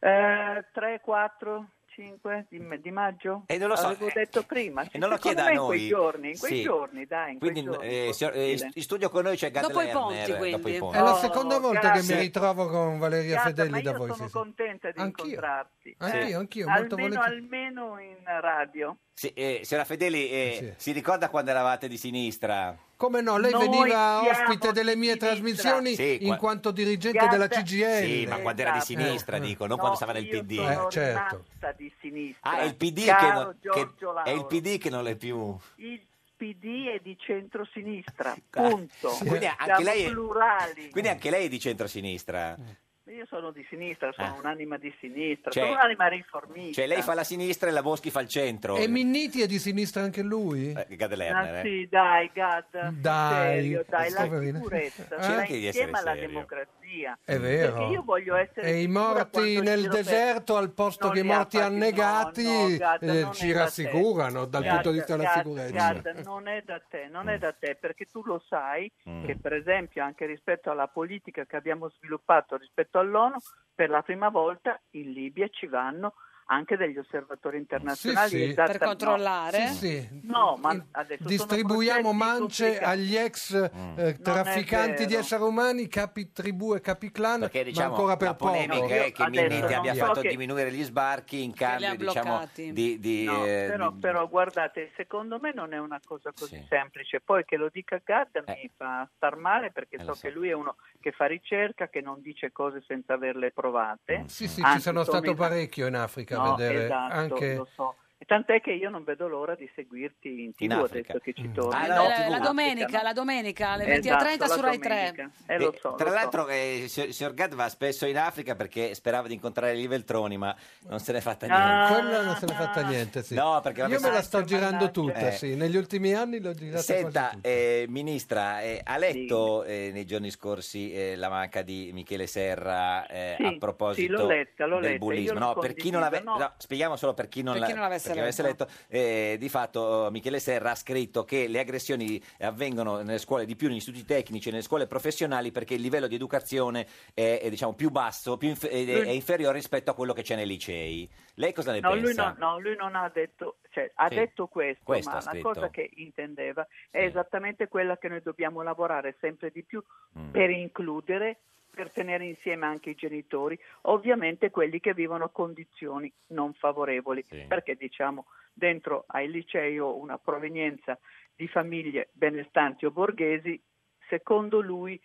[SPEAKER 11] Eh, 3, 4, 5 di, di maggio?
[SPEAKER 2] Eh, non lo so,
[SPEAKER 11] Avevo
[SPEAKER 2] eh,
[SPEAKER 11] detto prima.
[SPEAKER 2] E non lo chieda
[SPEAKER 11] secondo me
[SPEAKER 2] a
[SPEAKER 11] In
[SPEAKER 2] noi.
[SPEAKER 11] quei giorni, in quei
[SPEAKER 2] Sì.
[SPEAKER 11] giorni, dai. In quei
[SPEAKER 2] Quindi,
[SPEAKER 11] giorni,
[SPEAKER 2] eh, signor- eh,
[SPEAKER 11] possibile.
[SPEAKER 2] in studio con noi c'è Gad
[SPEAKER 1] Dopo i
[SPEAKER 2] Lerner,
[SPEAKER 1] ponti,
[SPEAKER 2] dopo i
[SPEAKER 1] quindi.
[SPEAKER 2] ponti.
[SPEAKER 9] È la
[SPEAKER 11] Oh,
[SPEAKER 9] seconda volta che mi
[SPEAKER 11] grazie.
[SPEAKER 9] ritrovo con Valeria
[SPEAKER 11] Gaza,
[SPEAKER 9] Fedeli
[SPEAKER 11] ma
[SPEAKER 9] da
[SPEAKER 11] io
[SPEAKER 9] voi.
[SPEAKER 11] sono
[SPEAKER 9] sì, sì.
[SPEAKER 11] contenta di
[SPEAKER 9] Anch'io.
[SPEAKER 11] incontrarti.
[SPEAKER 9] Anch'io,
[SPEAKER 11] eh.
[SPEAKER 9] anch'io, molto
[SPEAKER 11] almeno,
[SPEAKER 9] volentieri.
[SPEAKER 11] almeno in radio.
[SPEAKER 2] Sì, eh, signora Fedeli, eh, si ricorda quando eravate di sinistra?
[SPEAKER 9] Come no, lei
[SPEAKER 11] Noi
[SPEAKER 9] veniva
[SPEAKER 11] siamo
[SPEAKER 9] ospite delle mie trasmissioni
[SPEAKER 2] Sì,
[SPEAKER 9] in
[SPEAKER 2] qua-
[SPEAKER 9] quanto dirigente
[SPEAKER 11] Gaza-
[SPEAKER 9] della CGL.
[SPEAKER 2] Sì, ma quando era di sinistra,
[SPEAKER 9] Eh,
[SPEAKER 2] dico, non
[SPEAKER 11] Esatto. No,
[SPEAKER 2] quando stava nel
[SPEAKER 11] io
[SPEAKER 2] PD.
[SPEAKER 11] sono
[SPEAKER 9] Eh, certo.
[SPEAKER 11] rimasta di sinistra.
[SPEAKER 2] Ah, è il PD che,
[SPEAKER 11] Caro
[SPEAKER 2] non- che-
[SPEAKER 11] Giorgio Lauro,
[SPEAKER 2] è il PD che non è più.
[SPEAKER 11] il PD è di centrosinistra, punto.
[SPEAKER 2] Sì. Ah. Quindi anche
[SPEAKER 11] Siamo
[SPEAKER 2] lei è-
[SPEAKER 11] plurali.
[SPEAKER 2] Quindi anche lei è di centrosinistra.
[SPEAKER 9] Mm.
[SPEAKER 11] Io sono di sinistra, sono
[SPEAKER 2] Ah.
[SPEAKER 11] un'anima di sinistra,
[SPEAKER 2] Cioè-
[SPEAKER 11] sono un'anima riformista.
[SPEAKER 2] Cioè lei fa la sinistra e la Boschi fa il centro.
[SPEAKER 9] E Minniti è di sinistra anche lui?
[SPEAKER 2] Eh, Gad
[SPEAKER 11] Ah,
[SPEAKER 2] Lerner, eh.
[SPEAKER 11] sì, dai, Gad,
[SPEAKER 9] Dai,
[SPEAKER 11] serio, dai, la
[SPEAKER 9] poverina.
[SPEAKER 11] sicurezza
[SPEAKER 9] Eh?
[SPEAKER 11] sarà
[SPEAKER 2] Cerchi di essere
[SPEAKER 11] insieme alla
[SPEAKER 2] serio.
[SPEAKER 11] democrazia.
[SPEAKER 9] È vero.
[SPEAKER 11] Perché io voglio essere
[SPEAKER 9] E i
[SPEAKER 11] sicura
[SPEAKER 9] morti
[SPEAKER 11] quando
[SPEAKER 9] nel
[SPEAKER 11] giro per-
[SPEAKER 9] deserto al posto
[SPEAKER 11] Non
[SPEAKER 9] che i
[SPEAKER 11] li ha
[SPEAKER 9] morti
[SPEAKER 11] fatti-
[SPEAKER 9] annegati
[SPEAKER 11] no, no, Gad,
[SPEAKER 9] eh,
[SPEAKER 11] non
[SPEAKER 9] ci
[SPEAKER 11] è da te.
[SPEAKER 9] rassicurano dal
[SPEAKER 11] Gad,
[SPEAKER 9] punto di vista della
[SPEAKER 11] Gad,
[SPEAKER 9] sicurezza. Mm.
[SPEAKER 11] Gad, non è da te, non è da te, perché tu lo sai che per esempio anche rispetto alla politica che abbiamo sviluppato rispetto all'ONU, per la prima volta in Libia ci vanno anche degli osservatori internazionali
[SPEAKER 9] sì.
[SPEAKER 11] esatta-
[SPEAKER 1] Per controllare?
[SPEAKER 11] no.
[SPEAKER 9] Sì, sì.
[SPEAKER 11] No, ma adesso sono
[SPEAKER 9] Distribuiamo
[SPEAKER 11] processi
[SPEAKER 9] mance
[SPEAKER 11] complicati.
[SPEAKER 9] agli ex
[SPEAKER 2] Mm.
[SPEAKER 9] eh, trafficanti di
[SPEAKER 11] vero.
[SPEAKER 9] esseri umani, capi tribù e capi clan,
[SPEAKER 2] Perché diciamo,
[SPEAKER 9] ma ancora per
[SPEAKER 2] la polemica
[SPEAKER 9] poco.
[SPEAKER 2] è che
[SPEAKER 11] Adesso
[SPEAKER 2] Minniti
[SPEAKER 11] non
[SPEAKER 2] abbia
[SPEAKER 11] so
[SPEAKER 2] fatto
[SPEAKER 11] che-
[SPEAKER 2] diminuire gli sbarchi in cambio diciamo,
[SPEAKER 1] bloccati.
[SPEAKER 2] di... di,
[SPEAKER 11] No,
[SPEAKER 2] eh,
[SPEAKER 11] però,
[SPEAKER 2] di-
[SPEAKER 11] però, guardate, secondo me non è una cosa così semplice. Poi che lo dica Gadda mi fa star male perché so, che lui è uno che fa ricerca, che non dice cose senza averle provate.
[SPEAKER 9] Sì, sì,
[SPEAKER 11] Anzi,
[SPEAKER 9] ci sono stato
[SPEAKER 11] insomma,
[SPEAKER 9] parecchio in Africa
[SPEAKER 11] no,
[SPEAKER 9] a vedere
[SPEAKER 11] esatto,
[SPEAKER 9] anche
[SPEAKER 11] lo so. Tant'è che io non vedo l'ora di seguirti in TV,
[SPEAKER 2] In Africa.
[SPEAKER 11] adesso che ci
[SPEAKER 9] Mm.
[SPEAKER 11] torni.
[SPEAKER 2] Ah,
[SPEAKER 11] No,
[SPEAKER 2] no,
[SPEAKER 11] in
[SPEAKER 1] Eh, la
[SPEAKER 11] Africa,
[SPEAKER 1] domenica,
[SPEAKER 11] no.
[SPEAKER 1] la domenica alle
[SPEAKER 11] Esatto,
[SPEAKER 1] 20.30 su
[SPEAKER 11] la
[SPEAKER 1] Rai 3.
[SPEAKER 11] domenica. Eh, lo
[SPEAKER 2] Eh,
[SPEAKER 11] so,
[SPEAKER 2] tra
[SPEAKER 11] lo so.
[SPEAKER 2] l'altro, eh, signor signor Gad va spesso in Africa perché sperava di incontrare gli Veltroni, ma non se n'è fatta
[SPEAKER 11] Ah.
[SPEAKER 2] niente.
[SPEAKER 9] Quella non se n'è fatta niente, sì.
[SPEAKER 2] No, perché
[SPEAKER 9] Io me la sto girando tutta,
[SPEAKER 2] Eh.
[SPEAKER 9] sì. Negli ultimi anni l'ho girata quasi
[SPEAKER 2] Senta,
[SPEAKER 9] tutta.
[SPEAKER 2] eh, ministra, eh, ha letto eh, nei giorni scorsi eh, la manca di Michele Serra eh,
[SPEAKER 11] Sì,
[SPEAKER 2] a
[SPEAKER 11] sì,
[SPEAKER 2] proposito
[SPEAKER 11] l'ho letta, l'ho
[SPEAKER 2] del
[SPEAKER 11] letta,
[SPEAKER 2] bullismo?
[SPEAKER 11] io
[SPEAKER 2] No,
[SPEAKER 11] lo
[SPEAKER 2] per chi non l'ave-
[SPEAKER 11] condivido, no.
[SPEAKER 2] no, spieghiamo solo per chi non,
[SPEAKER 11] Per
[SPEAKER 2] la-
[SPEAKER 11] chi non l'avesse
[SPEAKER 2] perché
[SPEAKER 11] letto.
[SPEAKER 2] eh, di fatto eh, Michele Serra ha scritto che le aggressioni avvengono nelle scuole di più negli istituti tecnici e nelle scuole professionali perché il livello di educazione è, è, diciamo, più basso, più inf- ed è, è inferiore rispetto a quello che c'è nei licei. Lei cosa ne
[SPEAKER 11] No,
[SPEAKER 2] pensa?
[SPEAKER 11] lui, no, no, lui non ha detto, cioè, ha
[SPEAKER 2] Sì.
[SPEAKER 11] detto questo,
[SPEAKER 2] Questo ha
[SPEAKER 11] ma la
[SPEAKER 2] scritto.
[SPEAKER 11] cosa che intendeva è esattamente quella che noi dobbiamo lavorare sempre di più
[SPEAKER 2] Mm.
[SPEAKER 11] per includere, per tenere insieme anche i genitori, ovviamente quelli che vivono condizioni non favorevoli, perché diciamo dentro ai licei ho una provenienza di famiglie benestanti o borghesi, secondo lui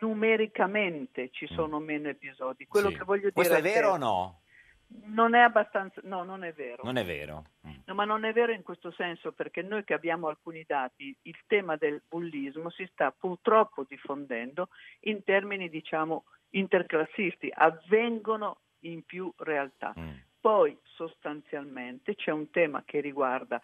[SPEAKER 11] numericamente ci sono meno episodi. Quello che voglio
[SPEAKER 2] Mm. Questo è
[SPEAKER 11] dire a te-
[SPEAKER 2] vero o no?
[SPEAKER 11] non è abbastanza, no, non è vero.
[SPEAKER 2] Non è vero.
[SPEAKER 11] No, ma non è vero in questo senso perché noi che abbiamo alcuni dati, il tema del bullismo si sta purtroppo diffondendo in termini, diciamo, interclassisti, avvengono in più realtà.
[SPEAKER 2] Mm.
[SPEAKER 11] Poi sostanzialmente c'è un tema che riguarda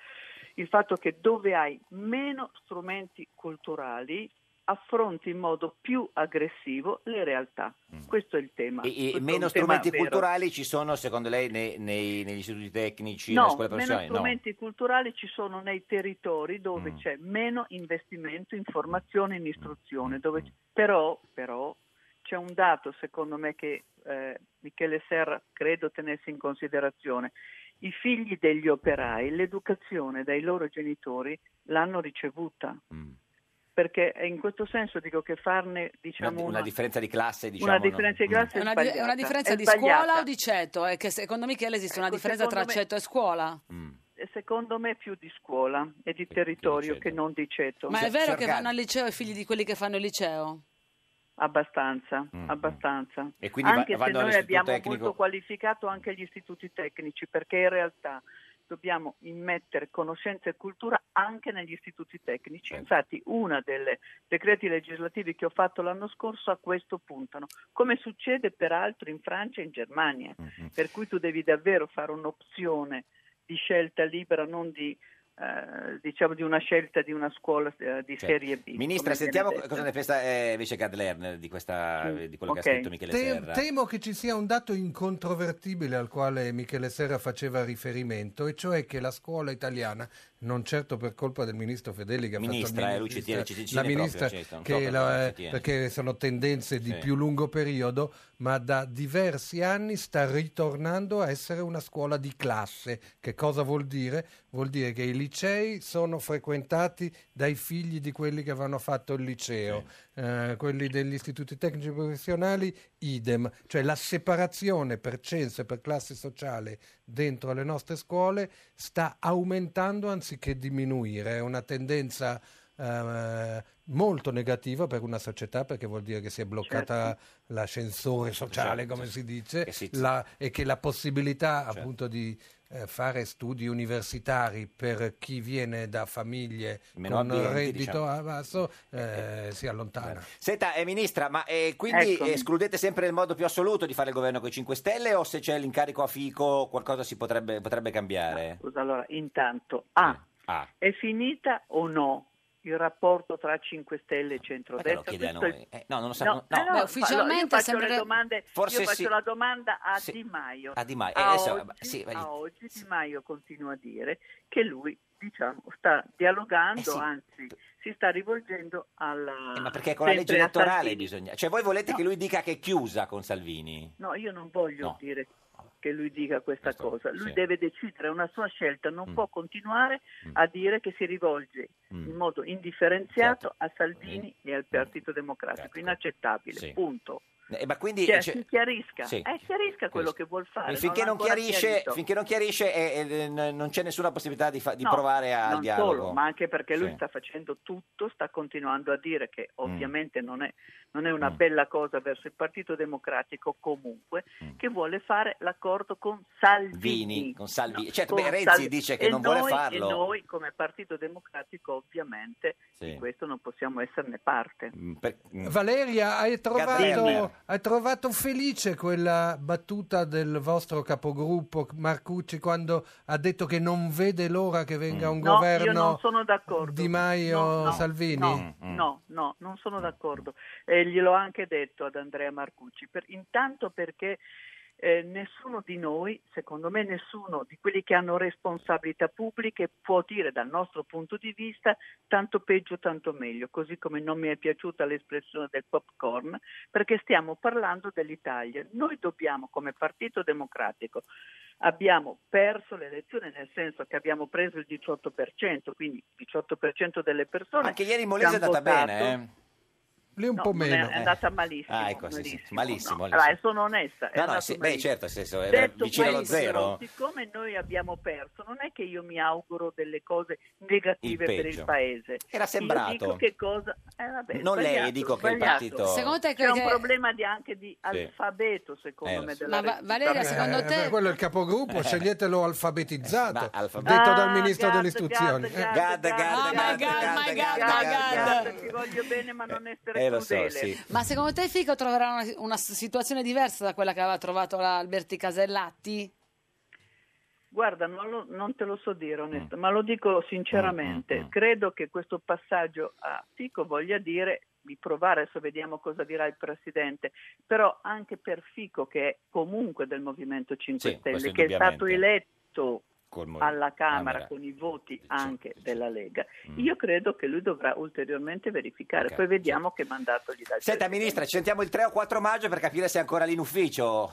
[SPEAKER 11] il fatto che dove hai meno strumenti culturali affronti in modo più aggressivo le realtà. Questo è il tema.
[SPEAKER 2] Mm. E- E,
[SPEAKER 11] Questo è
[SPEAKER 2] meno
[SPEAKER 11] un tema
[SPEAKER 2] strumenti
[SPEAKER 11] vero.
[SPEAKER 2] culturali ci sono, secondo lei, nei- nei- negli istituti tecnici, nelle
[SPEAKER 11] No,
[SPEAKER 2] scuole
[SPEAKER 11] meno
[SPEAKER 2] professionali?
[SPEAKER 11] strumenti culturali ci sono nei territori dove
[SPEAKER 2] Mm.
[SPEAKER 11] c'è meno investimento in formazione e in istruzione, dove c- però, però c'è un dato secondo me che eh, Michele Serra credo tenesse in considerazione. I figli degli operai l'educazione dai loro genitori l'hanno ricevuta. Perché eh, in questo senso dico che farne
[SPEAKER 2] No.
[SPEAKER 11] diciamo
[SPEAKER 2] Una, una differenza di classe, diciamo.
[SPEAKER 11] una
[SPEAKER 2] no?
[SPEAKER 11] differenza di classe
[SPEAKER 1] È una, di- è una differenza di scuola o di ceto? È che secondo Michele esiste una
[SPEAKER 11] Ecco,
[SPEAKER 1] differenza tra
[SPEAKER 11] secondo me- Certo.
[SPEAKER 1] ceto e scuola.
[SPEAKER 11] E secondo me più di scuola e di territorio che non di ceto.
[SPEAKER 1] Ma è vero che vanno al liceo i figli di quelli che fanno il liceo?
[SPEAKER 11] Abbastanza, abbastanza.
[SPEAKER 2] Mm-hmm. E quindi va-
[SPEAKER 11] anche se
[SPEAKER 2] vanno
[SPEAKER 11] noi
[SPEAKER 2] all'istituto
[SPEAKER 11] abbiamo
[SPEAKER 2] tecnico-
[SPEAKER 11] molto qualificato anche gli istituti tecnici, perché in realtà dobbiamo immettere conoscenza e cultura anche negli istituti tecnici.
[SPEAKER 2] Ecco.
[SPEAKER 11] Infatti, una delle decreti legislativi che ho fatto l'anno scorso a questo puntano, come succede peraltro in Francia e in Germania,
[SPEAKER 2] Mm-hmm.
[SPEAKER 11] per cui tu devi davvero fare un'opzione di scelta libera, non di eh, diciamo di una scelta di una scuola eh, di
[SPEAKER 2] Certo.
[SPEAKER 11] serie B.
[SPEAKER 2] Ministra,
[SPEAKER 11] come viene
[SPEAKER 2] sentiamo
[SPEAKER 11] detto.
[SPEAKER 2] cosa ne pensa eh, invece Gad Lerner di, questa,
[SPEAKER 11] Sì.
[SPEAKER 2] di quello
[SPEAKER 11] Ok.
[SPEAKER 2] che ha scritto Michele
[SPEAKER 9] Te-
[SPEAKER 2] Serra.
[SPEAKER 9] temo che ci sia un dato incontrovertibile al quale Michele Serra faceva riferimento, e cioè che la scuola italiana, non certo per colpa del ministro Fedeli che ha
[SPEAKER 2] Ministra,
[SPEAKER 9] fatto
[SPEAKER 2] eh,
[SPEAKER 9] il
[SPEAKER 2] lui ci tiene- ci- ci
[SPEAKER 9] la
[SPEAKER 2] tiene
[SPEAKER 9] ministra,
[SPEAKER 2] proprio, certo, non so
[SPEAKER 9] che
[SPEAKER 2] perché
[SPEAKER 9] la-
[SPEAKER 2] non ci tiene.
[SPEAKER 9] perché sono tendenze di
[SPEAKER 2] Sì.
[SPEAKER 9] più lungo periodo, ma da diversi anni sta ritornando a essere una scuola di classe. Che cosa vuol dire? Vuol dire che i licei sono frequentati dai figli di quelli che avevano fatto il liceo, eh, quelli degli istituti tecnici professionali, idem. Cioè la separazione per censo e per classe sociale dentro le nostre scuole sta aumentando anziché diminuire. È una tendenza eh, molto negativa per una società perché vuol dire che si è bloccata l'ascensore sociale,
[SPEAKER 2] Certo.
[SPEAKER 9] come si dice,
[SPEAKER 2] Che si- Certo.
[SPEAKER 9] la- e che la possibilità appunto di eh, fare studi universitari per chi viene da famiglie
[SPEAKER 2] Meno
[SPEAKER 9] con
[SPEAKER 2] abbienti,
[SPEAKER 9] reddito
[SPEAKER 2] diciamo.
[SPEAKER 9] a basso eh, si allontana.
[SPEAKER 2] Senta, eh, ministra, ma eh, quindi
[SPEAKER 9] Ecco.
[SPEAKER 2] escludete sempre il modo più assoluto di fare il governo con i 5 Stelle o se c'è l'incarico a Fico qualcosa si potrebbe, potrebbe cambiare?
[SPEAKER 11] Scusa, allora, intanto, A,
[SPEAKER 2] Ah,
[SPEAKER 11] è finita o no il rapporto tra 5 Stelle e
[SPEAKER 2] perché lo
[SPEAKER 11] centrodestra?
[SPEAKER 2] chiede a
[SPEAKER 11] Questo è il-
[SPEAKER 2] noi? Eh, no, non lo sa.
[SPEAKER 11] No,
[SPEAKER 2] no.
[SPEAKER 11] eh no, fa- allora, io
[SPEAKER 1] ufficialmente
[SPEAKER 11] faccio,
[SPEAKER 1] sembra-
[SPEAKER 11] le domande,
[SPEAKER 2] Forse
[SPEAKER 11] io faccio
[SPEAKER 2] sì.
[SPEAKER 11] la domanda a
[SPEAKER 2] Sì.
[SPEAKER 11] Di Maio.
[SPEAKER 2] A Di Maio, eh,
[SPEAKER 11] A
[SPEAKER 2] adesso-
[SPEAKER 11] oggi,
[SPEAKER 2] ma- sì, ma-
[SPEAKER 11] a oggi Di Maio continua a dire che lui diciamo, sta dialogando,
[SPEAKER 2] Eh sì.
[SPEAKER 11] anzi si sta rivolgendo alla...
[SPEAKER 2] Eh, ma perché con la legge
[SPEAKER 11] sempre a
[SPEAKER 2] elettorale
[SPEAKER 11] Salvini.
[SPEAKER 2] bisogna... Cioè voi volete che lui dica che è chiusa con Salvini?
[SPEAKER 11] No, io non voglio
[SPEAKER 2] No.
[SPEAKER 11] dire che lui dica questa cosa. Lui
[SPEAKER 2] sì. Mm.
[SPEAKER 11] deve decidere è una sua scelta, non può continuare a dire che si rivolge in modo indifferenziato a Salvini e al Partito Democratico. Inaccettabile,
[SPEAKER 2] Mm. Ecco. Sì.
[SPEAKER 11] punto.
[SPEAKER 2] Eh, ma quindi
[SPEAKER 11] Cioè,
[SPEAKER 2] cioè,
[SPEAKER 11] si chiarisca,
[SPEAKER 2] Sì.
[SPEAKER 11] Eh, chiarisca quello
[SPEAKER 2] Questo.
[SPEAKER 11] che vuol fare.
[SPEAKER 2] eh, finché,
[SPEAKER 11] l'ha
[SPEAKER 2] non
[SPEAKER 11] ancora
[SPEAKER 2] chiarisce,
[SPEAKER 11] chiarito.
[SPEAKER 2] finché non chiarisce eh, eh, n- non c'è nessuna possibilità di, fa- di
[SPEAKER 11] No,
[SPEAKER 2] provare al
[SPEAKER 11] non
[SPEAKER 2] dialogo.
[SPEAKER 11] solo, ma anche perché lui
[SPEAKER 2] Sì. Mm.
[SPEAKER 11] sta facendo tutto, sta continuando a dire che ovviamente non, è, non è una bella cosa verso il Partito Democratico comunque,
[SPEAKER 2] Mm.
[SPEAKER 11] che vuole fare l'accordo con Salvini.
[SPEAKER 2] Vini con Salvi.
[SPEAKER 11] No,
[SPEAKER 2] certo,
[SPEAKER 11] con
[SPEAKER 2] beh, Renzi
[SPEAKER 11] Salvi-
[SPEAKER 2] dice che
[SPEAKER 11] e
[SPEAKER 2] non
[SPEAKER 11] noi-
[SPEAKER 2] vuole farlo.
[SPEAKER 11] E noi come Partito Democratico ovviamente
[SPEAKER 2] Sì. Mm,
[SPEAKER 11] di questo non possiamo esserne parte.
[SPEAKER 9] Valeria, hai trovato,
[SPEAKER 11] Gazzaniga.
[SPEAKER 9] hai trovato felice quella battuta del vostro capogruppo Marcucci quando ha detto che non vede l'ora che
[SPEAKER 2] Mm.
[SPEAKER 9] venga un
[SPEAKER 11] No,
[SPEAKER 9] governo
[SPEAKER 11] io non sono d'accordo.
[SPEAKER 9] Di Maio
[SPEAKER 11] No, no,
[SPEAKER 9] Salvini?
[SPEAKER 11] No,
[SPEAKER 2] Mm,
[SPEAKER 9] Mm.
[SPEAKER 11] no, no, non sono d'accordo. E gliel'ho anche detto ad Andrea Marcucci. Per- intanto perché eh, nessuno di noi, secondo me nessuno di quelli che hanno responsabilità pubbliche può dire dal nostro punto di vista tanto peggio tanto meglio, così come non mi è piaciuta l'espressione del popcorn, perché stiamo parlando dell'Italia. Noi dobbiamo come Partito Democratico abbiamo perso le elezioni nel senso che abbiamo preso il 18%, quindi il 18% delle persone
[SPEAKER 2] Anche ieri Molise è andata bene, eh.
[SPEAKER 9] Lì un
[SPEAKER 11] No,
[SPEAKER 9] po'
[SPEAKER 11] non è-
[SPEAKER 9] meno. eh.
[SPEAKER 11] È andata malissimo.
[SPEAKER 2] Ah, ecco, sì, sì, malissimo. malissimo.
[SPEAKER 11] Allora, sono
[SPEAKER 2] No,
[SPEAKER 11] onesta. è
[SPEAKER 2] no,
[SPEAKER 11] andato
[SPEAKER 2] sì, beh,
[SPEAKER 11] malissimo.
[SPEAKER 2] certo, nel senso, è
[SPEAKER 11] Detto
[SPEAKER 2] vicino allo
[SPEAKER 11] questo,
[SPEAKER 2] zero.
[SPEAKER 11] Siccome noi abbiamo perso, non è che io mi auguro delle cose negative
[SPEAKER 2] Il
[SPEAKER 11] per
[SPEAKER 2] peggio.
[SPEAKER 11] il paese.
[SPEAKER 2] Era sembrato.
[SPEAKER 11] Io dico che cosa... eh, vabbè,
[SPEAKER 2] Non lei,
[SPEAKER 11] sbagliato,
[SPEAKER 2] dico che il
[SPEAKER 11] sbagliato.
[SPEAKER 2] partito- Secondo
[SPEAKER 1] te
[SPEAKER 11] C'è un
[SPEAKER 1] che-
[SPEAKER 11] problema di- anche di alfabeto, secondo
[SPEAKER 2] Eh, lo
[SPEAKER 11] me,
[SPEAKER 2] so.
[SPEAKER 11] della
[SPEAKER 1] Ma Va-
[SPEAKER 11] Repubblica.
[SPEAKER 1] Valeria,
[SPEAKER 9] Eh,
[SPEAKER 1] secondo te...
[SPEAKER 9] beh, quello è il capogruppo, sceglietelo alfabetizzato, detto
[SPEAKER 11] Ah,
[SPEAKER 9] dal ministro
[SPEAKER 11] Gad,
[SPEAKER 9] dell'istruzione. Eh.
[SPEAKER 11] Gad, Gad, Gad, Oh my Gad, God, Gad, my Gad, Gad, my Gad. Gad, ti voglio bene, ma non essere
[SPEAKER 2] Eh, lo so,
[SPEAKER 11] crudele.
[SPEAKER 2] sì.
[SPEAKER 1] Ma secondo te Fico troverà una, una situazione diversa da quella che aveva trovato la Alberti Casellatti?
[SPEAKER 11] Guarda, non, lo- non te lo so dire
[SPEAKER 2] Mm.
[SPEAKER 11] onestamente, ma lo dico sinceramente. Credo che questo passaggio a Fico voglia dire di provare, adesso vediamo cosa dirà il Presidente, però anche per Fico che è comunque del Movimento 5
[SPEAKER 2] Sì, questo
[SPEAKER 11] Stelle, che è stato
[SPEAKER 2] indubbiamente.
[SPEAKER 11] eletto
[SPEAKER 2] Col mo-
[SPEAKER 11] alla Camera
[SPEAKER 2] Camera. Mm.
[SPEAKER 11] con i voti anche della Lega, io credo che lui dovrà ulteriormente verificare,
[SPEAKER 2] Ok,
[SPEAKER 11] poi vediamo che mandato gli dà. il
[SPEAKER 2] Senta, ministra, ci sentiamo il 3 o 4 maggio per capire se è ancora lì in ufficio.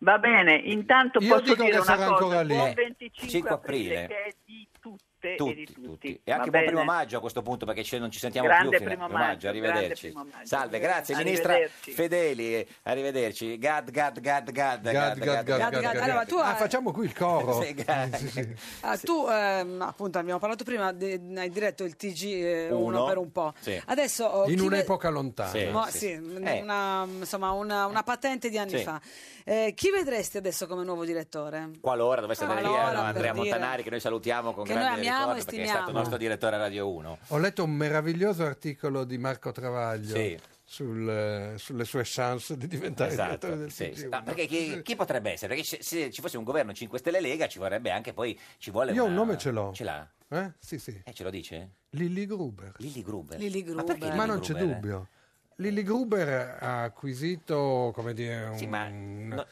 [SPEAKER 11] Va bene, intanto
[SPEAKER 2] Io
[SPEAKER 11] posso
[SPEAKER 2] dico
[SPEAKER 11] dire
[SPEAKER 2] che
[SPEAKER 11] una
[SPEAKER 2] sarà
[SPEAKER 11] cosa,
[SPEAKER 2] ancora lì.
[SPEAKER 11] buon
[SPEAKER 2] Eh,
[SPEAKER 11] 25
[SPEAKER 2] 5
[SPEAKER 11] aprile,
[SPEAKER 2] aprile.
[SPEAKER 11] che è di tutte e di
[SPEAKER 2] Tutti,
[SPEAKER 11] tutti.
[SPEAKER 2] E anche buon
[SPEAKER 11] Va bene?
[SPEAKER 2] primo maggio a questo punto perché ce- non ci sentiamo
[SPEAKER 11] Grande
[SPEAKER 2] più. fino a-
[SPEAKER 11] primo
[SPEAKER 2] primo
[SPEAKER 11] maggio, grande
[SPEAKER 2] arrivederci.
[SPEAKER 11] primo maggio.
[SPEAKER 2] Salve, grazie ministra
[SPEAKER 11] Arrivederci.
[SPEAKER 2] Fedeli, eh, arrivederci. Gad, gad, gad, gad,
[SPEAKER 9] Gad, gad, gad, gad, gad.
[SPEAKER 1] Allora, tu
[SPEAKER 9] Ah,
[SPEAKER 1] hai-
[SPEAKER 9] facciamo qui il coro.
[SPEAKER 2] Sì, gad.
[SPEAKER 1] Ah, Tu, ehm, appunto, abbiamo parlato prima, de- hai diretto il TG1
[SPEAKER 9] Uno.
[SPEAKER 1] per un po'.
[SPEAKER 9] Sì.
[SPEAKER 1] Adesso, oh,
[SPEAKER 9] In
[SPEAKER 1] chi ve-
[SPEAKER 9] un'epoca lontana.
[SPEAKER 1] Mo- sì, n-
[SPEAKER 9] Eh.
[SPEAKER 1] una, insomma, una, una patente di anni
[SPEAKER 2] Sì.
[SPEAKER 1] fa. Eh, chi vedresti adesso come nuovo direttore?
[SPEAKER 2] Qualora dovesse andare via
[SPEAKER 1] Qualora,
[SPEAKER 2] no, Andrea
[SPEAKER 1] per dire.
[SPEAKER 2] Montanari, che noi salutiamo con
[SPEAKER 1] Che noi
[SPEAKER 2] grande
[SPEAKER 1] amiamo
[SPEAKER 2] ricordo
[SPEAKER 1] e
[SPEAKER 2] perché è stato
[SPEAKER 1] stimiamo.
[SPEAKER 2] nostro direttore a Radio 1.
[SPEAKER 9] Ho letto un meraviglioso articolo di Marco Travaglio
[SPEAKER 2] Sì.
[SPEAKER 9] sul, eh, sulle sue chance di diventare direttore
[SPEAKER 2] Esatto,
[SPEAKER 9] del
[SPEAKER 2] sì, sì.
[SPEAKER 9] TG1.
[SPEAKER 2] No, perché chi, chi potrebbe essere? Perché se, se ci fosse un governo 5 Stelle Lega ci vorrebbe anche poi ci vuole
[SPEAKER 9] Io
[SPEAKER 2] una-
[SPEAKER 9] un nome ce l'ho.
[SPEAKER 2] Ce l'ha?
[SPEAKER 9] Eh? Sì, sì.
[SPEAKER 2] Eh, ce lo dice?
[SPEAKER 9] Lilly Gruber.
[SPEAKER 2] Lilly Gruber.
[SPEAKER 1] Lilly Gruber.
[SPEAKER 2] Ma perché Lilly
[SPEAKER 9] Ma non c'è
[SPEAKER 2] Gruber?
[SPEAKER 9] dubbio. Lilly Gruber ha acquisito, come dire, un-
[SPEAKER 2] Sì, ma-
[SPEAKER 9] una
[SPEAKER 2] no.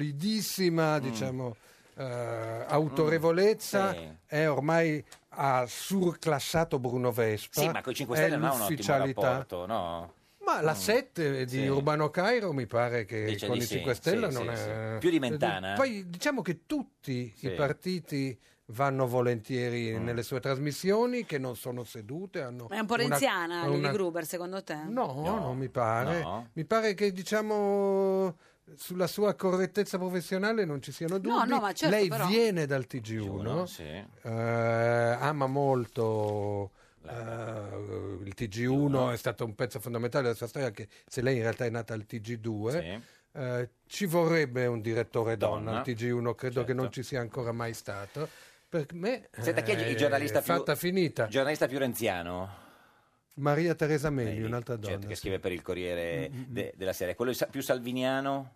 [SPEAKER 9] solidissima, diciamo, eh, autorevolezza.
[SPEAKER 2] Mm, sì.
[SPEAKER 9] È ormai ha surclassato Bruno Vespa.
[SPEAKER 2] Sì, ma con i 5
[SPEAKER 9] È
[SPEAKER 2] Stelle non ha un ottimo
[SPEAKER 9] l'ufficialità.
[SPEAKER 2] rapporto, no?
[SPEAKER 9] Ma la 7 di
[SPEAKER 2] Mm. Sì.
[SPEAKER 9] Urbano Cairo mi pare che
[SPEAKER 2] Dice
[SPEAKER 9] con
[SPEAKER 2] di
[SPEAKER 9] i
[SPEAKER 2] sì,
[SPEAKER 9] 5 Stelle
[SPEAKER 2] sì,
[SPEAKER 9] non
[SPEAKER 2] sì,
[SPEAKER 9] è... eh,
[SPEAKER 2] sì. Più di Mentana?
[SPEAKER 9] Poi diciamo che tutti
[SPEAKER 2] Sì. Mm.
[SPEAKER 9] i partiti vanno volentieri nelle sue trasmissioni, che non sono sedute. Hanno
[SPEAKER 1] Ma è un po'
[SPEAKER 9] una-
[SPEAKER 1] renziana
[SPEAKER 9] una-
[SPEAKER 1] Lily Gruber, secondo te?
[SPEAKER 9] No, no, mi pare.
[SPEAKER 2] No.
[SPEAKER 9] Mi pare che diciamo sulla sua correttezza professionale non ci siano dubbi.
[SPEAKER 1] No, no, ma certo,
[SPEAKER 9] Lei
[SPEAKER 1] però-
[SPEAKER 9] viene dal TG1,
[SPEAKER 2] sì.
[SPEAKER 9] eh, ama molto eh, il TG1, è stato un pezzo fondamentale della sua storia che se lei in realtà è nata al TG2. eh, ci vorrebbe un direttore donna,
[SPEAKER 2] Donna,
[SPEAKER 9] al TG1, credo
[SPEAKER 1] certo.
[SPEAKER 9] che non ci sia ancora mai stato. Per me
[SPEAKER 2] Senta, chi è
[SPEAKER 9] eh,
[SPEAKER 2] il giornalista
[SPEAKER 9] è fatta
[SPEAKER 2] più...
[SPEAKER 9] finita.
[SPEAKER 2] giornalista più renziano?
[SPEAKER 9] Maria Teresa Melli,
[SPEAKER 2] Melli,
[SPEAKER 9] un'altra
[SPEAKER 2] certo,
[SPEAKER 9] donna.
[SPEAKER 2] che scrive per il Corriere
[SPEAKER 9] Mm, mm,
[SPEAKER 2] de- della Sera. Quello sa- più salviniano?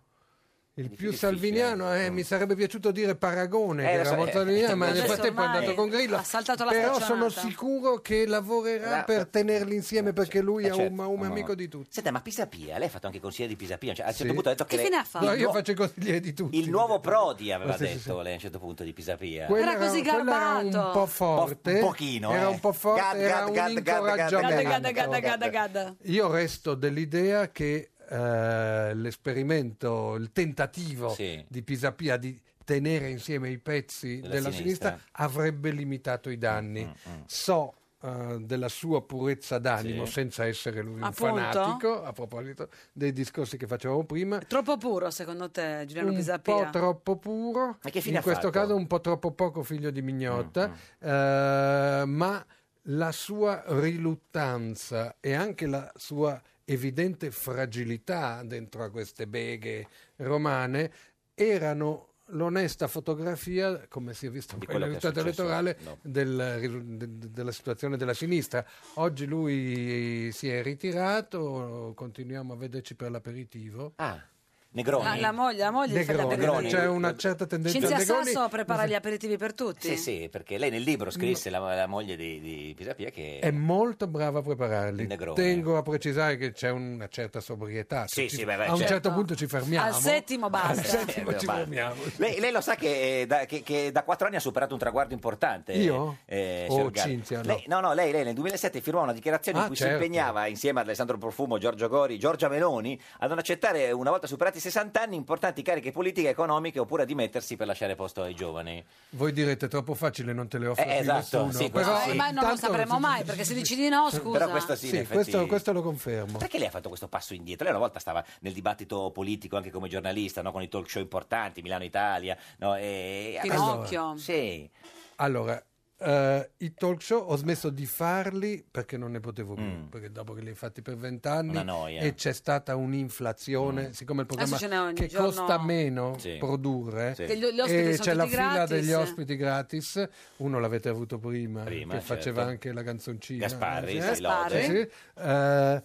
[SPEAKER 9] Il più salviniano, eh, mi sarebbe piaciuto dire Paragone,
[SPEAKER 2] Eh,
[SPEAKER 9] che
[SPEAKER 2] lo
[SPEAKER 9] era
[SPEAKER 2] so,
[SPEAKER 9] molto
[SPEAKER 2] eh,
[SPEAKER 9] salviniano, ma
[SPEAKER 2] lo
[SPEAKER 9] nel
[SPEAKER 2] so,
[SPEAKER 9] frattempo è
[SPEAKER 2] ormai
[SPEAKER 9] andato con Grillo.
[SPEAKER 1] eh, ha saltato la
[SPEAKER 9] Però sono
[SPEAKER 1] stagionata.
[SPEAKER 9] sicuro che lavorerà
[SPEAKER 2] La-
[SPEAKER 9] per tenerli insieme perché lui
[SPEAKER 2] Eh,
[SPEAKER 9] è
[SPEAKER 2] certo,
[SPEAKER 9] un, un
[SPEAKER 2] no, no.
[SPEAKER 9] amico di tutti.
[SPEAKER 2] Senta, ma Pisapia, lei ha fatto anche il consigliere di Pisapia. Cioè, a un certo
[SPEAKER 9] Sì.
[SPEAKER 2] punto ha detto che...
[SPEAKER 9] Che fine ha fatto? No, io faccio i consiglieri di tutti.
[SPEAKER 2] Il nuovo Prodi aveva
[SPEAKER 9] Sì, sì,
[SPEAKER 2] detto lei a un certo punto di Pisapia.
[SPEAKER 9] Quello era, quello era un po' forte,
[SPEAKER 2] Un pochino,
[SPEAKER 9] era
[SPEAKER 2] eh.
[SPEAKER 9] un po' forte,
[SPEAKER 2] Gad,
[SPEAKER 9] era
[SPEAKER 2] gad,
[SPEAKER 9] un
[SPEAKER 2] gad, gad, gad,
[SPEAKER 9] incoraggiamento.
[SPEAKER 1] Gada, gada, gada, gada.
[SPEAKER 9] Io resto dell'idea che eh, l'esperimento, il tentativo
[SPEAKER 2] Sì.
[SPEAKER 9] di Pisapia di tenere insieme i pezzi
[SPEAKER 2] Della Mm,
[SPEAKER 9] della sinistra
[SPEAKER 2] sinistra.
[SPEAKER 9] avrebbe limitato i danni. So eh, eh, della sua purezza d'animo,
[SPEAKER 1] Sì.
[SPEAKER 9] senza essere lui un
[SPEAKER 1] Appunto.
[SPEAKER 9] fanatico, a proposito dei discorsi che facevamo prima.
[SPEAKER 1] Troppo puro, secondo te, Giuliano
[SPEAKER 9] un
[SPEAKER 1] Pisapia?
[SPEAKER 9] po' troppo puro.
[SPEAKER 1] Ma che fine
[SPEAKER 9] in
[SPEAKER 1] ha
[SPEAKER 9] questo
[SPEAKER 1] fatto?
[SPEAKER 9] caso un po' troppo poco figlio di
[SPEAKER 2] Mm,
[SPEAKER 9] mignotta, eh, ma la sua riluttanza e anche la sua evidente fragilità dentro a queste beghe romane erano l'onesta fotografia, come si è visto poi
[SPEAKER 2] quello
[SPEAKER 9] nel
[SPEAKER 2] che è
[SPEAKER 9] risultato
[SPEAKER 2] successo,
[SPEAKER 9] elettorale,
[SPEAKER 2] no.
[SPEAKER 9] del risu- de- de- della situazione della sinistra. Oggi lui si è ritirato, continuiamo a vederci per l'aperitivo.
[SPEAKER 2] Negroni.
[SPEAKER 1] Ah, la moglie, la moglie gli fa gli
[SPEAKER 9] Negroni,
[SPEAKER 1] aperitivi.
[SPEAKER 9] c'è una certa tendenza
[SPEAKER 1] Cinzia
[SPEAKER 9] Negroni-
[SPEAKER 1] Sasso prepara gli aperitivi per tutti?
[SPEAKER 2] Sì, sì, perché lei nel libro scrisse la, la moglie di, di Pisapia che...
[SPEAKER 9] È molto brava a prepararli.
[SPEAKER 2] Negroni.
[SPEAKER 9] Tengo a precisare che c'è una certa sobrietà.
[SPEAKER 2] Sì,
[SPEAKER 9] Ci-
[SPEAKER 2] sì, beh, beh,
[SPEAKER 9] a un
[SPEAKER 2] certo.
[SPEAKER 9] certo punto ci fermiamo.
[SPEAKER 1] Al settimo
[SPEAKER 9] *laughs*
[SPEAKER 1] basta.
[SPEAKER 9] Al settimo
[SPEAKER 2] Eh,
[SPEAKER 9] ci
[SPEAKER 2] ma-
[SPEAKER 9] fermiamo.
[SPEAKER 2] Lei, lei lo sa che eh, da, che- che da quattro anni ha superato un traguardo importante.
[SPEAKER 9] Io?
[SPEAKER 2] eh,
[SPEAKER 9] Oh,
[SPEAKER 2] signor Galli.
[SPEAKER 9] Cinzia, no.
[SPEAKER 2] Lei, no, no, lei, lei nel 2007 firmò una dichiarazione in
[SPEAKER 9] Ah,
[SPEAKER 2] cui si
[SPEAKER 9] certo.
[SPEAKER 2] impegnava insieme ad Alessandro Profumo, Giorgio Gori, Giorgia Meloni a non accettare, una volta superati i 60 anni, importanti cariche politiche, economiche oppure a dimettersi per lasciare posto ai giovani.
[SPEAKER 9] Voi direte troppo facile, non te le offro
[SPEAKER 2] Eh,
[SPEAKER 9] più
[SPEAKER 2] esatto,
[SPEAKER 9] nessuno.
[SPEAKER 2] sì, questo
[SPEAKER 9] però
[SPEAKER 1] Eh, ma non lo
[SPEAKER 9] intanto-
[SPEAKER 1] sapremo mai, perché se dici di
[SPEAKER 9] *laughs*
[SPEAKER 1] no, scusa.
[SPEAKER 2] Però questo sì, in
[SPEAKER 9] Sì,
[SPEAKER 2] effetti-
[SPEAKER 9] questo, questo lo confermo.
[SPEAKER 2] Perché lei ha fatto questo passo indietro? Lei una volta stava nel dibattito politico anche come giornalista, no? con i talk show importanti, Milano-Italia. No? E...
[SPEAKER 1] Pinocchio.
[SPEAKER 2] Allora, Sì.
[SPEAKER 9] Allora, eh, i talk show ho smesso di farli perché non ne potevo più, perché dopo che li hai fatti per
[SPEAKER 2] Mm. Una
[SPEAKER 9] vent'anni
[SPEAKER 2] noia. Mm.
[SPEAKER 9] e c'è stata un'inflazione, siccome il programma
[SPEAKER 1] Adesso ce n'è ogni
[SPEAKER 9] che
[SPEAKER 1] giorno-
[SPEAKER 9] costa meno
[SPEAKER 2] Sì.
[SPEAKER 9] produrre
[SPEAKER 2] Sì.
[SPEAKER 1] Che gli- gli ospiti
[SPEAKER 9] e
[SPEAKER 1] sono
[SPEAKER 9] c'è la
[SPEAKER 1] tutti
[SPEAKER 9] fila
[SPEAKER 1] gratis.
[SPEAKER 9] degli ospiti gratis, uno l'avete avuto prima,
[SPEAKER 2] Prima,
[SPEAKER 9] che
[SPEAKER 2] certo.
[SPEAKER 9] faceva anche la canzoncina.
[SPEAKER 2] Gasparri,
[SPEAKER 9] eh?
[SPEAKER 2] sì, Gasparri.
[SPEAKER 9] Sì, sì. Eh,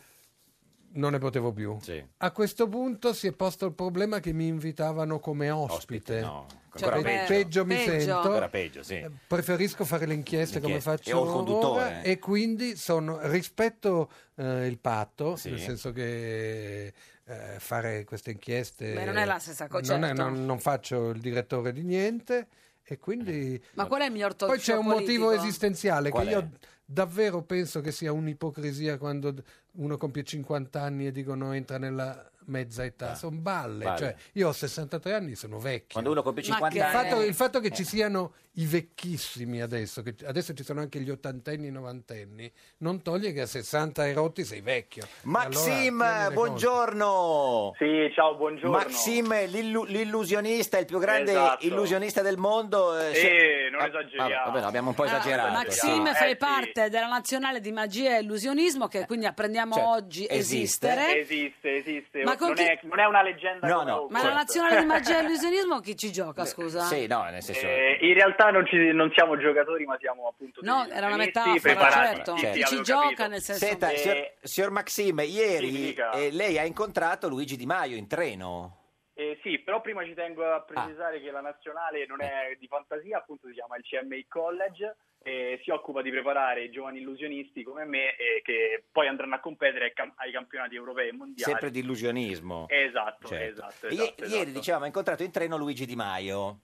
[SPEAKER 9] non ne potevo più. A questo punto si è posto il problema che mi invitavano come ospite. Cioè,
[SPEAKER 2] Ancora
[SPEAKER 9] Pe-
[SPEAKER 2] peggio.
[SPEAKER 9] peggio mi sento. Eh,
[SPEAKER 2] Ancora peggio, sì.
[SPEAKER 9] Preferisco fare le inchieste
[SPEAKER 2] Le
[SPEAKER 9] come
[SPEAKER 2] inchieste.
[SPEAKER 9] faccio
[SPEAKER 2] E ho il conduttore.
[SPEAKER 9] ora e quindi sono, rispetto eh, il patto,
[SPEAKER 2] Sì.
[SPEAKER 9] nel senso che eh, fare queste inchieste...
[SPEAKER 1] Beh, non è la stessa cosa,
[SPEAKER 9] Non, è-
[SPEAKER 1] certo.
[SPEAKER 9] non- non faccio il direttore di niente e
[SPEAKER 2] Eh.
[SPEAKER 9] quindi...
[SPEAKER 1] Ma qual è il miglior talk
[SPEAKER 9] Poi c'è
[SPEAKER 1] show
[SPEAKER 9] un motivo
[SPEAKER 1] politico?
[SPEAKER 9] esistenziale
[SPEAKER 2] Qual
[SPEAKER 9] che
[SPEAKER 2] è?
[SPEAKER 9] io davvero penso che sia un'ipocrisia quando d- uno compie 50 anni e dicono entra nella mezza età. sono balle.
[SPEAKER 2] Ah. balle.
[SPEAKER 9] Cioè, io ho 63 anni, sono vecchio.
[SPEAKER 2] Quando uno compie
[SPEAKER 9] Ma
[SPEAKER 2] 50
[SPEAKER 9] che-
[SPEAKER 2] anni-
[SPEAKER 9] Il fatto, il fatto che
[SPEAKER 2] Eh.
[SPEAKER 9] ci siano i vecchissimi adesso, che adesso ci sono anche gli ottantenni e i novantenni, non toglie che a 60 erotti sei vecchio.
[SPEAKER 2] Maxim,
[SPEAKER 9] Allora, tienine
[SPEAKER 2] buongiorno.
[SPEAKER 13] Sì, ciao, buongiorno.
[SPEAKER 2] Maxim, l'illu- l'illusionista, il più grande
[SPEAKER 13] Esatto.
[SPEAKER 2] illusionista del mondo. eh,
[SPEAKER 13] Eh, non
[SPEAKER 2] Ah,
[SPEAKER 13] esageriamo.
[SPEAKER 2] vabbè, vabbè, no, abbiamo
[SPEAKER 1] Ah,
[SPEAKER 2] un po' esagerato.
[SPEAKER 1] Eh, Maxime,
[SPEAKER 2] Sì.
[SPEAKER 13] Eh,
[SPEAKER 1] fai parte della nazionale di magia e illusionismo, che quindi apprendiamo
[SPEAKER 2] Cioè,
[SPEAKER 1] oggi
[SPEAKER 2] esiste.
[SPEAKER 1] esistere.
[SPEAKER 13] Esiste, esiste.
[SPEAKER 1] Ma con
[SPEAKER 13] non,
[SPEAKER 1] chi-
[SPEAKER 13] è, non è una leggenda.
[SPEAKER 2] No,
[SPEAKER 13] come
[SPEAKER 2] no,
[SPEAKER 13] *laughs* Ugo.
[SPEAKER 1] Ma la nazionale di
[SPEAKER 2] *laughs*
[SPEAKER 1] magia e illusionismo chi ci gioca, scusa?
[SPEAKER 2] Certo. Sì, no, nel senso...
[SPEAKER 13] Eh, in realtà non, ci- non siamo giocatori, ma siamo appunto.
[SPEAKER 1] No, era una
[SPEAKER 13] Sì, sì,
[SPEAKER 1] metafora,
[SPEAKER 13] preparati.
[SPEAKER 1] certo.
[SPEAKER 13] Sì, sì,
[SPEAKER 1] Chi ci
[SPEAKER 13] avevo
[SPEAKER 1] gioca
[SPEAKER 13] capito.
[SPEAKER 1] nel senso
[SPEAKER 2] Senta, signor, signor Maxim, ieri
[SPEAKER 13] dica.
[SPEAKER 2] eh, lei ha incontrato Luigi Di Maio in treno.
[SPEAKER 13] Eh, sì, però prima ci tengo a precisare che la nazionale non è di fantasia, appunto si chiama il CMI College e si occupa di preparare i giovani illusionisti come me eh, che poi andranno a competere ai, cam- ai campionati europei e mondiali.
[SPEAKER 2] Sempre di illusionismo.
[SPEAKER 13] Esatto,
[SPEAKER 2] Certo.
[SPEAKER 13] esatto,
[SPEAKER 2] E ie-
[SPEAKER 13] esatto,
[SPEAKER 2] Ieri
[SPEAKER 13] esatto.
[SPEAKER 2] dicevamo, ha incontrato in treno Luigi Di Maio.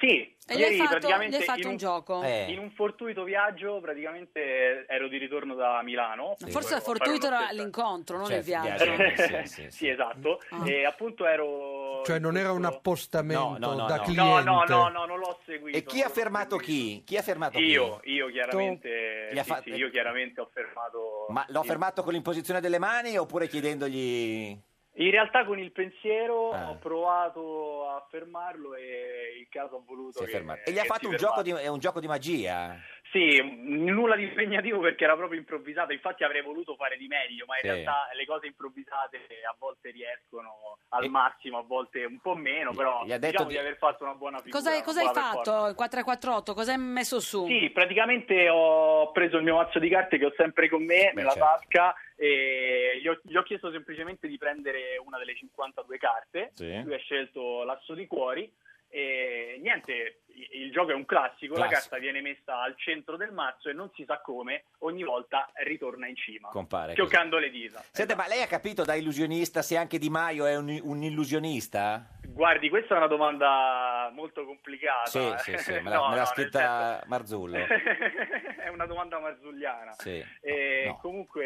[SPEAKER 13] Sì,
[SPEAKER 1] E gli hai fatto-
[SPEAKER 13] praticamente
[SPEAKER 1] gli hai fatto
[SPEAKER 13] in
[SPEAKER 1] un gioco. Eh.
[SPEAKER 13] In un fortuito viaggio, praticamente ero di ritorno da Milano.
[SPEAKER 1] Forse
[SPEAKER 13] Dovevo
[SPEAKER 1] a
[SPEAKER 13] fare
[SPEAKER 1] fortuito
[SPEAKER 13] uno
[SPEAKER 1] era l'incontro, non
[SPEAKER 2] Certo,
[SPEAKER 13] Certo,
[SPEAKER 1] il viaggio.
[SPEAKER 13] *laughs*
[SPEAKER 1] Ah.
[SPEAKER 13] sì, esatto. E appunto ero.
[SPEAKER 9] cose. Cioè, non era un appostamento
[SPEAKER 2] No, no, no,
[SPEAKER 9] da
[SPEAKER 2] no.
[SPEAKER 9] cliente.
[SPEAKER 13] No, no, no, no, non l'ho seguito.
[SPEAKER 2] E chi ha fermato chi? Chi ha fermato
[SPEAKER 13] Io,
[SPEAKER 2] chi?
[SPEAKER 13] io chiaramente.
[SPEAKER 2] Tu? Gli ha
[SPEAKER 13] sì,
[SPEAKER 2] fa- eh,
[SPEAKER 13] sì, io chiaramente ho fermato.
[SPEAKER 2] Ma l'ho
[SPEAKER 13] il-
[SPEAKER 2] fermato con l'imposizione delle mani oppure chiedendogli...
[SPEAKER 13] In realtà con il pensiero
[SPEAKER 2] Ah.
[SPEAKER 13] ho provato a fermarlo e il caso ha voluto.
[SPEAKER 2] Si è
[SPEAKER 13] che-
[SPEAKER 2] fermato. E gli ha
[SPEAKER 13] che
[SPEAKER 2] fatto
[SPEAKER 13] si
[SPEAKER 2] un gioco, di, è un gioco di magia.
[SPEAKER 13] Sì, nulla di impegnativo perché era proprio improvvisato, infatti avrei voluto fare di meglio, ma in
[SPEAKER 2] Sì.
[SPEAKER 13] realtà le cose improvvisate a volte riescono al massimo, a volte un po' meno, però
[SPEAKER 2] gli ha detto
[SPEAKER 13] diciamo
[SPEAKER 2] di-
[SPEAKER 13] di... aver fatto una buona figura.
[SPEAKER 1] Cosa, cosa hai
[SPEAKER 13] un po' per forza.
[SPEAKER 1] fatto? Il 448, cosa hai messo su?
[SPEAKER 13] Sì, praticamente ho preso il mio mazzo di carte che ho sempre con me nella
[SPEAKER 1] certo.
[SPEAKER 13] tasca e gli ho, gli ho chiesto semplicemente di prendere una delle 52 carte,
[SPEAKER 2] Sì.
[SPEAKER 13] lui ha scelto l'asso di cuori e niente, i- il gioco è un classico, la
[SPEAKER 2] Classico.
[SPEAKER 13] carta viene messa al centro del mazzo e non si sa come, ogni volta ritorna in cima,
[SPEAKER 2] Compare così.
[SPEAKER 13] chioccando le dita.
[SPEAKER 2] Senta, ma lei ha capito da illusionista se anche Di Maio è un, un illusionista?
[SPEAKER 13] Guardi, questa è una domanda molto complicata.
[SPEAKER 2] Sì, sì, sì, me
[SPEAKER 13] *laughs*
[SPEAKER 2] l'ha,
[SPEAKER 13] Ah,
[SPEAKER 2] me l'ha
[SPEAKER 13] No, no, nel
[SPEAKER 2] scritta
[SPEAKER 13] *laughs*
[SPEAKER 2] Marzullo.
[SPEAKER 13] senso- è una domanda marzulliana.
[SPEAKER 2] Sì.
[SPEAKER 13] Eh,
[SPEAKER 2] No.
[SPEAKER 13] Comunque,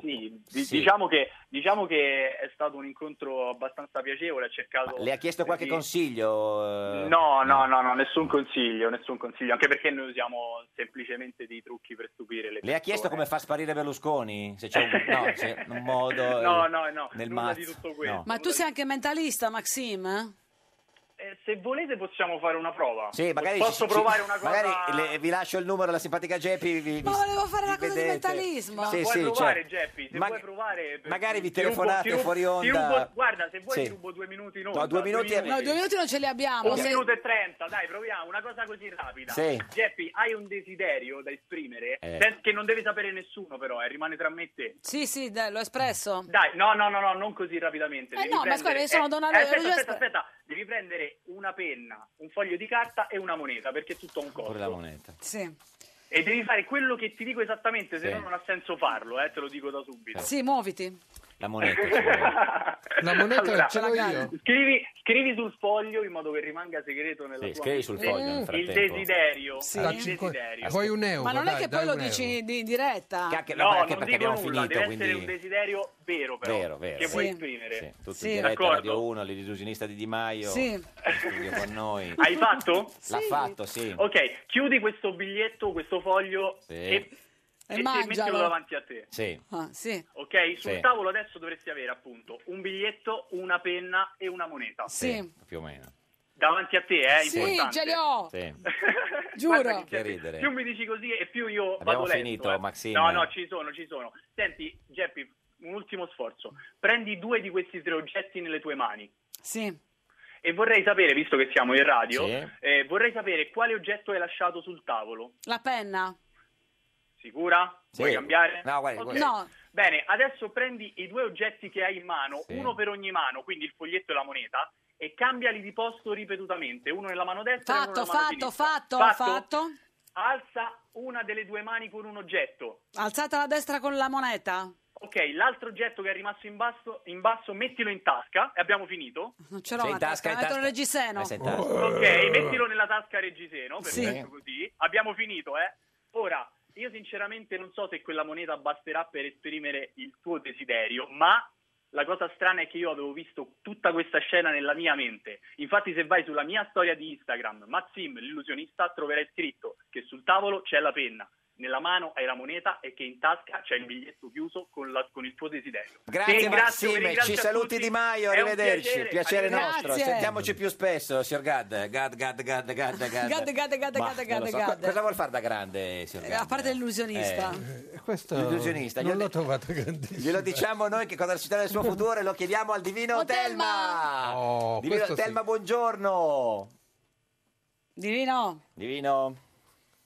[SPEAKER 13] sì, di-
[SPEAKER 2] sì.
[SPEAKER 13] Diciamo, che, diciamo che è stato un incontro abbastanza piacevole, ha cercato...
[SPEAKER 2] Le ha chiesto qualche
[SPEAKER 13] di-
[SPEAKER 2] consiglio? eh?
[SPEAKER 13] No, no, no, no, nessun consiglio, nessun consiglio, anche perché noi usiamo semplicemente dei trucchi per stupire le
[SPEAKER 2] Le ha chiesto come fa sparire Berlusconi? Se c'è
[SPEAKER 13] *laughs*
[SPEAKER 2] un, no, se- un modo eh,
[SPEAKER 13] No, no, no,
[SPEAKER 2] nel
[SPEAKER 13] nulla di
[SPEAKER 2] mazzo.
[SPEAKER 13] tutto questo.
[SPEAKER 2] No.
[SPEAKER 1] Ma tu sei anche mentalista, Maxim?
[SPEAKER 13] Eh, se volete possiamo fare una prova.
[SPEAKER 2] Sì, magari
[SPEAKER 13] Posso
[SPEAKER 2] ci- ci-
[SPEAKER 13] provare una cosa...
[SPEAKER 2] Magari le- vi lascio il numero della simpatica Geppi. Vi,
[SPEAKER 1] Ma volevo fare la cosa di
[SPEAKER 2] mentalismo.
[SPEAKER 13] Ma
[SPEAKER 2] Sì,
[SPEAKER 13] puoi
[SPEAKER 2] sì,
[SPEAKER 13] provare,
[SPEAKER 2] certo.
[SPEAKER 13] Geppi, se
[SPEAKER 2] Ma-
[SPEAKER 13] vuoi provare... per-
[SPEAKER 2] magari vi
[SPEAKER 13] ti rubo-
[SPEAKER 2] telefonate
[SPEAKER 13] ti rubo-
[SPEAKER 2] fuori
[SPEAKER 13] ti
[SPEAKER 2] onda.
[SPEAKER 13] rubo- guarda, se vuoi
[SPEAKER 2] Sì.
[SPEAKER 13] ti rubo due minuti in
[SPEAKER 2] No,
[SPEAKER 13] onda.
[SPEAKER 2] due minuti è-
[SPEAKER 1] No, due minuti non ce li abbiamo.
[SPEAKER 13] Un
[SPEAKER 1] se-
[SPEAKER 13] minuto e trenta, dai, proviamo, una cosa così rapida.
[SPEAKER 2] Sì.
[SPEAKER 13] Geppi, hai un desiderio da esprimere?
[SPEAKER 2] Eh.
[SPEAKER 13] Sen- Che non deve sapere nessuno però, eh, rimane tra me e te.
[SPEAKER 1] Sì, sì, dai, l'ho espresso.
[SPEAKER 13] Dai, no, no, no, no, non così rapidamente.
[SPEAKER 1] Eh
[SPEAKER 13] devi
[SPEAKER 1] no, ma
[SPEAKER 13] prendere-
[SPEAKER 1] scusa, io sono
[SPEAKER 13] eh,
[SPEAKER 1] Donna
[SPEAKER 13] eh,
[SPEAKER 1] Lore-
[SPEAKER 13] aspetta,
[SPEAKER 1] Lore-
[SPEAKER 13] aspetta, aspetta, devi prendere una penna, un foglio di carta e una moneta, perché è tutto ha un
[SPEAKER 2] Pure la
[SPEAKER 13] costo.
[SPEAKER 2] moneta.
[SPEAKER 1] Sì.
[SPEAKER 13] E devi fare quello che ti dico esattamente, se
[SPEAKER 2] Sì.
[SPEAKER 13] no non ha senso farlo, eh, te lo dico da subito.
[SPEAKER 1] Sì, muoviti.
[SPEAKER 2] La moneta.
[SPEAKER 9] La moneta ce l'ho io.
[SPEAKER 13] Scrivi, scrivi sul foglio in modo che rimanga segreto nella
[SPEAKER 2] Sì,
[SPEAKER 13] tua
[SPEAKER 2] scrivi sul
[SPEAKER 13] mente.
[SPEAKER 2] foglio nel
[SPEAKER 13] Il
[SPEAKER 2] frattempo.
[SPEAKER 13] desiderio,
[SPEAKER 1] Mm. Sì.
[SPEAKER 13] il
[SPEAKER 1] Da cinque-
[SPEAKER 13] desiderio.
[SPEAKER 9] Vuoi un euro?
[SPEAKER 1] Ma non è
[SPEAKER 9] Dai,
[SPEAKER 1] che
[SPEAKER 9] dai
[SPEAKER 1] poi lo
[SPEAKER 9] un euro.
[SPEAKER 1] dici di- in diretta.
[SPEAKER 2] Che anche-
[SPEAKER 13] No,
[SPEAKER 2] anche
[SPEAKER 13] non
[SPEAKER 2] perché
[SPEAKER 13] dico
[SPEAKER 2] abbiamo
[SPEAKER 13] nulla,
[SPEAKER 2] finito,
[SPEAKER 13] deve essere un
[SPEAKER 2] quindi...
[SPEAKER 13] desiderio vero però,
[SPEAKER 2] Vero, vero.
[SPEAKER 13] che
[SPEAKER 2] Sì.
[SPEAKER 13] puoi esprimere.
[SPEAKER 2] Sì, tutti
[SPEAKER 13] Sì.
[SPEAKER 2] in diretta,
[SPEAKER 13] D'accordo.
[SPEAKER 2] Radio 1, l'illusionista di Di Maio.
[SPEAKER 13] Sì.
[SPEAKER 2] in studio
[SPEAKER 1] *laughs*
[SPEAKER 2] con noi.
[SPEAKER 13] *laughs* Hai fatto?
[SPEAKER 2] L'ha fatto, sì.
[SPEAKER 13] Ok, chiudi questo biglietto, questo foglio
[SPEAKER 2] Sì.
[SPEAKER 13] e, e, te-
[SPEAKER 1] mangialo.
[SPEAKER 13] mettilo davanti a te.
[SPEAKER 2] Sì.
[SPEAKER 1] Ah, sì.
[SPEAKER 13] Ok, sul
[SPEAKER 2] Sì.
[SPEAKER 13] tavolo adesso dovresti avere appunto un biglietto, una penna e una moneta. *laughs*
[SPEAKER 1] Sì.
[SPEAKER 2] Più o meno.
[SPEAKER 13] Davanti a te, eh, è
[SPEAKER 1] Sì,
[SPEAKER 13] importante.
[SPEAKER 1] ce li ho.
[SPEAKER 2] Sì.
[SPEAKER 1] Giuro.
[SPEAKER 2] Che ridere.
[SPEAKER 13] Più mi dici così e più io
[SPEAKER 2] Abbiamo
[SPEAKER 13] vado lento,
[SPEAKER 2] finito,
[SPEAKER 13] eh.
[SPEAKER 2] Maxine?
[SPEAKER 13] No, no, ci sono, ci sono. Senti, Geppi, un ultimo sforzo. Prendi due di questi tre oggetti nelle tue mani.
[SPEAKER 1] Sì.
[SPEAKER 13] E vorrei sapere, visto che siamo in radio,
[SPEAKER 2] Sì.
[SPEAKER 13] eh, vorrei sapere quale oggetto hai lasciato sul tavolo.
[SPEAKER 1] La penna.
[SPEAKER 13] Sicura?
[SPEAKER 2] Sì.
[SPEAKER 13] Vuoi cambiare?
[SPEAKER 2] No, guarda,
[SPEAKER 13] Ok.
[SPEAKER 2] guarda.
[SPEAKER 1] No.
[SPEAKER 13] Bene, adesso prendi i due oggetti che hai in mano,
[SPEAKER 2] Sì.
[SPEAKER 13] uno per ogni mano, quindi il foglietto e la moneta, e cambiali di posto ripetutamente, uno nella mano destra e uno
[SPEAKER 1] Fatto,
[SPEAKER 13] nella mano
[SPEAKER 1] fatto,
[SPEAKER 13] sinistra.
[SPEAKER 1] fatto,
[SPEAKER 13] fatto,
[SPEAKER 1] fatto,
[SPEAKER 13] Alza una delle due mani con un oggetto.
[SPEAKER 1] Alzata la destra con la moneta.
[SPEAKER 13] Ok, l'altro oggetto che è rimasto in basso, in basso mettilo in tasca e abbiamo finito.
[SPEAKER 1] Non ce l'ho ma metto il reggiseno.
[SPEAKER 2] Eh, sei in tasca.
[SPEAKER 13] Ok, mettilo nella tasca reggiseno, per
[SPEAKER 1] Sì.
[SPEAKER 13] esempio, così. Abbiamo finito, eh. Ora, io sinceramente non so se quella moneta basterà per esprimere il tuo desiderio, ma la cosa strana è che io avevo visto tutta questa scena nella mia mente. Infatti, se vai sulla mia storia di Instagram, Maxim, l'illusionista, troverai scritto che sul tavolo c'è la penna. Nella mano hai la moneta e che in tasca c'è il biglietto chiuso con, la- con il tuo desiderio. Ti
[SPEAKER 2] Grazie
[SPEAKER 13] ringrazio, vi
[SPEAKER 2] Massime,
[SPEAKER 13] ringrazio
[SPEAKER 2] ci
[SPEAKER 13] a
[SPEAKER 2] saluti
[SPEAKER 13] tutti.
[SPEAKER 2] Di Maio,
[SPEAKER 13] È un
[SPEAKER 2] arrivederci,
[SPEAKER 13] piacere,
[SPEAKER 2] piacere, nostro,
[SPEAKER 1] arrivederci.
[SPEAKER 2] sentiamoci più spesso, signor Gad, Gad, Gad, Gad, Gad, Gad,
[SPEAKER 1] Gad, Gad, Gad,
[SPEAKER 2] Ma,
[SPEAKER 1] Gad,
[SPEAKER 2] non lo so,
[SPEAKER 1] Gad.
[SPEAKER 2] co- Cosa vuol fare da grande, signor
[SPEAKER 1] Eh,
[SPEAKER 2] Gad?
[SPEAKER 1] a parte l'illusionista.
[SPEAKER 9] Eh, Questo
[SPEAKER 2] L'illusionista,
[SPEAKER 9] non
[SPEAKER 2] glielo-
[SPEAKER 9] l'ho trovata *laughs* grandissima.
[SPEAKER 2] Glielo diciamo noi che cosa ci dà nel suo futuro e lo chiediamo al divino Telma.
[SPEAKER 9] Oh,
[SPEAKER 2] divino
[SPEAKER 9] questo sì.
[SPEAKER 2] "Ah, Telma, buongiorno.
[SPEAKER 1] Divino.
[SPEAKER 2] Divino?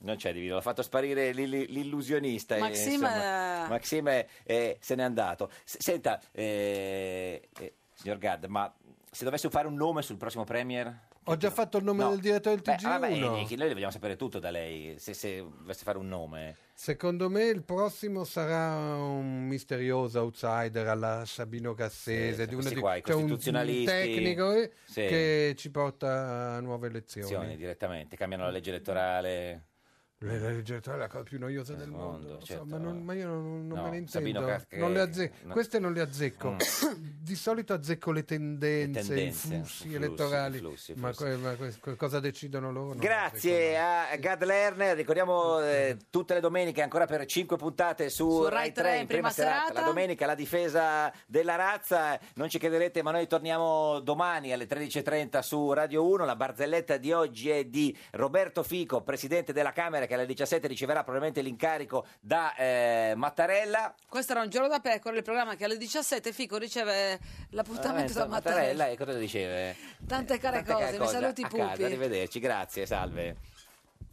[SPEAKER 2] Non c'è divino, l'ha fatto sparire l'i- l'i- l'illusionista. eh,
[SPEAKER 1] Maxime-
[SPEAKER 2] insomma. Maxime eh, se n'è andato. S- senta, eh, eh, signor Gad, ma se dovessimo fare un nome sul prossimo premier?
[SPEAKER 9] Ho già fatto il nome
[SPEAKER 2] No.
[SPEAKER 9] del direttore del
[SPEAKER 2] Beh, vabbè, eh,
[SPEAKER 9] TG1.
[SPEAKER 2] Nichi, noi vogliamo sapere tutto da lei, se, se dovesse fare un nome.
[SPEAKER 9] Secondo me il prossimo sarà un misterioso outsider alla Sabino Cassese,
[SPEAKER 2] Sì,
[SPEAKER 9] di uno
[SPEAKER 2] questi
[SPEAKER 9] di-
[SPEAKER 2] qua, i
[SPEAKER 9] cioè un- un
[SPEAKER 2] costituzionalisti.
[SPEAKER 9] tecnico eh,
[SPEAKER 2] Sì.
[SPEAKER 9] che ci porta a nuove
[SPEAKER 2] Azioni
[SPEAKER 9] elezioni.
[SPEAKER 2] direttamente, cambiano la legge elettorale.
[SPEAKER 9] La la legge elettorale è la cosa più noiosa del mondo,
[SPEAKER 2] mondo,
[SPEAKER 9] lo so,
[SPEAKER 2] certo.
[SPEAKER 9] ma, non- ma io non, non
[SPEAKER 2] No,
[SPEAKER 9] me ne
[SPEAKER 2] Sabino
[SPEAKER 9] intendo.
[SPEAKER 2] Cas-
[SPEAKER 9] Non le azze-
[SPEAKER 2] no. Mm.
[SPEAKER 9] Queste non le azzecco. *coughs* di solito azzecco le tendenze, i
[SPEAKER 2] tendenze, i
[SPEAKER 9] flussi
[SPEAKER 2] flussi,
[SPEAKER 9] elettorali,
[SPEAKER 2] i flussi, i
[SPEAKER 9] ma,
[SPEAKER 2] flussi.
[SPEAKER 9] que- ma que- que- cosa decidono loro? non lo
[SPEAKER 2] Grazie a Gad Lerner, ricordiamo eh, tutte le domeniche ancora per 5 puntate su,
[SPEAKER 1] Su Rai
[SPEAKER 2] Rai 3
[SPEAKER 1] 3
[SPEAKER 2] in prima serata.
[SPEAKER 1] serata.
[SPEAKER 2] la domenica la difesa della razza, non ci crederete ma noi torniamo domani alle 13.30 su Radio 1, la barzelletta di oggi è di Roberto Fico, presidente della Camera che alle 17 riceverà probabilmente l'incarico da eh, Mattarella.
[SPEAKER 1] Questo era un giorno da pecora, il programma che alle 17 Fico riceve l'appuntamento da
[SPEAKER 2] Lorenzo
[SPEAKER 1] Mattarella.
[SPEAKER 2] e eh, cosa diceva?
[SPEAKER 1] Tante care cose, mi saluti
[SPEAKER 2] a
[SPEAKER 1] Pupi.
[SPEAKER 2] casa, arrivederci, grazie, salve.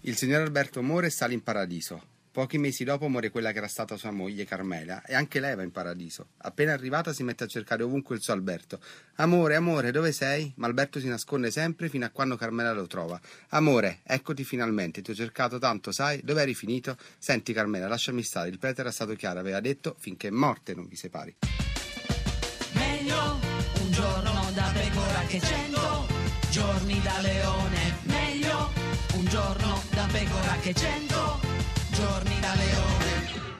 [SPEAKER 14] Il signor Alberto More sale in paradiso. Pochi mesi dopo muore quella che era stata sua moglie Carmela e anche lei va in paradiso. Appena arrivata si mette a cercare ovunque il suo Alberto. Amore, amore, dove sei? Ma Alberto si nasconde sempre fino a quando Carmela lo trova. Amore, eccoti finalmente, ti ho cercato tanto, sai? Dove eri finito? Senti Carmela, lasciami stare, il prete era stato chiaro, aveva detto finché morte non vi separi.
[SPEAKER 15] Meglio un giorno da pecora che cento giorni da leone. Meglio un giorno da pecora che cento giorni da leone.